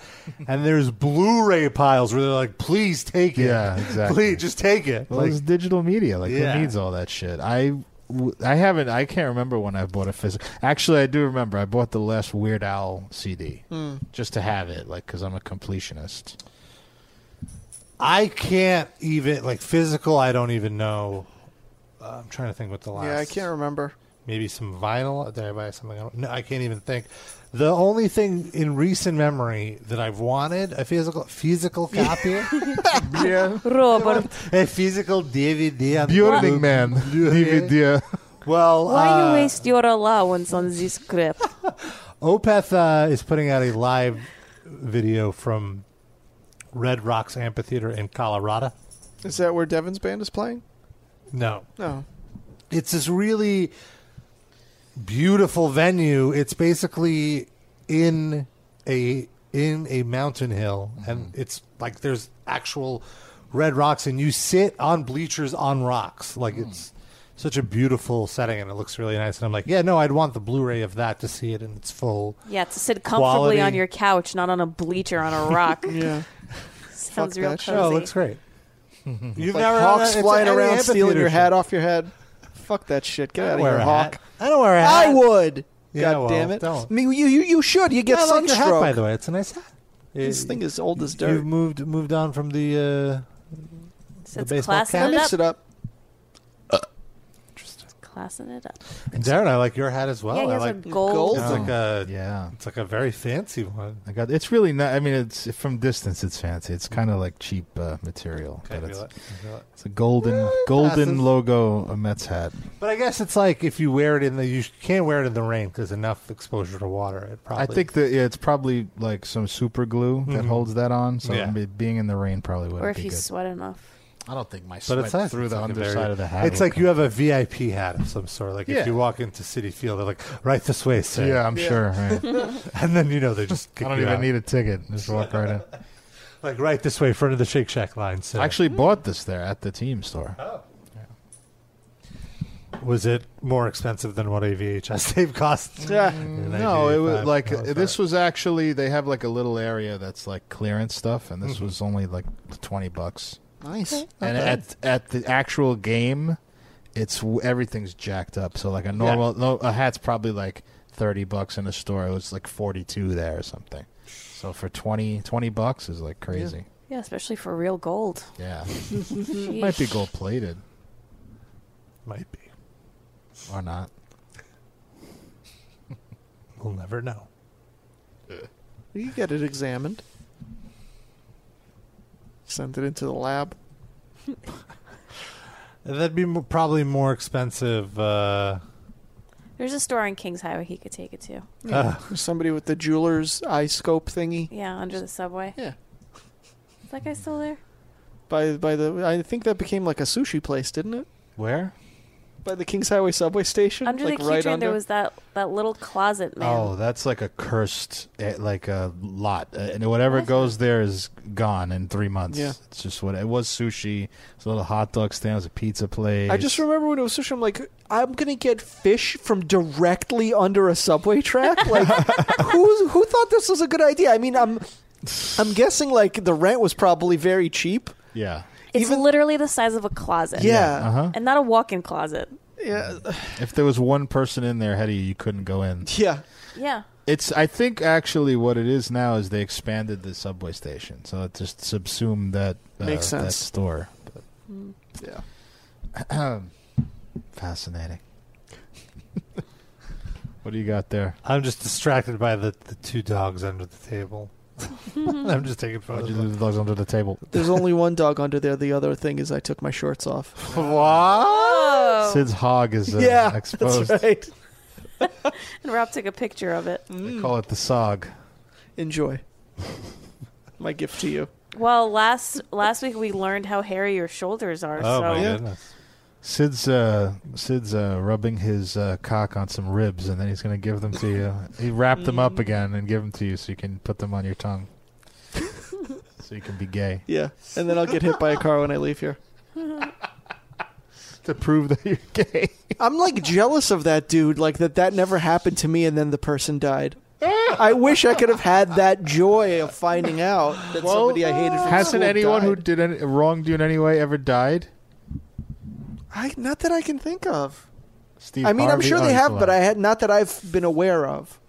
[SPEAKER 2] and there's Blu-ray piles where they're like, "Please take it,
[SPEAKER 3] Yeah, exactly.
[SPEAKER 2] please just take it."
[SPEAKER 3] Well,
[SPEAKER 2] like,
[SPEAKER 3] it's digital media. Like
[SPEAKER 2] Yeah.
[SPEAKER 3] who needs all that shit? I. w- I haven't. I can't remember when I bought a physical. Actually, I do remember. I bought the last Weird Owl CD
[SPEAKER 2] Hmm.
[SPEAKER 3] just to have it, like because I'm a completionist.
[SPEAKER 2] I can't even like physical. I don't even know. Uh, I'm trying to think what the last.
[SPEAKER 4] Yeah, I can't remember.
[SPEAKER 2] Maybe some vinyl. Did I buy something? I don't, no, I can't even think. The only thing in recent memory that I've wanted a physical physical copy. yeah,
[SPEAKER 5] Robert.
[SPEAKER 2] A physical DVD. on
[SPEAKER 3] Burning
[SPEAKER 2] Blu-
[SPEAKER 3] Man DVD.
[SPEAKER 2] Well,
[SPEAKER 5] Why
[SPEAKER 4] Ah.
[SPEAKER 2] uh,
[SPEAKER 5] you waste your allowance on this crap?
[SPEAKER 2] Opeth uh, is putting out a live video from Red Rocks Amphitheater in Colorado.
[SPEAKER 4] Is that where Devin's band is playing?
[SPEAKER 2] No.
[SPEAKER 4] No.
[SPEAKER 2] It's this really beautiful venue. It's basically in a in a mountain hill and it's like there's actual red rocks and you sit on bleachers on rocks. Like it's such a beautiful setting and it looks really nice and I'm like, yeah, no, I'd want the Blu-ray of that to see it in its full
[SPEAKER 5] Yeah, to sit comfortably
[SPEAKER 2] Quality.
[SPEAKER 5] on your couch, not on a bleacher on a rock.
[SPEAKER 4] (laughs) yeah.
[SPEAKER 5] (laughs) Sounds
[SPEAKER 4] Fuck
[SPEAKER 5] real
[SPEAKER 4] that
[SPEAKER 5] cozy.
[SPEAKER 4] shit. Oh, it looks (laughs)
[SPEAKER 2] great.
[SPEAKER 4] You've
[SPEAKER 2] You've
[SPEAKER 4] like
[SPEAKER 2] never had
[SPEAKER 4] hawks
[SPEAKER 2] that- it's
[SPEAKER 4] flying
[SPEAKER 2] an
[SPEAKER 4] around stealing
[SPEAKER 2] amphitheater
[SPEAKER 4] your
[SPEAKER 2] shit.
[SPEAKER 4] hat off your head. Fuck that shit. Get out of
[SPEAKER 2] wear
[SPEAKER 4] here,
[SPEAKER 2] a
[SPEAKER 4] hawk.
[SPEAKER 2] hat. I don't wear a hat.
[SPEAKER 4] I would.
[SPEAKER 2] Yeah,
[SPEAKER 4] God
[SPEAKER 2] well,
[SPEAKER 4] damn it.
[SPEAKER 2] don't.
[SPEAKER 4] I mean, you, you you should. You get
[SPEAKER 2] I like
[SPEAKER 4] sunstroke.
[SPEAKER 2] your hat, by the way. It's a nice hat.
[SPEAKER 4] This
[SPEAKER 2] Uh,
[SPEAKER 4] thing is old as dirt.
[SPEAKER 2] You've moved moved on from the uh, the baseball
[SPEAKER 4] I
[SPEAKER 2] cap.
[SPEAKER 4] mix it up.
[SPEAKER 5] Classing it up.
[SPEAKER 2] Darren, I like your hat as well.
[SPEAKER 5] Yeah, he
[SPEAKER 2] I
[SPEAKER 5] has a
[SPEAKER 2] like
[SPEAKER 5] gold- Gold?
[SPEAKER 2] It's like
[SPEAKER 3] Oh.
[SPEAKER 2] a
[SPEAKER 3] yeah.
[SPEAKER 2] It's like a very fancy one.
[SPEAKER 3] I got. It's really not. I mean, it's from distance. It's fancy. It's kind of like cheap uh, material.
[SPEAKER 2] Okay,
[SPEAKER 3] but
[SPEAKER 2] feel
[SPEAKER 3] it's,
[SPEAKER 2] it, feel it.
[SPEAKER 3] it's a golden, golden
[SPEAKER 2] passes.
[SPEAKER 3] logo a Mets hat.
[SPEAKER 2] But I guess it's like if you wear it in the you sh- can't wear it in the rain because enough exposure to water. It probably.
[SPEAKER 3] I think that yeah, it's probably like some super glue that
[SPEAKER 2] Mhm.
[SPEAKER 3] holds that on. So
[SPEAKER 2] Yeah.
[SPEAKER 3] be- being in the rain probably wouldn't
[SPEAKER 5] Or if
[SPEAKER 3] be
[SPEAKER 5] you
[SPEAKER 3] good.
[SPEAKER 5] sweat enough.
[SPEAKER 3] I don't think my
[SPEAKER 2] But it's nice.
[SPEAKER 3] through
[SPEAKER 2] It's
[SPEAKER 3] the
[SPEAKER 2] like a
[SPEAKER 3] underside
[SPEAKER 2] very-
[SPEAKER 3] of the hat.
[SPEAKER 2] It's like you have a VIP hat of some sort. Like
[SPEAKER 3] Yeah.
[SPEAKER 2] if you walk into City Field, they're like, "Right this way, sir."
[SPEAKER 3] Yeah, I'm Yeah. sure,
[SPEAKER 5] (laughs)
[SPEAKER 3] right. (laughs)
[SPEAKER 2] (laughs) and then you know they just.
[SPEAKER 3] I don't even need a ticket. Just walk right in.
[SPEAKER 2] (laughs) Like right this way, front of the Shake Shack line. So
[SPEAKER 3] I actually bought this there at the team store.
[SPEAKER 2] was it more expensive than what a (laughs) VHS tape costs? In
[SPEAKER 3] Mm, No, it was
[SPEAKER 2] 1985?
[SPEAKER 3] like
[SPEAKER 2] No, it's
[SPEAKER 3] this was actually they have like a little area that's like (clears throat) clearance stuff, and
[SPEAKER 2] Mm-hmm.
[SPEAKER 3] this was only like twenty bucks.
[SPEAKER 4] Nice.
[SPEAKER 3] and at at the actual game, it's w- everything's jacked up. So like a normal no, a hat's probably like thirty bucks in the store. It was like forty two there or something. So for 20, 20 bucks is like crazy.
[SPEAKER 5] Yeah, especially for real gold. (laughs)
[SPEAKER 3] Yeah, (laughs) might be gold plated
[SPEAKER 2] might be.
[SPEAKER 3] or not.
[SPEAKER 2] (laughs) We'll never know.
[SPEAKER 4] You get it examined. Send it into the lab.
[SPEAKER 2] That'd be mo- probably more expensive. Uh,
[SPEAKER 5] There's a store on Kings Highway he could take it to.
[SPEAKER 2] Yeah.
[SPEAKER 4] There's Somebody with the jeweler's eye scope thingy.
[SPEAKER 5] Yeah, under the subway.
[SPEAKER 4] Yeah.
[SPEAKER 5] Is that guy still there?
[SPEAKER 4] By by the I think that became like a sushi place, didn't it?
[SPEAKER 3] Where?
[SPEAKER 4] by the Kings Highway subway station,
[SPEAKER 5] Under
[SPEAKER 4] Hmm. like
[SPEAKER 5] the keychain,
[SPEAKER 4] right under.
[SPEAKER 5] there was that, that little closet man.
[SPEAKER 3] Oh, that's like a cursed eh, like a lot, Uh, and whatever goes there is gone in three months.
[SPEAKER 4] Yeah.
[SPEAKER 3] it's just what it was. Sushi, it's a little hot dog stand, it was a pizza place.
[SPEAKER 4] I just remember when it was sushi. I'm like, I'm gonna get fish from directly under a subway track.
[SPEAKER 3] (laughs)
[SPEAKER 4] Like, who who thought this was a good idea? I mean, I'm I'm guessing like the rent was probably very cheap.
[SPEAKER 3] yeah.
[SPEAKER 5] It's literally the size of a closet.
[SPEAKER 3] Yeah. Yeah, uh-huh.
[SPEAKER 5] And not a walk in closet. (laughs)
[SPEAKER 4] Yeah.
[SPEAKER 3] If there was one person in there, Hetty, you couldn't go in.
[SPEAKER 4] Yeah.
[SPEAKER 5] Yeah.
[SPEAKER 3] It's. I think actually what it is now is they expanded the subway station, so it just subsumed that uh,
[SPEAKER 4] Makes
[SPEAKER 3] that
[SPEAKER 4] sense.
[SPEAKER 3] store.
[SPEAKER 4] Yeah.
[SPEAKER 3] (clears throat) Fascinating. what do you got there?
[SPEAKER 2] I'm just distracted by the, the two dogs under the table. (laughs) I'm just taking
[SPEAKER 3] Why'd
[SPEAKER 2] photos.
[SPEAKER 3] you
[SPEAKER 2] of
[SPEAKER 3] leave the dogs under the table?
[SPEAKER 4] There's only one dog under there. The other thing is I took my shorts off.
[SPEAKER 3] What?
[SPEAKER 5] Oh.
[SPEAKER 3] Sid's hog is
[SPEAKER 4] (laughs)
[SPEAKER 3] uh,
[SPEAKER 4] Oh. yeah, that's
[SPEAKER 3] (laughs) exposed.
[SPEAKER 4] right.
[SPEAKER 5] And Rob took a picture of it.
[SPEAKER 4] Mm.
[SPEAKER 3] Call it the sog. (laughs)
[SPEAKER 4] Enjoy. My gift to you.
[SPEAKER 5] Well, last last week we learned how hairy your shoulders
[SPEAKER 3] Oh,
[SPEAKER 5] are. so.
[SPEAKER 3] Sid's uh, Sid's uh, rubbing his uh, cock on some ribs, and then he's going to give them to you. He wrapped them up again and give them to you, so you can put them on your tongue, so you can be gay
[SPEAKER 4] Yeah, and then I'll get hit by a car when I leave here.
[SPEAKER 3] (laughs) to prove that you're gay.
[SPEAKER 4] I'm like jealous of that dude. Like that that never happened to me, and then the person died. I wish I could have had that joy of finding out that somebody I hated. From
[SPEAKER 3] Hasn't
[SPEAKER 4] school
[SPEAKER 3] anyone
[SPEAKER 4] died.
[SPEAKER 3] who did any, wronged you in any way ever died?
[SPEAKER 4] I not that I can think of.
[SPEAKER 3] Steve
[SPEAKER 4] I mean,
[SPEAKER 3] Harvey?
[SPEAKER 4] I'm sure
[SPEAKER 3] Oh,
[SPEAKER 4] they
[SPEAKER 3] he's
[SPEAKER 4] have, but I
[SPEAKER 3] alive.
[SPEAKER 4] had not that I've been aware of,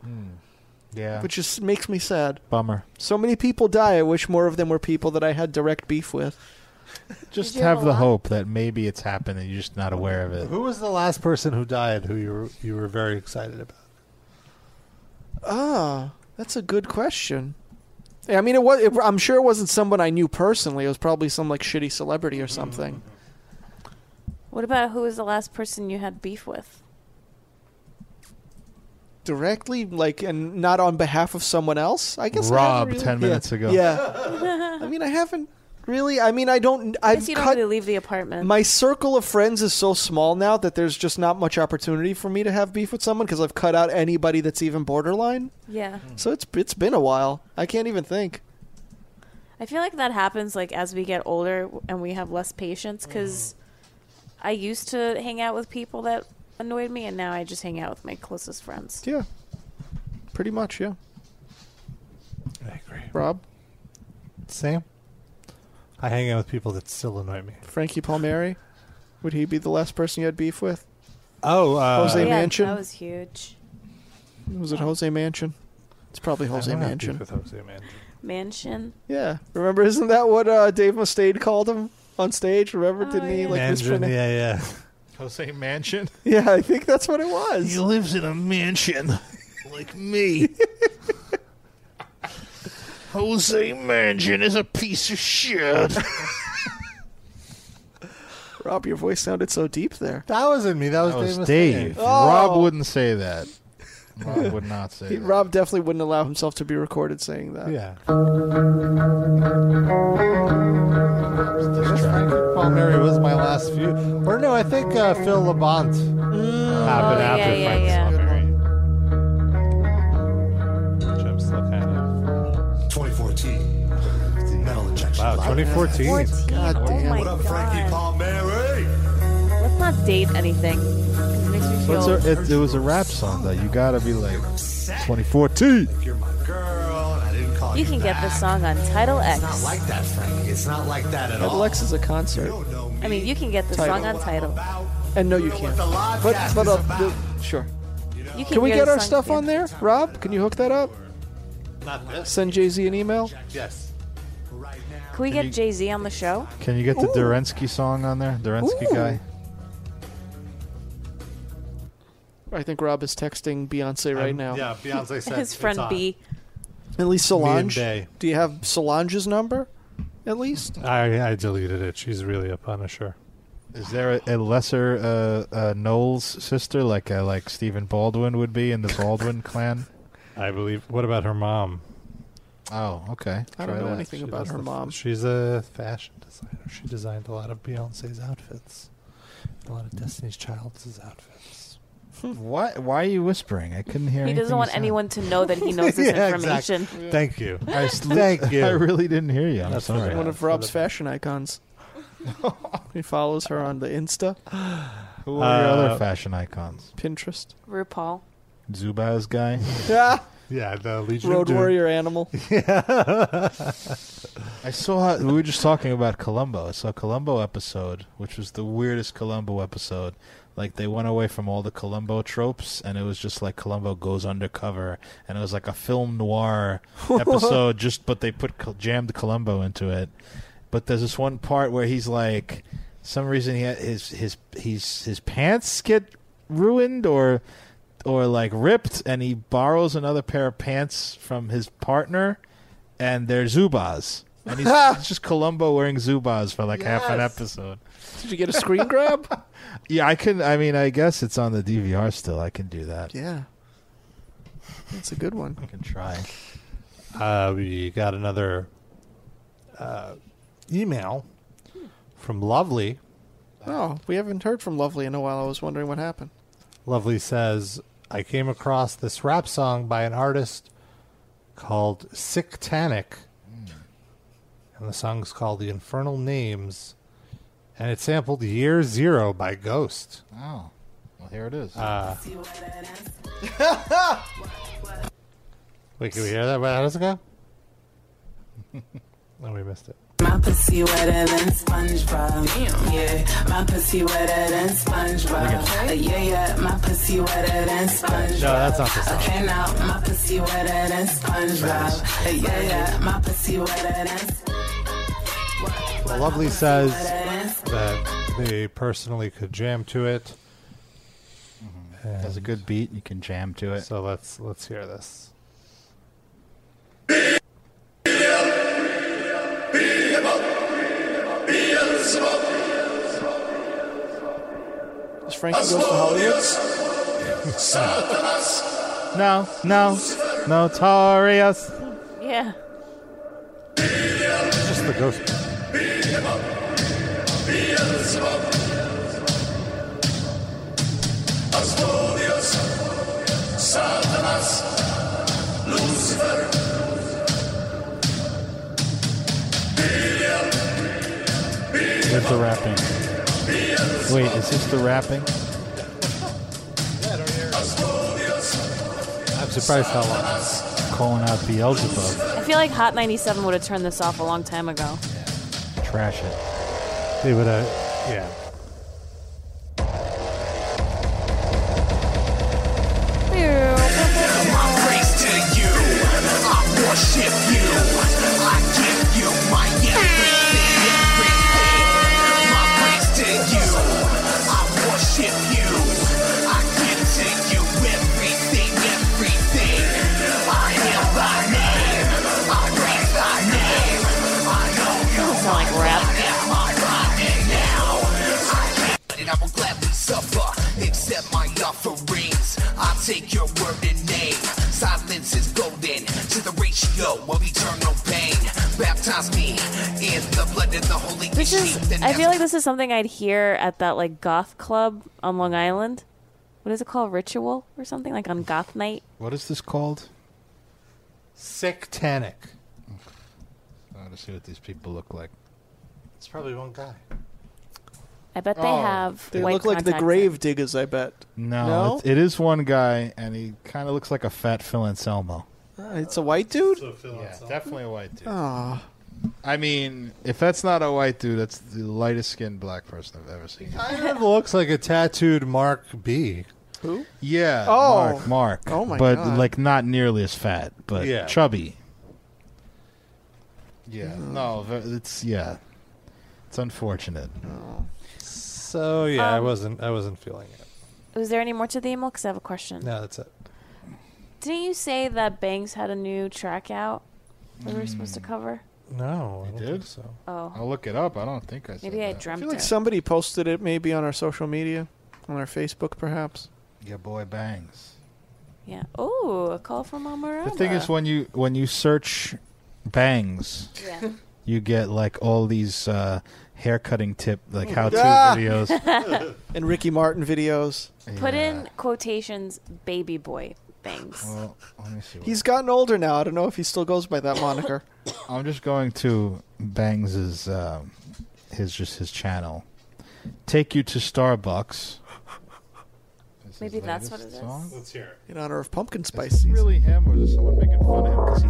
[SPEAKER 3] yeah,
[SPEAKER 4] which just makes me sad.
[SPEAKER 3] bummer.
[SPEAKER 4] So many people die. I wish more of them were people that I had direct beef with.
[SPEAKER 3] Just have the hope that maybe it's happened and you're just not aware of it.
[SPEAKER 2] Who was the last person who died who you were, you were very excited about?
[SPEAKER 4] Ah, that's a good question. Yeah, I mean, it was. It, I'm sure it wasn't someone I knew personally. It was probably some like shitty celebrity or something.
[SPEAKER 5] What about who was the last person you had beef with?
[SPEAKER 4] directly, like, and not on behalf of someone else. I guess I
[SPEAKER 3] Rob,
[SPEAKER 4] haven't really-
[SPEAKER 3] 10
[SPEAKER 4] yeah.
[SPEAKER 3] minutes ago.
[SPEAKER 4] Yeah,
[SPEAKER 5] (laughs)
[SPEAKER 4] I mean, I haven't really. I mean, I don't.
[SPEAKER 5] I
[SPEAKER 4] I've
[SPEAKER 5] guess you don't
[SPEAKER 4] cut.
[SPEAKER 5] really leave the apartment.
[SPEAKER 4] my circle of friends is so small now that there's just not much opportunity for me to have beef with someone because I've cut out anybody that's even borderline.
[SPEAKER 5] yeah.
[SPEAKER 4] So it's it's been a while. I can't even think.
[SPEAKER 5] I feel like that happens like as we get older and we have less patience because I used to hang out with people that annoyed me and now I just hang out with my closest friends.
[SPEAKER 4] Yeah, pretty much. Yeah.
[SPEAKER 2] I agree.
[SPEAKER 4] Rob,
[SPEAKER 2] Sam? I hang out with people that still annoy me.
[SPEAKER 4] Frankie Palmieri, would he be the last person you had beef with?
[SPEAKER 2] Oh, uh,
[SPEAKER 4] Jose
[SPEAKER 5] yeah,
[SPEAKER 4] Manchin.
[SPEAKER 5] that was huge.
[SPEAKER 4] Was it Jose Mansion? It's probably Jose
[SPEAKER 2] don't have beef
[SPEAKER 4] Mansion.
[SPEAKER 2] with Jose Manchin.
[SPEAKER 5] Mansion.
[SPEAKER 4] Yeah, remember? Isn't that what uh, Dave Mustaine called him on stage? Remember?
[SPEAKER 5] Oh,
[SPEAKER 4] Didn't he
[SPEAKER 5] yeah.
[SPEAKER 4] like
[SPEAKER 2] Manchin,
[SPEAKER 4] mispronounce?
[SPEAKER 2] yeah, yeah.
[SPEAKER 3] Jose
[SPEAKER 4] (laughs)
[SPEAKER 3] Mansion.
[SPEAKER 4] Yeah. I think that's what it was.
[SPEAKER 3] He lives in a mansion (laughs)
[SPEAKER 4] (laughs)
[SPEAKER 3] like me. Jose Mansion is a piece of shit.
[SPEAKER 4] Rob, your voice sounded so deep Oh. there.
[SPEAKER 2] That wasn't me. That was,
[SPEAKER 3] That was
[SPEAKER 2] Dave.
[SPEAKER 3] Dave.
[SPEAKER 2] Mustaine. Oh.
[SPEAKER 3] Rob wouldn't say that. Rob would not say
[SPEAKER 4] He,
[SPEAKER 3] that.
[SPEAKER 4] Rob definitely wouldn't allow himself to be recorded saying that.
[SPEAKER 2] Yeah.
[SPEAKER 3] Distracted.
[SPEAKER 2] Palmieri Oh, was my last few. Or no, I think uh, Phil Labonte Mm, happened
[SPEAKER 5] Oh,
[SPEAKER 2] after
[SPEAKER 5] yeah,
[SPEAKER 2] Frank
[SPEAKER 5] yeah,
[SPEAKER 2] Palmieri. Which I'm still kind of.
[SPEAKER 7] 2014. Metal injection.
[SPEAKER 2] Wow,
[SPEAKER 7] Live.
[SPEAKER 2] 2014.
[SPEAKER 5] 14.
[SPEAKER 2] God
[SPEAKER 5] Oh
[SPEAKER 2] damn.
[SPEAKER 5] my
[SPEAKER 7] What up, Frankie
[SPEAKER 5] god.
[SPEAKER 7] Palmieri?
[SPEAKER 5] Let's not date anything. 'cause It makes me
[SPEAKER 3] What's her,
[SPEAKER 5] feel.
[SPEAKER 3] it, it was a rap song though. You gotta be like 2014.
[SPEAKER 7] If you're my girl, and I didn't call you.
[SPEAKER 5] You can
[SPEAKER 7] back.
[SPEAKER 5] get this song on Title
[SPEAKER 7] It's not
[SPEAKER 5] X.
[SPEAKER 7] like that, Frankie. It's not like that at all.
[SPEAKER 4] Lex is a concert.
[SPEAKER 7] You don't know me.
[SPEAKER 5] I mean, you can get this
[SPEAKER 4] Tidal.
[SPEAKER 5] song on Title.
[SPEAKER 4] And no, you
[SPEAKER 7] You know what
[SPEAKER 4] can't.
[SPEAKER 7] the
[SPEAKER 4] But,
[SPEAKER 7] podcast
[SPEAKER 4] but
[SPEAKER 7] is
[SPEAKER 4] uh,
[SPEAKER 7] about.
[SPEAKER 4] the, sure.
[SPEAKER 5] You
[SPEAKER 4] Can we
[SPEAKER 5] hear
[SPEAKER 4] get
[SPEAKER 5] the
[SPEAKER 4] our
[SPEAKER 5] song
[SPEAKER 4] stuff
[SPEAKER 5] again.
[SPEAKER 4] on there? Rob, can you hook that up?
[SPEAKER 7] Not this.
[SPEAKER 4] Send Jay Z an email?
[SPEAKER 7] Yes.
[SPEAKER 5] Can we get Jay Z on the show?
[SPEAKER 3] Can you get the Durensky song on there? Durensky
[SPEAKER 4] Ooh.
[SPEAKER 3] guy.
[SPEAKER 4] I think Rob is texting Beyonce right now.
[SPEAKER 2] Yeah,
[SPEAKER 5] (laughs)
[SPEAKER 2] Beyonce said
[SPEAKER 5] His friend
[SPEAKER 2] it's on.
[SPEAKER 5] B.
[SPEAKER 4] At least Solange.
[SPEAKER 2] Bay.
[SPEAKER 4] Do you have Solange's number? At least?
[SPEAKER 2] I, I deleted it. She's really a punisher.
[SPEAKER 3] Is there a, a lesser uh, uh, Knowles sister like uh, like Stephen Baldwin would be in the Baldwin clan?
[SPEAKER 2] I believe. What about her mom?
[SPEAKER 3] Oh, okay.
[SPEAKER 4] I don't
[SPEAKER 3] Try
[SPEAKER 4] know
[SPEAKER 3] that.
[SPEAKER 4] anything about
[SPEAKER 2] does
[SPEAKER 4] her
[SPEAKER 2] the-
[SPEAKER 4] mom.
[SPEAKER 2] She's a fashion designer. She designed a lot of Beyonce's outfits. A lot of Destiny's Child's outfits.
[SPEAKER 3] Why? Why are you whispering? I couldn't hear.
[SPEAKER 5] He doesn't
[SPEAKER 3] anything
[SPEAKER 5] want
[SPEAKER 3] you said.
[SPEAKER 5] anyone to know that he
[SPEAKER 3] (laughs)
[SPEAKER 5] knows this
[SPEAKER 3] Yeah, exactly.
[SPEAKER 5] information.
[SPEAKER 2] Thank you.
[SPEAKER 3] (laughs) I s-
[SPEAKER 2] Thank you.
[SPEAKER 3] I really didn't hear you. I'm
[SPEAKER 4] That's
[SPEAKER 3] sorry.
[SPEAKER 4] One of Rob's fashion icons. he follows her on the Insta.
[SPEAKER 3] Who are
[SPEAKER 2] Uh,
[SPEAKER 3] your other fashion icons?
[SPEAKER 4] Pinterest.
[SPEAKER 5] RuPaul.
[SPEAKER 3] Zubaz
[SPEAKER 2] (laughs)
[SPEAKER 3] guy.
[SPEAKER 4] Yeah.
[SPEAKER 2] Yeah, the Legion
[SPEAKER 4] Road warrior animal. (laughs)
[SPEAKER 3] Yeah. I saw. We were just talking about Columbo. I saw a Columbo episode, which was the weirdest Columbo episode. Like they went away from all the Columbo tropes, and it was just like Columbo goes undercover, and it was like a film
[SPEAKER 2] (laughs)
[SPEAKER 3] noir episode. just but they put Col- jammed Columbo into it. But there's this one part where he's like, some reason he had his his he's his pants get ruined or or like ripped, and he borrows another pair of pants from his partner, and they're Zubas.
[SPEAKER 4] (laughs)
[SPEAKER 3] And he's it's just Columbo wearing Zubas for like half an
[SPEAKER 4] Yes.
[SPEAKER 3] episode.
[SPEAKER 4] Did you get a screen grab?
[SPEAKER 3] Yeah, I can. I mean, I guess it's on the DVR still. I can do that.
[SPEAKER 4] Yeah. (laughs) That's a good one. I
[SPEAKER 3] can try.
[SPEAKER 2] (laughs) Uh, we got another uh, email from Lovely.
[SPEAKER 4] Oh, we haven't heard from Lovely in a while. I was wondering what happened.
[SPEAKER 2] Lovely says, I came across this rap song by an artist called Sicktanic. And the song's called The Infernal Names. And it sampled Year Zero by Ghost.
[SPEAKER 3] Oh, well, here it is.
[SPEAKER 2] Uh,
[SPEAKER 4] (laughs)
[SPEAKER 2] wait, can we hear that? Wait, How does it go? (laughs) No, we missed it.
[SPEAKER 6] My pussy wetter than SpongeBob. Yeah, my pussy wetter than SpongeBob. yeah, yeah, my pussy wetter than SpongeBob.
[SPEAKER 2] No, that's not the song.
[SPEAKER 6] Okay, now my pussy wetter than SpongeBob. yeah, yeah, my pussy wetter than.
[SPEAKER 2] Well, Lovely says that they personally could jam to it.
[SPEAKER 3] Has a good beat. You can jam to it.
[SPEAKER 2] So let's let's hear this.
[SPEAKER 4] Is Frankie Goes to Hollywood?
[SPEAKER 3] No, no, notorious.
[SPEAKER 5] Yeah.
[SPEAKER 2] It's just the ghost.
[SPEAKER 3] With the rapping.
[SPEAKER 2] (laughs)
[SPEAKER 3] Wait, is this the rapping?
[SPEAKER 2] I'm surprised how long.
[SPEAKER 3] Calling out Beelzebub.
[SPEAKER 5] I feel like Hot 97 would have turned this off a long time ago.
[SPEAKER 3] Trash it.
[SPEAKER 2] They would have, yeah.
[SPEAKER 5] Doesn't sound like rap.
[SPEAKER 6] And I will gladly suffer, accept my offerings. I'll take your word and name. Silence is golden to the ratio of eternal pain. Baptize me in the blood and the holy (laughs)
[SPEAKER 5] This is. I feel like this is something I'd hear at that like goth club on Long Island. What is it called? Ritual or something like on Goth Night.
[SPEAKER 3] What is this called?
[SPEAKER 2] Sicktanic.
[SPEAKER 3] I want to see what these people look like.
[SPEAKER 2] It's probably one guy.
[SPEAKER 5] I bet they
[SPEAKER 4] Oh.
[SPEAKER 5] have.
[SPEAKER 4] They
[SPEAKER 5] white
[SPEAKER 4] look like the
[SPEAKER 5] contacts.
[SPEAKER 4] grave diggers, I bet.
[SPEAKER 3] No,
[SPEAKER 4] No?
[SPEAKER 3] It, it is one guy, and he kind of looks like a fat Phil Anselmo.
[SPEAKER 4] Ah, It's a white dude?
[SPEAKER 3] yeah, definitely a white dude.
[SPEAKER 4] Ah.
[SPEAKER 3] I mean, if that's not a white dude, that's the lightest skinned black person I've ever seen.
[SPEAKER 2] Kind of looks like a tattooed Mark B.
[SPEAKER 4] Who?
[SPEAKER 3] Yeah.
[SPEAKER 2] Oh.
[SPEAKER 3] Mark. Mark.
[SPEAKER 2] Oh my
[SPEAKER 3] but
[SPEAKER 2] God.
[SPEAKER 3] like not nearly as fat, but
[SPEAKER 2] Yeah.
[SPEAKER 3] chubby. Yeah. No, ve- it's yeah. It's unfortunate.
[SPEAKER 2] So yeah, I
[SPEAKER 5] Um,
[SPEAKER 2] wasn't I wasn't feeling it.
[SPEAKER 5] Was there any more to the email? Because I have a question.
[SPEAKER 2] No, that's it.
[SPEAKER 5] Didn't you say that Bangs had a new track out that we were supposed to cover?
[SPEAKER 2] No,
[SPEAKER 3] I did.
[SPEAKER 2] so
[SPEAKER 5] Oh.
[SPEAKER 3] I'll look it up. I don't think I. Said
[SPEAKER 5] Maybe I
[SPEAKER 3] that.
[SPEAKER 4] I
[SPEAKER 5] dreamt
[SPEAKER 4] feel like
[SPEAKER 5] it.
[SPEAKER 4] somebody posted it maybe on our social media, on our Facebook
[SPEAKER 5] (laughs)
[SPEAKER 4] perhaps.
[SPEAKER 3] Your boy bangs.
[SPEAKER 5] Yeah. Oh, a call from Amara.
[SPEAKER 3] The thing is, when you when you search bangs,
[SPEAKER 5] Yeah.
[SPEAKER 3] (laughs) you get like all these uh, hair cutting tip like how to
[SPEAKER 4] Ah!
[SPEAKER 3] videos.
[SPEAKER 4] and Ricky Martin videos.
[SPEAKER 5] Put in quotations, baby boy. Thanks.
[SPEAKER 4] He's gotten older now. I don't know if he still goes by that
[SPEAKER 3] (laughs)
[SPEAKER 4] moniker.
[SPEAKER 3] I'm just going to Bangs' uh, his just his channel. Take you to Starbucks.
[SPEAKER 5] Maybe that's what it is.
[SPEAKER 4] Let's hear it. In honor of pumpkin spice season.
[SPEAKER 3] Really him, or is someone making fun of him because he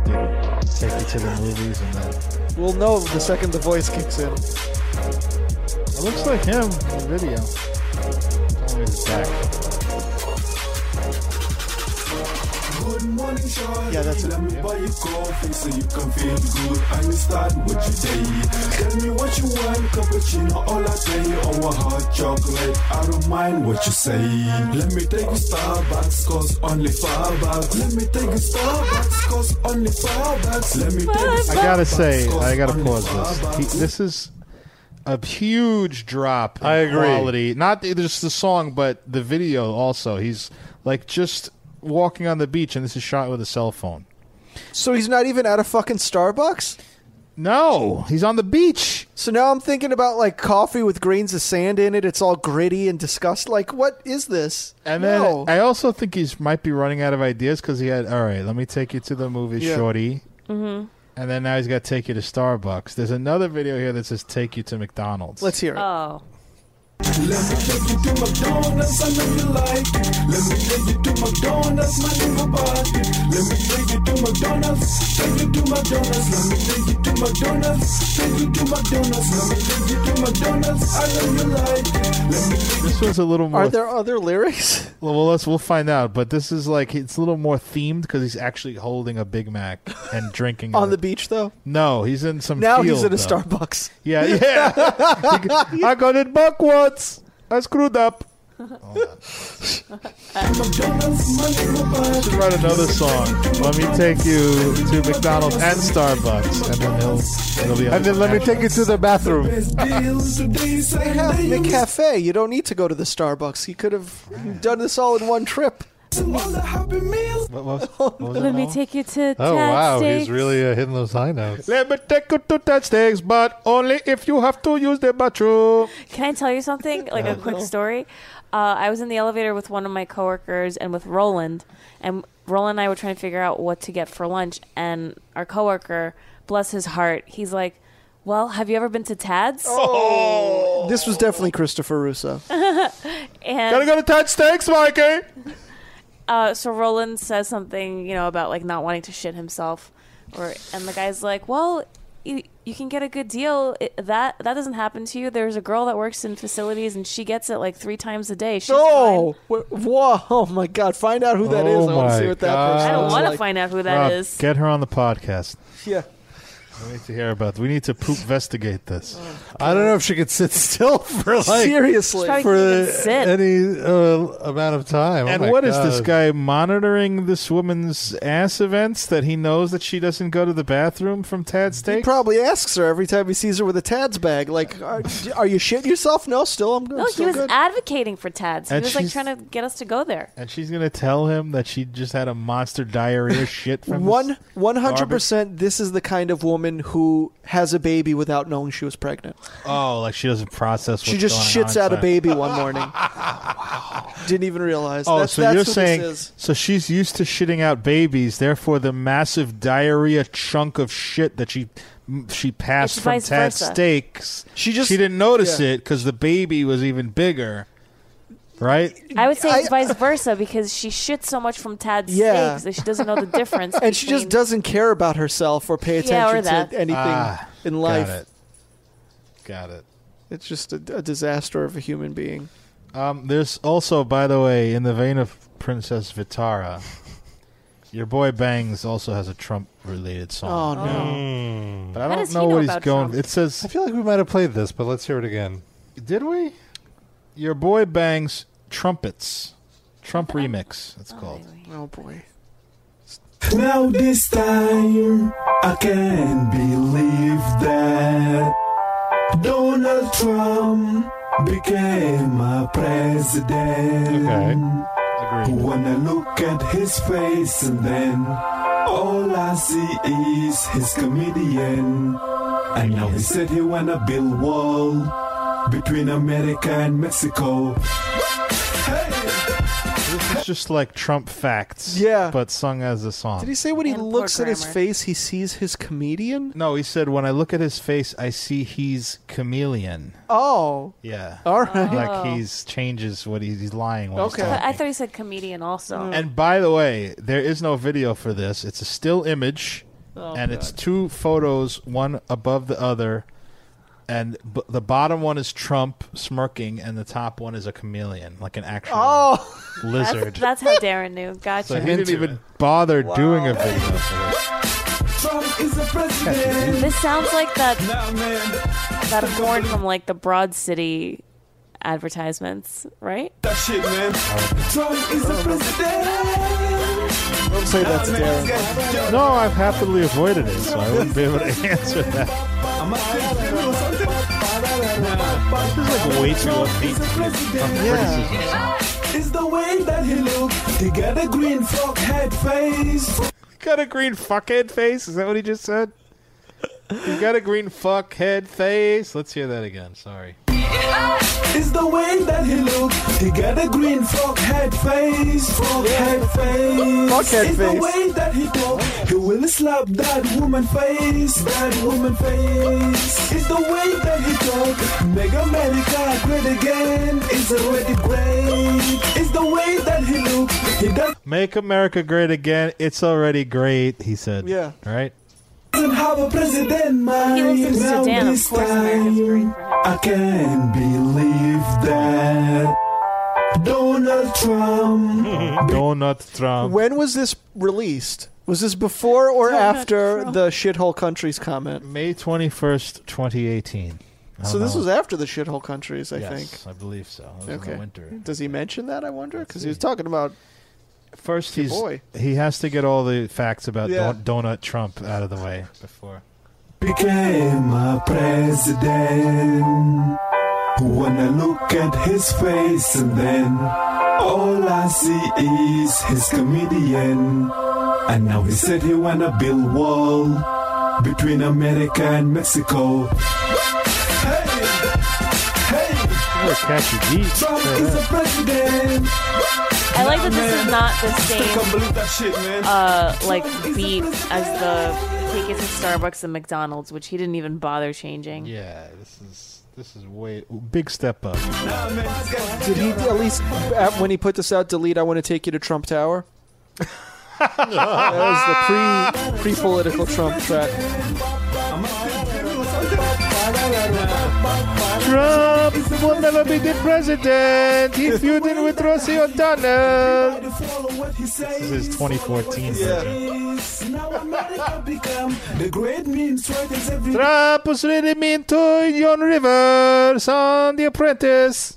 [SPEAKER 3] did take you to the movies and then?
[SPEAKER 4] We'll know the second the voice kicks in.
[SPEAKER 3] It looks like him in the video. It's only his back.
[SPEAKER 6] Good morning, Sean.
[SPEAKER 4] Yeah, that's it.
[SPEAKER 6] Let me buy you coffee so you can feel good and you start with your day. Tell me what you want, cappuccino or latte or hot chocolate. I don't mind what you say. Let me take you Starbucks, cause only Starbucks. Let me take you Starbucks, cause only Starbucks. Let me take you
[SPEAKER 3] I gotta
[SPEAKER 6] Starbucks,
[SPEAKER 3] say,
[SPEAKER 6] cause
[SPEAKER 3] I gotta
[SPEAKER 6] only
[SPEAKER 3] pause this. He, this is a huge drop. In
[SPEAKER 2] I agree.
[SPEAKER 3] Quality, not the- just the song, but the video also. He's like just walking on the beach, and this is shot with a cell phone.
[SPEAKER 4] So he's not even at a fucking Starbucks?
[SPEAKER 3] No, he's on the beach.
[SPEAKER 4] So now I'm thinking about like coffee with grains of sand in it. It's all gritty and disgust. Like, what is this?
[SPEAKER 3] And then
[SPEAKER 4] No.
[SPEAKER 3] I also think he's might be running out of ideas because he had. All right, let me take you to the movie,
[SPEAKER 4] Yeah. Mm-hmm.
[SPEAKER 3] shorty.
[SPEAKER 5] Mhm.
[SPEAKER 3] And then now he's got to take you to Starbucks. There's another video here that says take you to McDonald's.
[SPEAKER 4] Let's hear it.
[SPEAKER 5] Oh.
[SPEAKER 6] Let me take you to McDonald's, I know you like it. Let me take you to McDonald's, my little body. Let me take you to McDonald's, take you to McDonald's. Let me take you to McDonald's, take you to McDonald's. Let me take you to McDonald's, I know you like it. Let me take
[SPEAKER 3] This one's a little more.
[SPEAKER 4] Are there other (laughs) lyrics?
[SPEAKER 3] Well, well, let's we'll find out. But this is like it's a little more themed because he's actually holding a Big Mac
[SPEAKER 4] (laughs)
[SPEAKER 3] and drinking
[SPEAKER 4] On
[SPEAKER 3] a-
[SPEAKER 4] the beach, though?
[SPEAKER 3] No, he's in some.
[SPEAKER 4] Now
[SPEAKER 3] field,
[SPEAKER 4] he's in a
[SPEAKER 3] though.
[SPEAKER 4] Starbucks. (laughs)
[SPEAKER 3] Yeah, yeah. (laughs) I got it backwards. I screwed up.
[SPEAKER 6] McDonald's, my little body.
[SPEAKER 3] Should write another song. Let me take you to McDonald's and Starbucks, and then he'll it'll be.
[SPEAKER 2] And then let me take you to the bathroom.
[SPEAKER 4] They have the cafe. You don't need to go to the Starbucks. He could have done this all in one trip. (laughs)
[SPEAKER 5] Let me take you to
[SPEAKER 2] Oh wow, he's
[SPEAKER 5] Tad's
[SPEAKER 2] really uh, hitting those high notes.
[SPEAKER 3] Let me take you to that stakes, but only if you have to use the bathroom.
[SPEAKER 5] Can I tell you something? Like a
[SPEAKER 3] No.
[SPEAKER 5] quick story. Uh, I was in the elevator with one of my coworkers and with Roland, and Roland and I were trying to figure out what to get for lunch. And our coworker, bless his heart, he's like, "Well, have you ever been to Tad's?" (laughs)
[SPEAKER 3] Oh.
[SPEAKER 4] This was definitely Christopher Russo.
[SPEAKER 5] and
[SPEAKER 3] Gotta go to Tad Steaks, Mikey.
[SPEAKER 5] uh, so Roland says something, you know, about like not wanting to shit himself, or and the guy's like, "Well, you, you can get a good deal. It, that that doesn't happen to you. There's a girl that works in facilities, and she gets it like three times a day. She's
[SPEAKER 4] oh, wh- whoa! Oh my God! Find out who (laughs) that is. I want to see what that person.
[SPEAKER 5] I don't
[SPEAKER 4] looks
[SPEAKER 5] want to
[SPEAKER 4] like.
[SPEAKER 5] find out who that
[SPEAKER 3] Oh Rob,
[SPEAKER 5] is.
[SPEAKER 3] Get her on the podcast.
[SPEAKER 4] Yeah.
[SPEAKER 3] We need to hear about. We need
[SPEAKER 4] (laughs)
[SPEAKER 3] to poop investigate this.
[SPEAKER 5] Oh,
[SPEAKER 2] I don't know if she could
[SPEAKER 3] (laughs)
[SPEAKER 2] sit still for like
[SPEAKER 4] Seriously. She probably
[SPEAKER 2] for
[SPEAKER 4] can't even sit.
[SPEAKER 2] any uh, amount of time.
[SPEAKER 3] and what is this guy monitoring this woman's ass events that he knows that she doesn't go to the bathroom from Tad
[SPEAKER 4] He
[SPEAKER 3] Steak?
[SPEAKER 4] probably asks her every time he sees her with a Tad's bag. Like, are, are you shitting yourself? No, still I'm good.
[SPEAKER 5] No,
[SPEAKER 4] I'm
[SPEAKER 5] he
[SPEAKER 4] still
[SPEAKER 5] was
[SPEAKER 4] good.
[SPEAKER 5] advocating for Tad's. He
[SPEAKER 3] And
[SPEAKER 5] was like
[SPEAKER 3] she's-
[SPEAKER 5] trying to get us to go there.
[SPEAKER 3] and she's gonna tell him that she just had a monster
[SPEAKER 4] (laughs)
[SPEAKER 3] diarrhea shit from
[SPEAKER 4] One
[SPEAKER 3] this
[SPEAKER 4] one hundred
[SPEAKER 3] garbage?
[SPEAKER 4] percent. This is the kind of woman who has a baby without knowing she was pregnant.
[SPEAKER 3] Oh, like she doesn't process. What's
[SPEAKER 4] she just
[SPEAKER 3] going
[SPEAKER 4] shits
[SPEAKER 3] on
[SPEAKER 4] out a
[SPEAKER 3] inside.
[SPEAKER 4] baby
[SPEAKER 3] (laughs)
[SPEAKER 4] one morning. Didn't even realize.
[SPEAKER 3] Oh,
[SPEAKER 4] that's,
[SPEAKER 3] so
[SPEAKER 4] that's
[SPEAKER 3] you're
[SPEAKER 4] who this
[SPEAKER 3] saying
[SPEAKER 4] is.
[SPEAKER 3] so she's used to shitting out babies, therefore the massive diarrhea chunk of shit that she m- she passed
[SPEAKER 4] It's
[SPEAKER 3] from
[SPEAKER 4] vice
[SPEAKER 3] Tad
[SPEAKER 4] versa.
[SPEAKER 3] Steaks.
[SPEAKER 4] She just-
[SPEAKER 3] she didn't notice
[SPEAKER 4] yeah.
[SPEAKER 3] it because the baby was even bigger, right?
[SPEAKER 5] I would say it's vice versa because she shits so much from Tad's
[SPEAKER 4] Yeah.
[SPEAKER 5] steaks that she doesn't know the difference.
[SPEAKER 4] and she just
[SPEAKER 5] between-
[SPEAKER 4] doesn't care about herself or pay attention
[SPEAKER 5] Yeah, or that.
[SPEAKER 4] to anything
[SPEAKER 3] Ah,
[SPEAKER 4] in
[SPEAKER 3] got
[SPEAKER 4] life.
[SPEAKER 3] it. Got it.
[SPEAKER 4] It's just a, a disaster of a human being.
[SPEAKER 3] Um, there's also, by the way, in the vein of Princess Vitara, your boy Bangs also has a Trump-related song.
[SPEAKER 4] Oh, no.
[SPEAKER 2] Hmm.
[SPEAKER 3] But I
[SPEAKER 4] How
[SPEAKER 3] don't
[SPEAKER 4] does he
[SPEAKER 3] know
[SPEAKER 4] know
[SPEAKER 3] what he's
[SPEAKER 4] about
[SPEAKER 3] going.
[SPEAKER 4] Trump?
[SPEAKER 3] It says. I feel like we might have played this, but let's hear it again. Did we? Your boy Bangs trumpets, Trump remix. It's called.
[SPEAKER 4] Oh boy.
[SPEAKER 6] Now this time, I can't believe that Donald Trump became a president. Okay. When I look at his face and then all I see is his comedian
[SPEAKER 15] And now he said he wanna build wall between America and Mexico.
[SPEAKER 3] This is just like Trump facts.
[SPEAKER 4] Yeah.
[SPEAKER 3] But sung as a song.
[SPEAKER 4] Did he say when he looks at his face, he sees his comedian?
[SPEAKER 3] No, he said, when I look at his face, I see he's chameleon.
[SPEAKER 4] Oh.
[SPEAKER 3] Yeah.
[SPEAKER 4] All right.
[SPEAKER 5] Oh.
[SPEAKER 3] Like he's changes what he's, he's lying. When He's talking.
[SPEAKER 5] I thought he said comedian also.
[SPEAKER 3] And by the way, there is no video for this. It's a still image,
[SPEAKER 5] Oh,
[SPEAKER 3] and it's
[SPEAKER 5] God.
[SPEAKER 3] two photos, one above the other. And b- the bottom one is Trump smirking, and the top one is a chameleon, like an actual
[SPEAKER 4] (laughs)
[SPEAKER 5] Oh.
[SPEAKER 3] lizard.
[SPEAKER 5] That's, that's how Darren knew. Gotcha.
[SPEAKER 3] so he didn't even bother doing a video for this.
[SPEAKER 15] Trump is the president.
[SPEAKER 5] This sounds like that that horn from like the Broad City advertisements, right?
[SPEAKER 15] That shit, man. Trump is the president.
[SPEAKER 4] Don't say that's
[SPEAKER 3] No, I've happily avoided it, so I wouldn't be able to (laughs) answer that. This is like way too upbeat.
[SPEAKER 15] Yeah. It's the way that he look. He got a green fuckhead face.
[SPEAKER 3] Got a green fuckhead face? Is that what he just said? You got a green fuckhead face. Let's hear that again. Sorry.
[SPEAKER 15] It's the way that he look. He got a green fuckhead face. Fuckhead face.
[SPEAKER 6] Fuckhead
[SPEAKER 15] it's the
[SPEAKER 6] face.
[SPEAKER 15] way that he talk. He will slap that woman face. That woman face. It's the way that he talk. Make America great again. It's already great. It's the way that he look. He does.
[SPEAKER 3] Make America great again. It's already great, he said.
[SPEAKER 15] Yeah.
[SPEAKER 3] Right?
[SPEAKER 15] doesn't have a president, man.
[SPEAKER 6] He lives in
[SPEAKER 15] Now
[SPEAKER 6] Sudan, of
[SPEAKER 15] this
[SPEAKER 6] course
[SPEAKER 15] time, I can't believe that Donald Trump.
[SPEAKER 3] (laughs) Donald Trump.
[SPEAKER 4] When was this released? Was this before or after the shithole countries comment?
[SPEAKER 3] May 21st, 2018. I
[SPEAKER 4] So
[SPEAKER 3] don't
[SPEAKER 4] this
[SPEAKER 3] know.
[SPEAKER 4] was after the shithole countries, I
[SPEAKER 3] Yes,
[SPEAKER 4] think.
[SPEAKER 3] I believe so. It was in the
[SPEAKER 4] okay.
[SPEAKER 3] winter.
[SPEAKER 4] Does he mention that? I wonder because he was talking about
[SPEAKER 3] first
[SPEAKER 4] your
[SPEAKER 3] He's-
[SPEAKER 4] boy.
[SPEAKER 3] He has to get all the facts about
[SPEAKER 4] Yeah.
[SPEAKER 3] Don- Donut Trump out of the way before.
[SPEAKER 15] Became a president. When I look at his face, and then all I see is his comedian. And now he said he wanna build wall between America and Mexico.
[SPEAKER 3] What a catchy beat.
[SPEAKER 15] Trump is the president.
[SPEAKER 5] I like that this is not the same
[SPEAKER 15] That shit, man.
[SPEAKER 5] uh like beat as the tickets at Starbucks and McDonald's, which he didn't even bother changing.
[SPEAKER 3] Yeah, this is this is way big step up.
[SPEAKER 4] Did he at least at- when he put this out? Delete. I want to take you to Trump
[SPEAKER 3] (laughs)
[SPEAKER 4] Tower. that was the pre pre political Trump track.
[SPEAKER 3] Trump will never be the president. He's feuding with Rosie O'Donnell. This is his 2014 version.
[SPEAKER 15] Now America become the great meme strikers every
[SPEAKER 3] Trump was really mean to John Rivers on The Apprentice.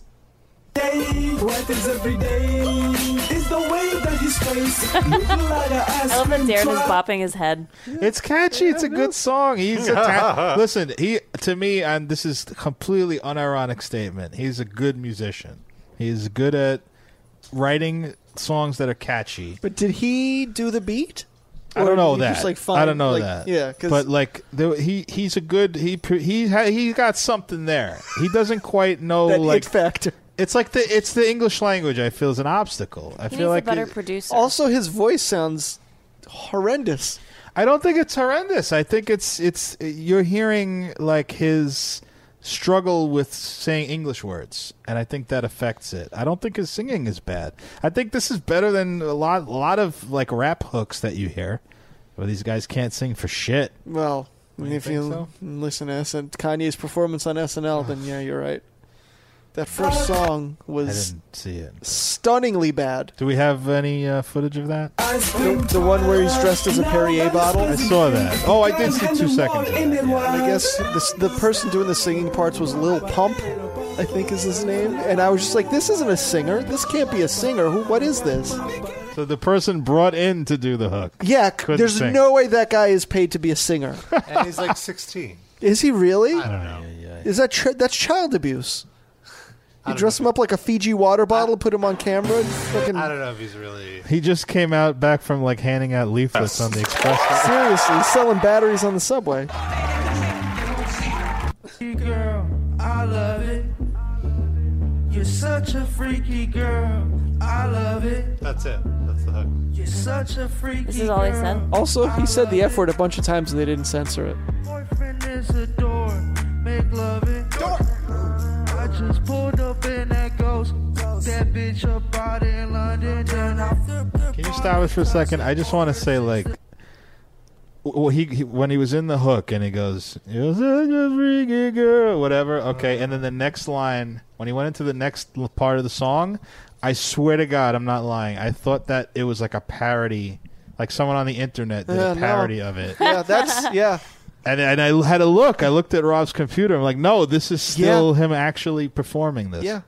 [SPEAKER 15] day. Writers every day. It's the way that his
[SPEAKER 5] (laughs)
[SPEAKER 15] face. look like a ice
[SPEAKER 5] I love that
[SPEAKER 15] cream
[SPEAKER 5] Darren is
[SPEAKER 15] truck.
[SPEAKER 5] bopping his head.
[SPEAKER 3] It's catchy. It's a good song. He's
[SPEAKER 4] (laughs)
[SPEAKER 3] a ta- listen. He to me, and this is a completely unironic statement. He's a good musician. He's good at writing songs that are catchy.
[SPEAKER 4] But did he do the beat?
[SPEAKER 3] I
[SPEAKER 4] Or
[SPEAKER 3] don't know
[SPEAKER 4] did he
[SPEAKER 3] that.
[SPEAKER 4] just, like,
[SPEAKER 3] I
[SPEAKER 4] find,
[SPEAKER 3] don't know
[SPEAKER 4] like-
[SPEAKER 3] that.
[SPEAKER 4] Yeah, because
[SPEAKER 3] but like the, he he's a good he pr- he ha, he got something there. He doesn't quite know
[SPEAKER 4] That it
[SPEAKER 3] like
[SPEAKER 4] factor.
[SPEAKER 3] It's like the it's the English language. I feel is an obstacle. I feel like it-
[SPEAKER 5] producer.
[SPEAKER 4] Also, his voice sounds horrendous.
[SPEAKER 3] I don't think it's horrendous. I think it's it's you're hearing like his struggle with saying English words, and I think that affects it. I don't think his singing is bad. I think this is better than a lot a lot of like rap hooks that you hear, where these guys can't sing for shit.
[SPEAKER 4] Well,
[SPEAKER 3] Don't Oh, you
[SPEAKER 4] if
[SPEAKER 3] think
[SPEAKER 4] you
[SPEAKER 3] so?
[SPEAKER 4] listen to SN- Kanye's performance on SNL, then yeah, you're right. That first song
[SPEAKER 3] I
[SPEAKER 4] was
[SPEAKER 3] didn't see it.
[SPEAKER 4] stunningly bad.
[SPEAKER 3] Do we have any uh, footage of that?
[SPEAKER 4] The, the one where he's dressed as a Perrier bottle.
[SPEAKER 3] I saw that. Oh, I did see two seconds. Of that.
[SPEAKER 4] And I guess this, the person doing the singing parts was Lil Pump, I think is his name. And I was just like, this isn't a singer. This can't be a singer. Who? What is this?
[SPEAKER 3] So the person brought in to do the hook.
[SPEAKER 4] Yeah, c-
[SPEAKER 3] Couldn't
[SPEAKER 4] there's
[SPEAKER 3] sing.
[SPEAKER 4] no way that guy is paid to be a
[SPEAKER 3] (laughs)
[SPEAKER 4] singer.
[SPEAKER 2] and he's like 16.
[SPEAKER 4] Is he really? I
[SPEAKER 2] don't know.
[SPEAKER 4] Is that chi- that's child abuse? You dress him up like a Fiji water bottle, put him on camera, and fucking.
[SPEAKER 2] I don't know if he's really.
[SPEAKER 3] He just came out back from like handing out leaflets on the express.
[SPEAKER 4] Seriously, selling batteries on the subway.
[SPEAKER 6] such a freaky girl. I love it.
[SPEAKER 2] That's it. That's the hook.
[SPEAKER 6] You're such a freaky
[SPEAKER 5] This is all he said.
[SPEAKER 4] Also, he said the F word a bunch of times and they didn't censor it.
[SPEAKER 6] Boyfriend is a door. Make love it. I just pulled up in that ghost. That bitch up out in London. Then I
[SPEAKER 3] Can you stop us for a second? I just want to say, like, well, he, he when he was in the hook and he goes, "You're such a freaky girl," whatever. Okay, and then the next line when he went into the next l- part of the song, I swear to God, I'm not lying. I thought that it was like a parody, like someone on the internet did
[SPEAKER 4] Yeah,
[SPEAKER 3] a
[SPEAKER 4] no.
[SPEAKER 3] parody of it.
[SPEAKER 4] Yeah, that's yeah.
[SPEAKER 3] And, and I had a look. I looked at Rob's computer. I'm like, no, this is still him actually performing this.
[SPEAKER 4] Yeah.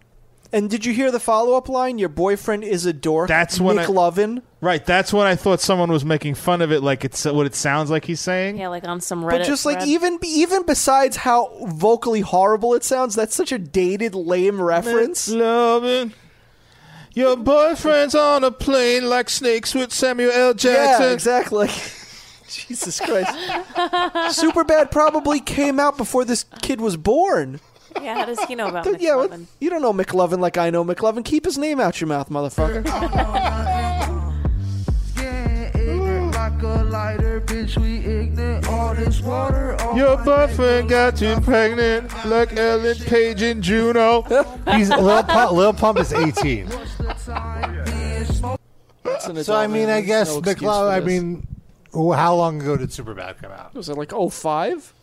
[SPEAKER 4] And did you hear the follow up line? Your boyfriend is a dork.
[SPEAKER 3] That's when I-
[SPEAKER 4] McLovin.
[SPEAKER 3] Right. That's when I thought someone was making fun of it, like it's what it sounds like he's saying.
[SPEAKER 5] Yeah, like on some Reddit.
[SPEAKER 4] But just like
[SPEAKER 5] thread.
[SPEAKER 4] even even besides how vocally horrible it sounds, that's such a dated, lame reference.
[SPEAKER 3] Loving. Your boyfriend's on a plane like snakes with Samuel L. Jackson.
[SPEAKER 4] Yeah,
[SPEAKER 5] (laughs)
[SPEAKER 4] exactly. (laughs) Jesus Christ. Superbad probably came out before this kid was born.
[SPEAKER 5] (laughs) yeah, how does he know about
[SPEAKER 4] Dude,
[SPEAKER 5] McLovin?
[SPEAKER 4] yeah, what- you don't know McLovin like I know McLovin. Keep his name out your mouth, motherfucker.
[SPEAKER 6] get ignorant like a lighter. Bitch, we ignorant. All this water. All
[SPEAKER 3] (laughs) Your boyfriend got you pregnant like Ellen Page and
[SPEAKER 4] (laughs)
[SPEAKER 3] Juno. (laughs)
[SPEAKER 6] (laughs)
[SPEAKER 2] He's Lil Pump, Lil Pump is (laughs) 18. So I mean, I guess McLovin. I mean, wh- how long ago did Superbad come out?
[SPEAKER 4] was it like 05?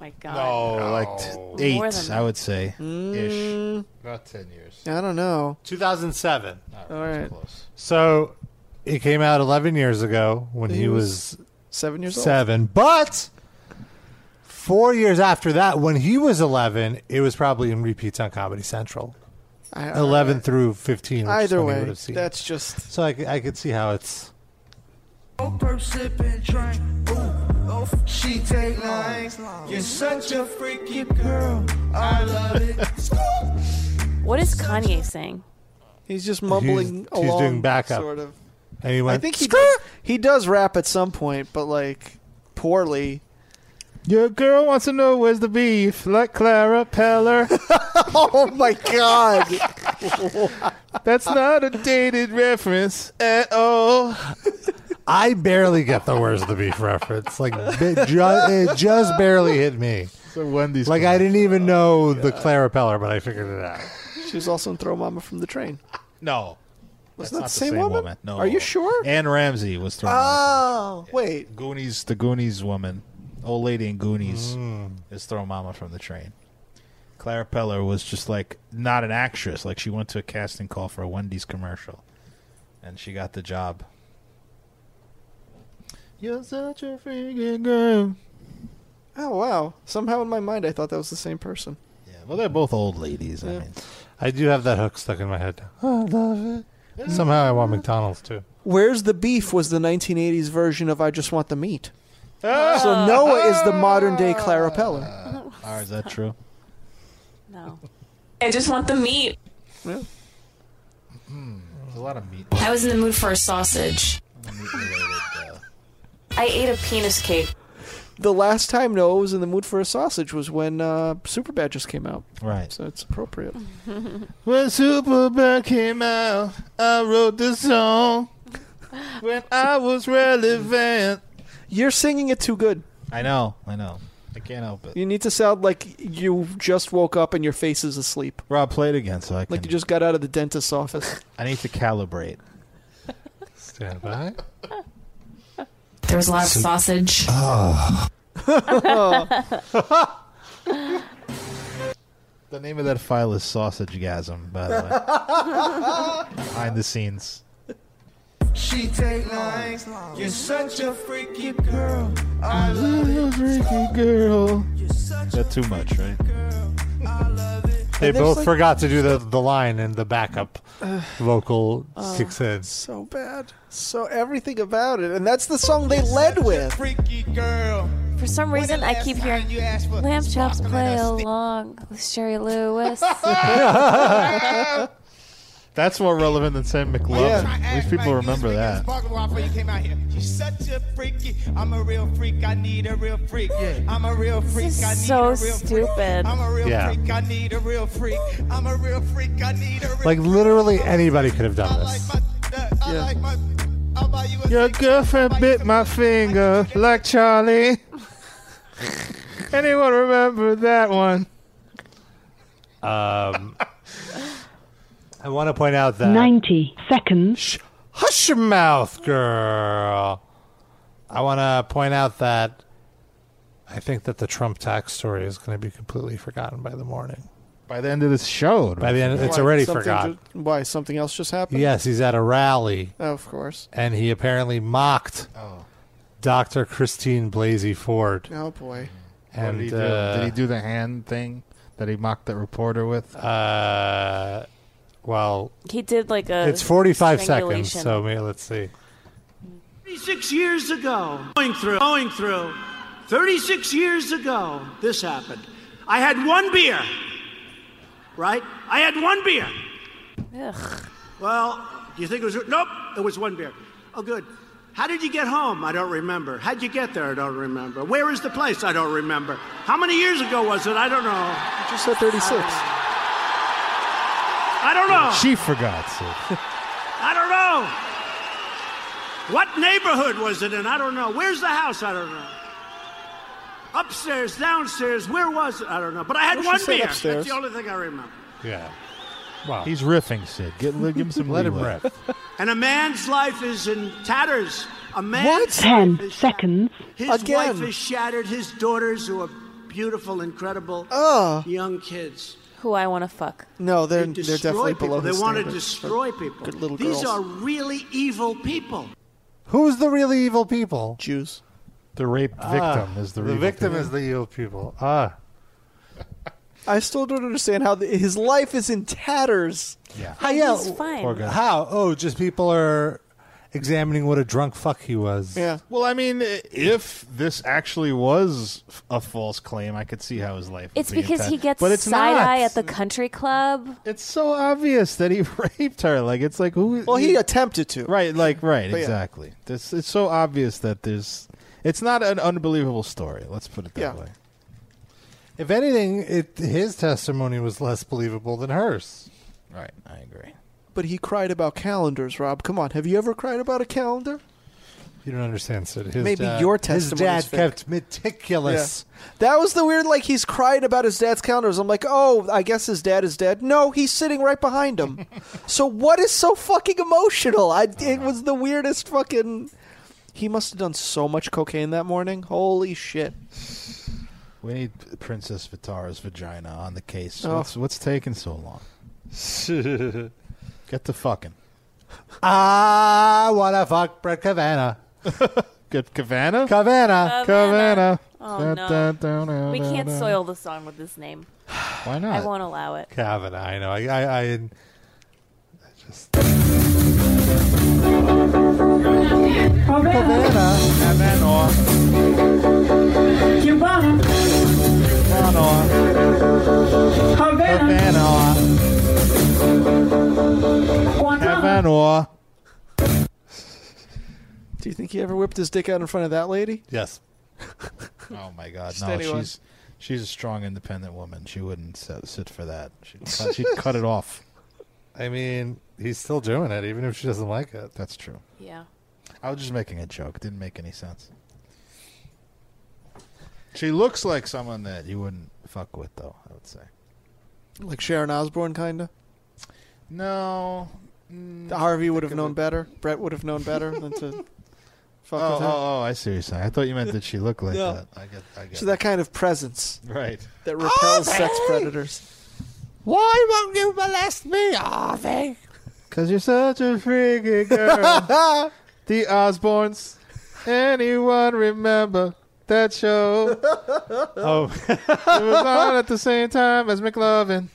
[SPEAKER 5] My
[SPEAKER 3] No, like t-
[SPEAKER 2] More
[SPEAKER 3] eight,
[SPEAKER 2] than
[SPEAKER 3] I would say.
[SPEAKER 4] Mm,
[SPEAKER 3] About 10 years.
[SPEAKER 4] I don't know.
[SPEAKER 2] 2007.
[SPEAKER 4] All right.
[SPEAKER 2] So it came out 11 years ago when he,
[SPEAKER 4] He
[SPEAKER 2] was,
[SPEAKER 4] was seven years old?
[SPEAKER 2] Seven, but four years after that, when he was 11, it was probably in repeats on Comedy Central.
[SPEAKER 4] I-
[SPEAKER 2] 11 through 15. Which
[SPEAKER 4] Either
[SPEAKER 2] is when he
[SPEAKER 4] way,
[SPEAKER 2] would have seen.
[SPEAKER 4] that's just.
[SPEAKER 2] So I, c- I could see how it's.
[SPEAKER 6] Over sipping drink. Ooh, oh, she take lines. You're such a freaky girl. I love it.
[SPEAKER 5] What is Kanye saying?
[SPEAKER 4] He's just mumbling
[SPEAKER 2] he's
[SPEAKER 4] along.
[SPEAKER 2] doing backup.
[SPEAKER 4] Sort of.
[SPEAKER 2] And he
[SPEAKER 4] I
[SPEAKER 2] went,
[SPEAKER 4] think he does, he does rap at some point, but like poorly.
[SPEAKER 3] Your girl wants to know where's the beef, like Clara Peller.
[SPEAKER 4] (laughs) oh my god.
[SPEAKER 3] (laughs) That's not a dated reference at all.
[SPEAKER 2] I barely get the where's the beef reference. Like bi- ju- it just barely hit me.
[SPEAKER 3] So Wendy's Oh,
[SPEAKER 2] like I didn't even know the Clara Peller, but I figured it out.
[SPEAKER 4] She was also in Throw Mama from the Train.
[SPEAKER 3] No.
[SPEAKER 4] Was
[SPEAKER 3] That's
[SPEAKER 4] that the
[SPEAKER 3] not
[SPEAKER 4] same, woman?
[SPEAKER 3] No.
[SPEAKER 4] Are you sure?
[SPEAKER 3] Anne Ramsey was thrown.
[SPEAKER 4] Oh, wait.
[SPEAKER 3] Goonies, the Goonies woman, old lady in Goonies, is throw Mama from the train. Clara Peller was just like not an actress. Like she went to a casting call for a Wendy's commercial, and she got the job. You're such a freaking girl.
[SPEAKER 4] Oh wow! Somehow in my mind, I thought that was the same person.
[SPEAKER 3] Yeah, well, they're both old ladies. I mean,
[SPEAKER 2] I do have that hook stuck in my head. I love it. Somehow I want McDonald's too.
[SPEAKER 4] Where's the Beef was the 1980s version of I Just Want the Meat.
[SPEAKER 10] Ah.
[SPEAKER 4] so Noah is the modern day Clara Peller.
[SPEAKER 3] Or is that true?
[SPEAKER 5] No.
[SPEAKER 10] I just want the meat.
[SPEAKER 3] There's Hmm. a lot of meat.
[SPEAKER 10] I was in the mood for a sausage.
[SPEAKER 3] uh,
[SPEAKER 10] I ate a penis cake.
[SPEAKER 4] The last time Noah was in the mood for a sausage was when uh, Superbad just came out.
[SPEAKER 3] Right.
[SPEAKER 4] So it's appropriate.
[SPEAKER 3] When Superbad came out, I wrote the song. When I was relevant.
[SPEAKER 4] You're singing it too good.
[SPEAKER 3] I know, I know. I can't help it.
[SPEAKER 4] You need to sound like you just woke up and your face is asleep.
[SPEAKER 3] Rob, play it again so I can.
[SPEAKER 4] Like you just got out of the dentist's (laughs) office.
[SPEAKER 3] I need to calibrate.
[SPEAKER 2] Stand by.
[SPEAKER 10] There was a lot of sausage.
[SPEAKER 3] The name of that file is Sausagegasm, by the (laughs) way.
[SPEAKER 16] (laughs)
[SPEAKER 3] Behind the scenes.
[SPEAKER 6] She take lines. You're such a freaky girl. I love it.
[SPEAKER 3] (laughs) Freaky girl. That's too much, right?
[SPEAKER 2] They
[SPEAKER 4] And there's
[SPEAKER 2] both
[SPEAKER 4] like-
[SPEAKER 2] forgot to do the, the line and the backup vocal
[SPEAKER 4] Uh,
[SPEAKER 2] six in.
[SPEAKER 4] Oh. so bad. So everything about it. And that's the song they led with.
[SPEAKER 6] Freaky girl.
[SPEAKER 5] For some reason, I keep hearing lamb chops
[SPEAKER 3] (laughs)
[SPEAKER 5] play along with Sherry Lewis.
[SPEAKER 3] That's That's more relevant than Sam McLovin.
[SPEAKER 16] Yeah.
[SPEAKER 3] These people remember that.
[SPEAKER 16] Parking lot before you came out here. She's such a freaky. I'm a real freak. I need a real freak. I'm a real freak.
[SPEAKER 5] This
[SPEAKER 16] I need
[SPEAKER 5] is so
[SPEAKER 16] a real freak.
[SPEAKER 5] stupid.
[SPEAKER 16] I'm a real
[SPEAKER 2] Yeah.
[SPEAKER 16] freak. I need a real freak. I'm a real freak. I need a real
[SPEAKER 2] Like literally anybody could have done this.
[SPEAKER 3] Your girlfriend bit my finger
[SPEAKER 4] (laughs)
[SPEAKER 3] like Charlie. Anyone remember that one?
[SPEAKER 4] (laughs)
[SPEAKER 2] Um, I want to point out that
[SPEAKER 17] 90 seconds.
[SPEAKER 2] Hush your mouth, girl. I want to point out that I think that the Trump tax story is going to be completely forgotten by the morning.
[SPEAKER 3] By the end of this show,
[SPEAKER 2] By the end, it's
[SPEAKER 4] Why,
[SPEAKER 2] already
[SPEAKER 4] something
[SPEAKER 2] forgotten.
[SPEAKER 4] ju- why something else just happened?
[SPEAKER 2] Yes, he's at a rally.
[SPEAKER 4] Of course.
[SPEAKER 2] And he apparently mocked Dr. Christine Blasey Ford.
[SPEAKER 4] Oh boy.
[SPEAKER 3] What did he do? Did he do the hand thing that he mocked the reporter with?
[SPEAKER 2] Uh, well,
[SPEAKER 5] He did like
[SPEAKER 8] Uh,
[SPEAKER 5] a.
[SPEAKER 2] it's 45 seconds,
[SPEAKER 5] strangulation.
[SPEAKER 2] so maybe, let's see.
[SPEAKER 8] 36 years ago, going through, going through, 36 years ago, this happened. I had one beer, right? I had one beer. Ugh. Well, do you think it was? Nope, it was one beer. Oh, good. How did you get home? I don't remember. How'd you get there? I don't remember. Where is the place? I don't remember. How many years ago was it? I don't know. You
[SPEAKER 4] just said 36.
[SPEAKER 8] I don't know.
[SPEAKER 3] She forgot. Sid.
[SPEAKER 8] I don't know. What neighborhood was it in? I don't know. Where's the house? I don't know. Upstairs, downstairs, where was it? I don't know. But I had
[SPEAKER 3] Well, she
[SPEAKER 8] one
[SPEAKER 3] said
[SPEAKER 8] beer.
[SPEAKER 3] upstairs.
[SPEAKER 8] That's the only thing I remember.
[SPEAKER 2] Yeah. Wow.
[SPEAKER 3] He's riffing, Sid. Get, give him (laughs) some
[SPEAKER 2] Let him
[SPEAKER 3] leeway.
[SPEAKER 2] riff.
[SPEAKER 8] And a man's life is in tatters. A man's life
[SPEAKER 17] 10
[SPEAKER 8] is
[SPEAKER 17] seconds.
[SPEAKER 8] His wife is shattered. His daughters, who are beautiful, incredible young kids.
[SPEAKER 5] Who I want to fuck.
[SPEAKER 4] No, they're
[SPEAKER 8] They
[SPEAKER 4] they're definitely
[SPEAKER 8] destroy people.
[SPEAKER 4] below
[SPEAKER 8] They
[SPEAKER 4] his
[SPEAKER 8] want to
[SPEAKER 4] standards.
[SPEAKER 8] destroy people.
[SPEAKER 4] Good little
[SPEAKER 8] These
[SPEAKER 4] girls.
[SPEAKER 8] are really evil people.
[SPEAKER 2] (laughs) Who's the really evil people?
[SPEAKER 4] Jews.
[SPEAKER 3] The rape
[SPEAKER 4] victim is the
[SPEAKER 2] Ah, the
[SPEAKER 4] evil
[SPEAKER 2] victim
[SPEAKER 4] people.
[SPEAKER 2] is the evil people. Ah,
[SPEAKER 4] I still don't understand how the, his life is in tatters.
[SPEAKER 2] Yeah.
[SPEAKER 5] How- yeah, He's fine. Poor guy.
[SPEAKER 2] How? Oh, just people are examining what a drunk fuck he was.
[SPEAKER 4] Yeah.
[SPEAKER 3] Well, I mean, i- if this actually was f- a false claim, I could see how his life. would
[SPEAKER 5] It's
[SPEAKER 3] be in
[SPEAKER 5] because
[SPEAKER 3] fact-
[SPEAKER 5] he gets
[SPEAKER 3] but it's
[SPEAKER 5] side
[SPEAKER 3] not.
[SPEAKER 5] eye at the country club.
[SPEAKER 3] It's so obvious that he (laughs) raped her. Like it's like who?
[SPEAKER 5] Well, he
[SPEAKER 4] attempted to.
[SPEAKER 3] Right, like right,
[SPEAKER 5] But yeah.
[SPEAKER 3] exactly. This it's so obvious that there's. It's not an unbelievable story. Let's put it that way.
[SPEAKER 2] If anything, it his testimony was less believable than hers.
[SPEAKER 3] Right, I agree.
[SPEAKER 4] But he cried about calendars, Rob. Come on, have you ever cried about a calendar?
[SPEAKER 2] You don't understand, Sid. His
[SPEAKER 4] Maybe
[SPEAKER 2] dad,
[SPEAKER 4] your
[SPEAKER 2] His
[SPEAKER 4] testimony
[SPEAKER 2] dad
[SPEAKER 4] is fake.
[SPEAKER 2] kept meticulous.
[SPEAKER 4] That was the weird. Like he's crying about his dad's calendars. I'm like, oh, I guess his dad is dead. No, he's sitting right behind
[SPEAKER 2] (laughs)
[SPEAKER 4] him. so what is so fucking emotional? I it was the weirdest fucking. He must have done so much cocaine that morning. Holy shit!
[SPEAKER 3] We need Princess Vitara's vagina on the case.
[SPEAKER 4] Oh.
[SPEAKER 3] What's, what's taking so long? Get to fucking.
[SPEAKER 2] I wanna Ah, fuck Brett Kavanaugh.
[SPEAKER 3] (laughs) Good Kavanaugh.
[SPEAKER 2] Kavanaugh.
[SPEAKER 3] Kavanaugh.
[SPEAKER 5] Oh,
[SPEAKER 3] Ah, Dun,
[SPEAKER 5] no.
[SPEAKER 3] dun, dun, dun,
[SPEAKER 5] we
[SPEAKER 3] dun,
[SPEAKER 5] can't
[SPEAKER 3] dun.
[SPEAKER 5] soil the song with this name.
[SPEAKER 3] (sighs) Why
[SPEAKER 5] I
[SPEAKER 3] not?
[SPEAKER 5] won't allow it.
[SPEAKER 2] Kavanaugh. I know. I. I. I
[SPEAKER 6] Havana. Havana. Cubana. Havana. Havana.
[SPEAKER 3] Kavanaugh.
[SPEAKER 4] Do you think he ever whipped his dick out in front of that lady?
[SPEAKER 2] Yes.
[SPEAKER 3] Oh my God!
[SPEAKER 4] Just
[SPEAKER 3] No,
[SPEAKER 4] anyone.
[SPEAKER 3] she's she's a strong, independent woman. She wouldn't sit, sit for that. She'd cut, she'd cut it off.
[SPEAKER 2] I mean, he's still doing it, even if she doesn't like it.
[SPEAKER 3] That's true.
[SPEAKER 5] Yeah.
[SPEAKER 3] I was just making a joke. Didn't make any sense. She looks like someone that you wouldn't fuck with, though. I would say.
[SPEAKER 4] Like Sharon Osbourne, kinda.
[SPEAKER 3] No.
[SPEAKER 2] Mm,
[SPEAKER 4] Harvey would have known better. Brett would have known better than
[SPEAKER 2] (laughs)
[SPEAKER 4] to fuck
[SPEAKER 3] Oh,
[SPEAKER 4] with her.
[SPEAKER 3] oh, oh, I see what you're saying. I thought you meant that she looked like that. I get, I get
[SPEAKER 4] so that kind of presence,
[SPEAKER 3] Right.
[SPEAKER 4] that repels
[SPEAKER 3] Oh,
[SPEAKER 4] sex
[SPEAKER 3] hey!
[SPEAKER 4] predators.
[SPEAKER 3] Why won't you molest me, (laughs) Harvey? Because you're such a freaky (laughs) girl. the Osbournes. Anyone remember that show? (laughs)
[SPEAKER 6] Oh.
[SPEAKER 3] it was on at the same time
[SPEAKER 4] (laughs)
[SPEAKER 3] as McLovin.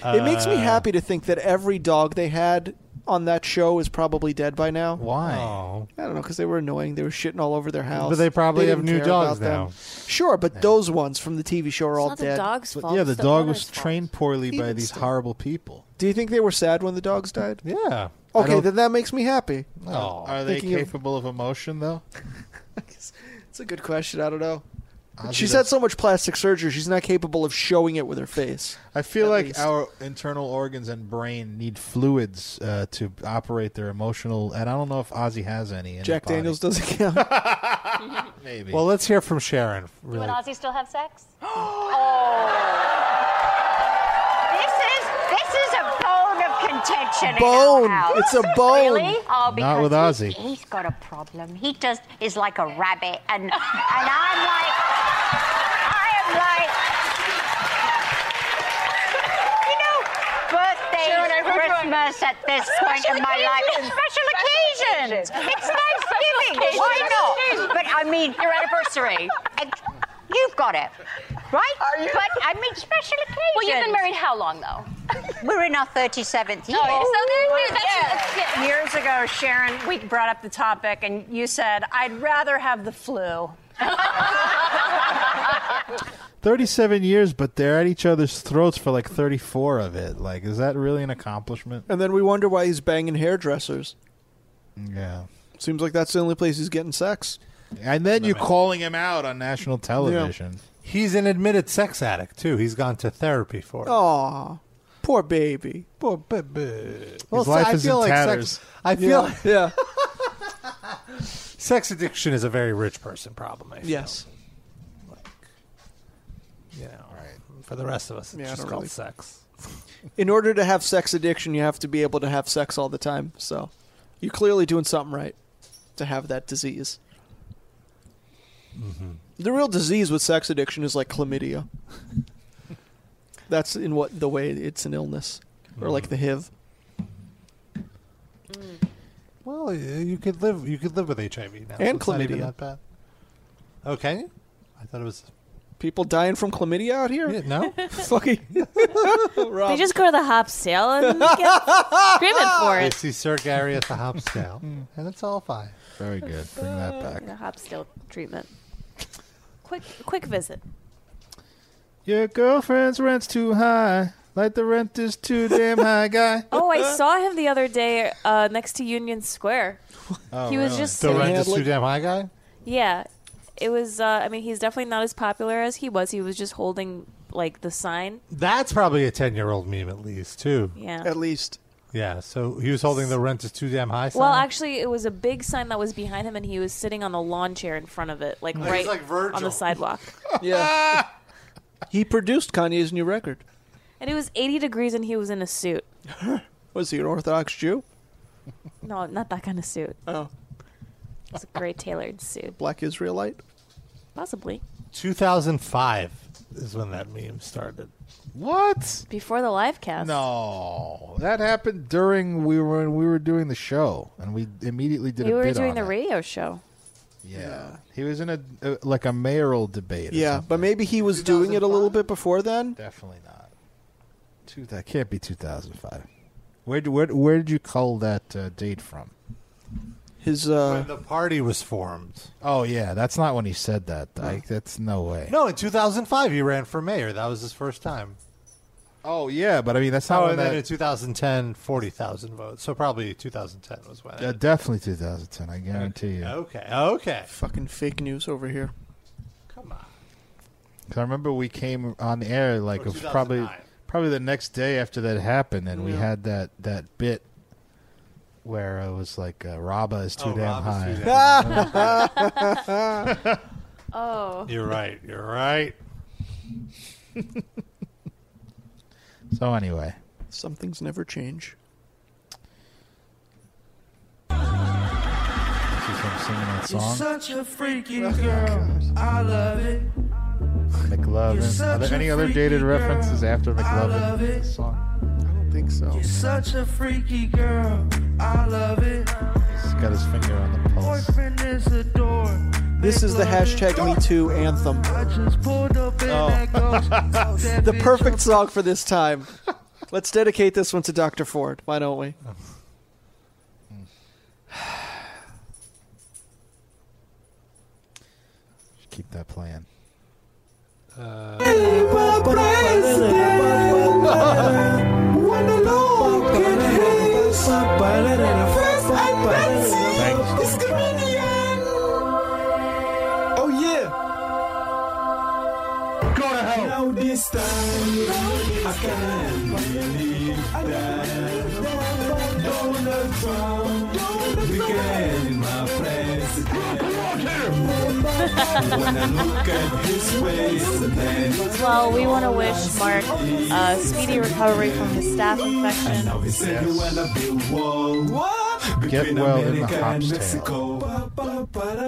[SPEAKER 3] Uh,
[SPEAKER 4] it makes me happy to think that every dog they had on that show is probably dead by now.
[SPEAKER 3] Why?
[SPEAKER 4] I don't know because they were annoying. They were shitting all over their house.
[SPEAKER 2] But they probably have
[SPEAKER 4] didn't
[SPEAKER 2] new
[SPEAKER 4] care
[SPEAKER 2] dogs
[SPEAKER 4] about them.
[SPEAKER 2] now.
[SPEAKER 4] Sure, but those ones from the TV show are all
[SPEAKER 5] not the
[SPEAKER 4] dead.
[SPEAKER 5] dog's But, fault,
[SPEAKER 3] yeah, the dog was trained poorly by
[SPEAKER 4] Even
[SPEAKER 3] these
[SPEAKER 4] still.
[SPEAKER 3] horrible people.
[SPEAKER 4] Do you think they were sad when the dogs died?
[SPEAKER 3] Yeah. I
[SPEAKER 4] Okay,
[SPEAKER 3] don't-
[SPEAKER 4] then that makes me happy.
[SPEAKER 3] Oh,
[SPEAKER 4] Oh.
[SPEAKER 3] Are they
[SPEAKER 4] Thinking of-
[SPEAKER 3] capable of, emotion though?
[SPEAKER 4] It's a good question. I don't know.
[SPEAKER 3] I'll
[SPEAKER 4] She's
[SPEAKER 3] do that.
[SPEAKER 4] had so much plastic surgery, she's not capable of showing it with her face.
[SPEAKER 3] I feel
[SPEAKER 4] At
[SPEAKER 3] like
[SPEAKER 4] least.
[SPEAKER 3] our internal organs and brain need fluids uh, to operate their emotional, and I don't know if Ozzy has any. in his
[SPEAKER 4] Jack
[SPEAKER 3] body.
[SPEAKER 4] Daniels doesn't (laughs) count.
[SPEAKER 3] (laughs) Maybe.
[SPEAKER 2] Well, let's hear from Sharon. Really.
[SPEAKER 6] Would Ozzy still have
[SPEAKER 3] (gasps)
[SPEAKER 6] sex? oh. This is this is a bone of contention. in our
[SPEAKER 4] Bone.
[SPEAKER 6] house.
[SPEAKER 4] It's a bone.
[SPEAKER 6] Really? Oh,
[SPEAKER 3] Not
[SPEAKER 6] because
[SPEAKER 3] with
[SPEAKER 6] he-
[SPEAKER 3] Ozzy.
[SPEAKER 6] he's got a problem. He just is like a rabbit, and and I'm like, I am like. you know, Birthdays,
[SPEAKER 18] Sharon, I heard you on-
[SPEAKER 6] Christmas at this point
[SPEAKER 18] Special
[SPEAKER 6] in my life.
[SPEAKER 18] occasions.
[SPEAKER 6] Special
[SPEAKER 18] Special
[SPEAKER 6] occasions.
[SPEAKER 18] occasions.
[SPEAKER 6] It's Thanksgiving.
[SPEAKER 18] Special
[SPEAKER 6] Why not?
[SPEAKER 18] occasions.
[SPEAKER 6] But I mean, your anniversary. You've got it, right? Are you? But I mean, special occasions.
[SPEAKER 9] Well, you've been married
[SPEAKER 6] how long
[SPEAKER 3] (laughs)
[SPEAKER 6] though? We're in our 37th year.
[SPEAKER 9] Oh, yeah, so there you- that's-
[SPEAKER 6] Yeah.
[SPEAKER 9] Years ago, Sharon, we brought up the topic, and you said, I'd rather have the flu.
[SPEAKER 3] Thirty-seven years, but they're at each other's throats for like thirty-four of it. Like, is that really an accomplishment?
[SPEAKER 4] and then we wonder why he's banging hairdressers.
[SPEAKER 3] Yeah.
[SPEAKER 4] Seems like that's the only place he's getting sex.
[SPEAKER 3] And then you calling him out on national television.
[SPEAKER 2] He's an admitted sex addict too. He's gone to therapy for
[SPEAKER 5] Oh,
[SPEAKER 2] it.
[SPEAKER 4] Aw, poor baby.
[SPEAKER 2] Poor baby.
[SPEAKER 4] His life is in tatters.
[SPEAKER 2] sex. I feel
[SPEAKER 4] Yeah,
[SPEAKER 2] (laughs) like-
[SPEAKER 4] (laughs) yeah.
[SPEAKER 2] sex addiction is a very rich person problem. I feel.
[SPEAKER 4] Yes.
[SPEAKER 2] You know, For the rest of us, it's
[SPEAKER 4] Yeah, I
[SPEAKER 2] just
[SPEAKER 4] don't
[SPEAKER 2] called
[SPEAKER 4] really-
[SPEAKER 2] (laughs) sex.
[SPEAKER 4] In order to have sex addiction, you have to be able to have sex all the time. So you're clearly doing something right to have that disease. The real disease with sex addiction is like
[SPEAKER 2] (laughs)
[SPEAKER 4] chlamydia. That's in what the way it's an illness, or like the HIV.
[SPEAKER 2] Mm. Well, y- you could live. You could live with HIV now.
[SPEAKER 4] And
[SPEAKER 2] It's not even
[SPEAKER 4] chlamydia.
[SPEAKER 2] that bad. Okay. I thought it was
[SPEAKER 4] People dying from chlamydia out here? (laughs)
[SPEAKER 2] no.
[SPEAKER 4] Fucking.
[SPEAKER 5] They just go to the hop sale
[SPEAKER 3] (laughs)
[SPEAKER 5] and get screaming for
[SPEAKER 2] They
[SPEAKER 5] it.
[SPEAKER 2] see Sir Gary at the hop
[SPEAKER 5] (laughs)
[SPEAKER 2] sale, and it's all fine.
[SPEAKER 3] Very good. Bring that back.
[SPEAKER 5] The hop sale treatment. Quick, quick visit.
[SPEAKER 3] Your girlfriend's rent's too high. Like the rent is too damn high, guy.
[SPEAKER 5] (laughs) Oh,
[SPEAKER 3] (laughs)
[SPEAKER 5] I saw him the other day uh, next to Union Square.
[SPEAKER 3] Oh,
[SPEAKER 5] he was
[SPEAKER 3] really?
[SPEAKER 5] just
[SPEAKER 2] the
[SPEAKER 5] sitting-
[SPEAKER 2] rent is too damn high, guy.
[SPEAKER 5] Yeah, it was. Uh, I mean, he's definitely not as popular as he was. He was just holding like the sign.
[SPEAKER 2] That's probably a ten-year-old meme at least too.
[SPEAKER 5] Yeah.
[SPEAKER 4] At least.
[SPEAKER 2] Yeah. So he was holding the rent is too damn high. Sign.
[SPEAKER 5] Well, actually, it was a big sign that was behind him, and he was sitting on a lawn chair in front of it, like
[SPEAKER 2] He's
[SPEAKER 5] right
[SPEAKER 2] like
[SPEAKER 5] on the
[SPEAKER 2] Virgil.
[SPEAKER 5] sidewalk.
[SPEAKER 2] (laughs)
[SPEAKER 4] Yeah. he produced Kanye's new record.
[SPEAKER 5] And it was 80 degrees, and he was in a suit.
[SPEAKER 4] Was he an Orthodox Jew?
[SPEAKER 5] No, not that kind of suit.
[SPEAKER 4] Oh.
[SPEAKER 5] It's a gray tailored suit,
[SPEAKER 4] Black Israelite?
[SPEAKER 5] possibly.
[SPEAKER 2] 2005 is when that meme started.
[SPEAKER 3] What?
[SPEAKER 5] Before the live cast.
[SPEAKER 3] No, that happened during we were when we were doing the show, and we immediately did
[SPEAKER 5] we
[SPEAKER 3] a
[SPEAKER 5] were
[SPEAKER 3] bit
[SPEAKER 5] doing
[SPEAKER 3] on
[SPEAKER 5] the
[SPEAKER 3] it.
[SPEAKER 5] radio show.
[SPEAKER 3] Yeah, he was in a, uh like a mayoral debate. or
[SPEAKER 4] Yeah,
[SPEAKER 3] something.
[SPEAKER 4] but maybe he was doing it a little bit before then.
[SPEAKER 3] definitely not. Two, that can't be 2005. Where do- where where did you cull that uh, date from?
[SPEAKER 4] His uh,
[SPEAKER 2] when the party was formed.
[SPEAKER 3] Oh yeah, that's not when he said that. Like that's no way.
[SPEAKER 2] No, in 2005 he ran for mayor. That was his first time.
[SPEAKER 3] Oh yeah, but I mean that's not
[SPEAKER 2] Oh,
[SPEAKER 3] when
[SPEAKER 2] and then in
[SPEAKER 3] that.
[SPEAKER 2] 2010, 40,000 votes. So probably 2010 was when.
[SPEAKER 3] Uh, definitely 2010. I guarantee you.
[SPEAKER 2] Okay. Okay.
[SPEAKER 4] Fucking fake news over here.
[SPEAKER 3] 'Cause I remember we came on the air like
[SPEAKER 2] Or
[SPEAKER 3] it was probably probably the next day after that happened, and we
[SPEAKER 2] Yeah.
[SPEAKER 3] had that that bit where it was like uh, Raba is too
[SPEAKER 2] Oh,
[SPEAKER 3] damn
[SPEAKER 2] Rob
[SPEAKER 3] high.
[SPEAKER 2] is too damn
[SPEAKER 3] (laughs)
[SPEAKER 5] Oh.
[SPEAKER 2] You're right. You're right.
[SPEAKER 3] so anyway,
[SPEAKER 4] Some things never change.
[SPEAKER 3] this is him singing that
[SPEAKER 18] You're
[SPEAKER 3] song.
[SPEAKER 18] such a freaky girl. I love it. You're
[SPEAKER 3] McLovin. Are
[SPEAKER 18] such
[SPEAKER 3] there any
[SPEAKER 18] a
[SPEAKER 3] other dated
[SPEAKER 18] freaky
[SPEAKER 3] references
[SPEAKER 18] girl.
[SPEAKER 3] after
[SPEAKER 18] I love
[SPEAKER 3] McLovin
[SPEAKER 18] it.
[SPEAKER 3] song?
[SPEAKER 4] I don't think so.
[SPEAKER 18] You're such a freaky girl. I love it.
[SPEAKER 3] He's got his finger on the pulse.
[SPEAKER 18] Boyfriend is a door.
[SPEAKER 4] (laughs) This is the hashtag Me Too anthem.
[SPEAKER 18] I just pulled up in
[SPEAKER 4] Oh.
[SPEAKER 18] that
[SPEAKER 3] (laughs)
[SPEAKER 18] ghost.
[SPEAKER 4] (laughs)
[SPEAKER 18] That
[SPEAKER 4] The
[SPEAKER 18] bitch
[SPEAKER 4] perfect song for this time. Let's dedicate this one to Dr. Ford. Why don't we?
[SPEAKER 3] keep that playing.
[SPEAKER 14] Oh yeah. Go to hell. Now this time I can't believe that Donald Trump became my president. when I look at his face,
[SPEAKER 5] (laughs)
[SPEAKER 14] then
[SPEAKER 5] Well, we want to wish Mark a speedy recovery from his staph infection.
[SPEAKER 14] now he said he wanna build wall between
[SPEAKER 3] well in the
[SPEAKER 14] America and
[SPEAKER 3] hop's tail.
[SPEAKER 14] Mexico.
[SPEAKER 2] What?
[SPEAKER 5] Do you want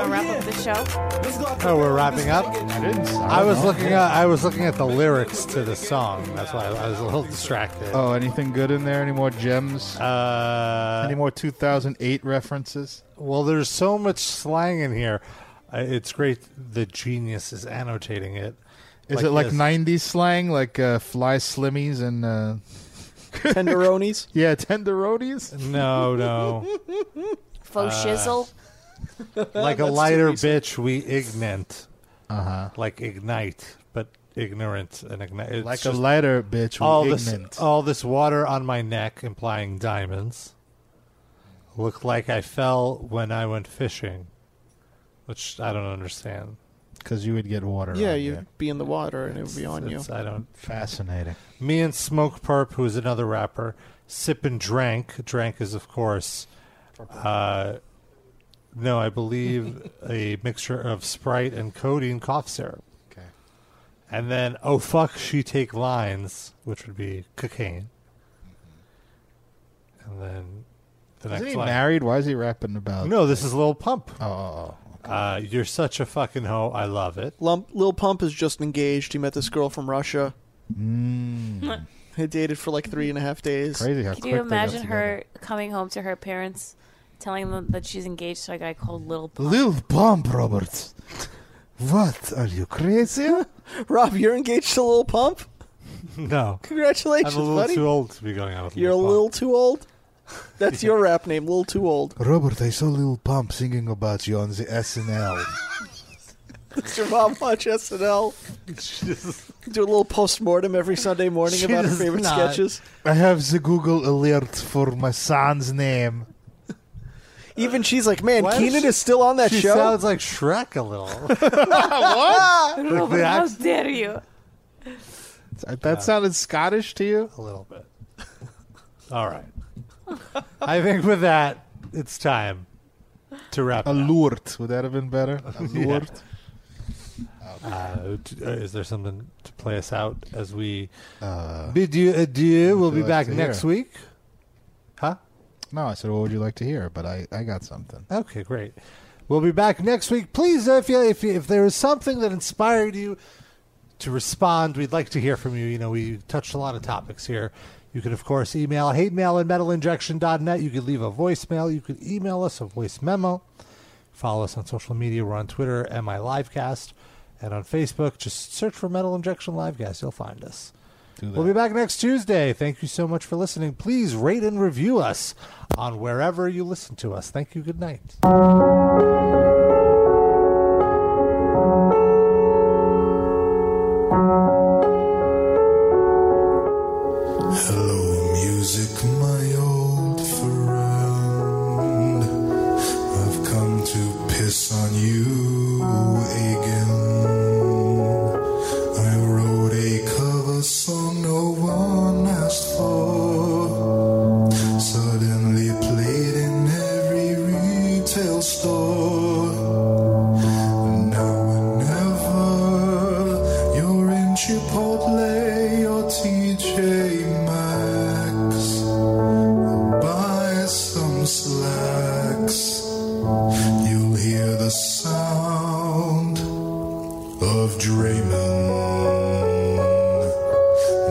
[SPEAKER 5] to wrap up the show?
[SPEAKER 2] Oh, we're wrapping up. I was
[SPEAKER 3] know.
[SPEAKER 2] looking at I was looking at the lyrics to the song. That's why I was a little distracted.
[SPEAKER 3] Oh, anything good in there? Any more gems?
[SPEAKER 2] Uh,
[SPEAKER 3] Any more 2008 references?
[SPEAKER 2] Well, there's so much slang in here. Uh, it's great. The genius is annotating it.
[SPEAKER 3] Is it like
[SPEAKER 2] this.
[SPEAKER 3] 90s slang, like uh, fly slimmies and uh...
[SPEAKER 4] tenderonis?
[SPEAKER 3] (laughs) yeah, tenderonis. (laughs)
[SPEAKER 2] No, no.
[SPEAKER 5] Faux
[SPEAKER 2] Uh,
[SPEAKER 5] shizzle.
[SPEAKER 2] like a lighter bitch, we ignant. Uh huh. Like ignite, but ignorant and ignite. It's
[SPEAKER 3] Like a
[SPEAKER 2] just
[SPEAKER 3] lighter bitch, we
[SPEAKER 2] all
[SPEAKER 3] ignant.
[SPEAKER 2] this all this water on my neck, implying diamonds. Look like I fell when I went fishing, which I don't understand.
[SPEAKER 3] because you would get water.
[SPEAKER 4] Yeah,
[SPEAKER 3] on
[SPEAKER 4] you'd
[SPEAKER 3] there.
[SPEAKER 4] be in the water and it would be on you.
[SPEAKER 2] It's- I don't.
[SPEAKER 3] Fascinating.
[SPEAKER 2] Me and Smoke Perp, who is another rapper, sip and drank. Drank is, of course, uh, no, I
[SPEAKER 3] (laughs)
[SPEAKER 2] believe a mixture of Sprite and codeine cough syrup.
[SPEAKER 3] Okay.
[SPEAKER 2] And then, oh fuck, she take lines, which would be cocaine. And then the
[SPEAKER 3] Isn't
[SPEAKER 2] next
[SPEAKER 3] he
[SPEAKER 2] line.
[SPEAKER 3] married? Why is he rapping about?
[SPEAKER 2] No, this is Lil Pump.
[SPEAKER 3] Oh, oh, oh.
[SPEAKER 2] Uh, you're such a fucking hoe. I love it.
[SPEAKER 4] Lump, Lil Pump is just engaged. He met this girl from Russia.
[SPEAKER 3] Mm.
[SPEAKER 4] They dated for like three and a half days.
[SPEAKER 3] Crazy how
[SPEAKER 5] Could you imagine her coming home to her parents, telling them that she's engaged to a guy called Little?
[SPEAKER 14] (laughs)
[SPEAKER 3] Lil Pump Roberts. What are you crazy?
[SPEAKER 4] (laughs) Rob, you're engaged to Lil Pump.
[SPEAKER 2] No.
[SPEAKER 4] Congratulations,
[SPEAKER 2] I'm a little
[SPEAKER 4] buddy.
[SPEAKER 2] too old to be going out with
[SPEAKER 4] You're a little too old.
[SPEAKER 2] (laughs)
[SPEAKER 4] That's your rap name, Lil Too Old.
[SPEAKER 3] Robert, I saw Lil Pump singing about you on the SNL.
[SPEAKER 4] Does your mom watch SNL? Do a little post mortem every Sunday morning
[SPEAKER 3] She
[SPEAKER 4] about her
[SPEAKER 3] does
[SPEAKER 4] favorite
[SPEAKER 3] not.
[SPEAKER 4] sketches.
[SPEAKER 3] I have the Google alert for my son's name.
[SPEAKER 4] Even she's like, man,
[SPEAKER 3] Why
[SPEAKER 4] Keenan
[SPEAKER 3] she-
[SPEAKER 4] is still on that
[SPEAKER 3] she
[SPEAKER 4] show.
[SPEAKER 3] sounds
[SPEAKER 2] like Shrek a (laughs) little.
[SPEAKER 4] (laughs)
[SPEAKER 3] what?
[SPEAKER 2] Like the
[SPEAKER 5] (laughs) How
[SPEAKER 2] act-
[SPEAKER 5] dare you?
[SPEAKER 3] That sounded Scottish to you?
[SPEAKER 2] A little bit. All right. I think with that, it's time to wrap.
[SPEAKER 3] Allured. Would that have been
[SPEAKER 2] (laughs)
[SPEAKER 3] better? Allured.
[SPEAKER 2] Uh, t- uh, is there something to play us out as we
[SPEAKER 3] Uh,
[SPEAKER 2] bid you adieu? We'll
[SPEAKER 3] would you
[SPEAKER 2] be
[SPEAKER 3] like
[SPEAKER 2] back
[SPEAKER 3] to
[SPEAKER 2] next
[SPEAKER 3] hear?
[SPEAKER 2] week. Huh?
[SPEAKER 3] No, I said, what would you like to hear? But I, I got something.
[SPEAKER 2] Okay, great. We'll be back next week. Please, if you, if you, if there is something that inspired you to respond, we'd like to hear from you. You know, we touched a lot of topics here. You can, of course, email hate mail at metalinjection.net. You could leave a voicemail. You could email us a voice memo. Follow us on social media. We're on Twitter, MI Livecast, and on Facebook. Just search for Metal Injection Livecast. You'll find us. We'll be back next Tuesday. Thank you so much for listening. Please rate and review us on wherever you listen to us. Thank you. Good night.
[SPEAKER 14] Hello, music, my old friend. I've come to piss on you again. I wrote a cover song no one asked for. Suddenly played in every retail store. Now and never, you're in Chipotle or TJ Maxx. Buy some slacks. You'll hear the sound of Draymond.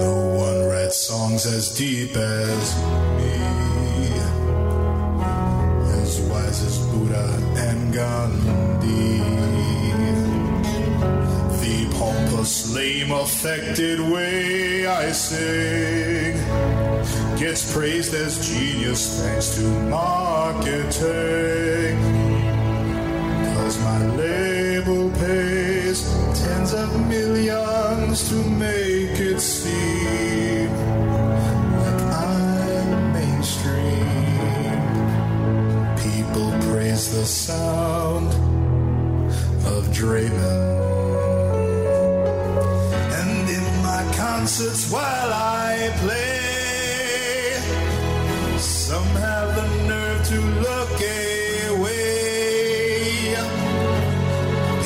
[SPEAKER 14] No one writes songs as deep as me, as wise as Buddha and Gandhi. The pompous, lame, affected way I sing gets praised as genius thanks to marketing. Cause my label pays tens of millions to make it seem like I'm mainstream. People praise the sound of Draymond. And in my concerts while I play, some have the nerve to look away.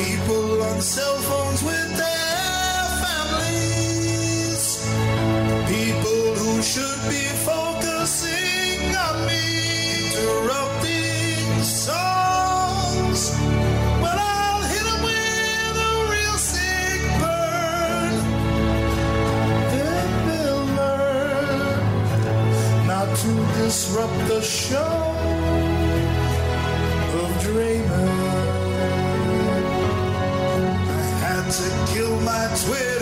[SPEAKER 14] People on cell phones with their families, people who should be focusing on me, interrupting songs. But I'll hit 'em with a real sick burn. Then they'll learn not to disrupt the show of Draymond. I had to kill my Twitter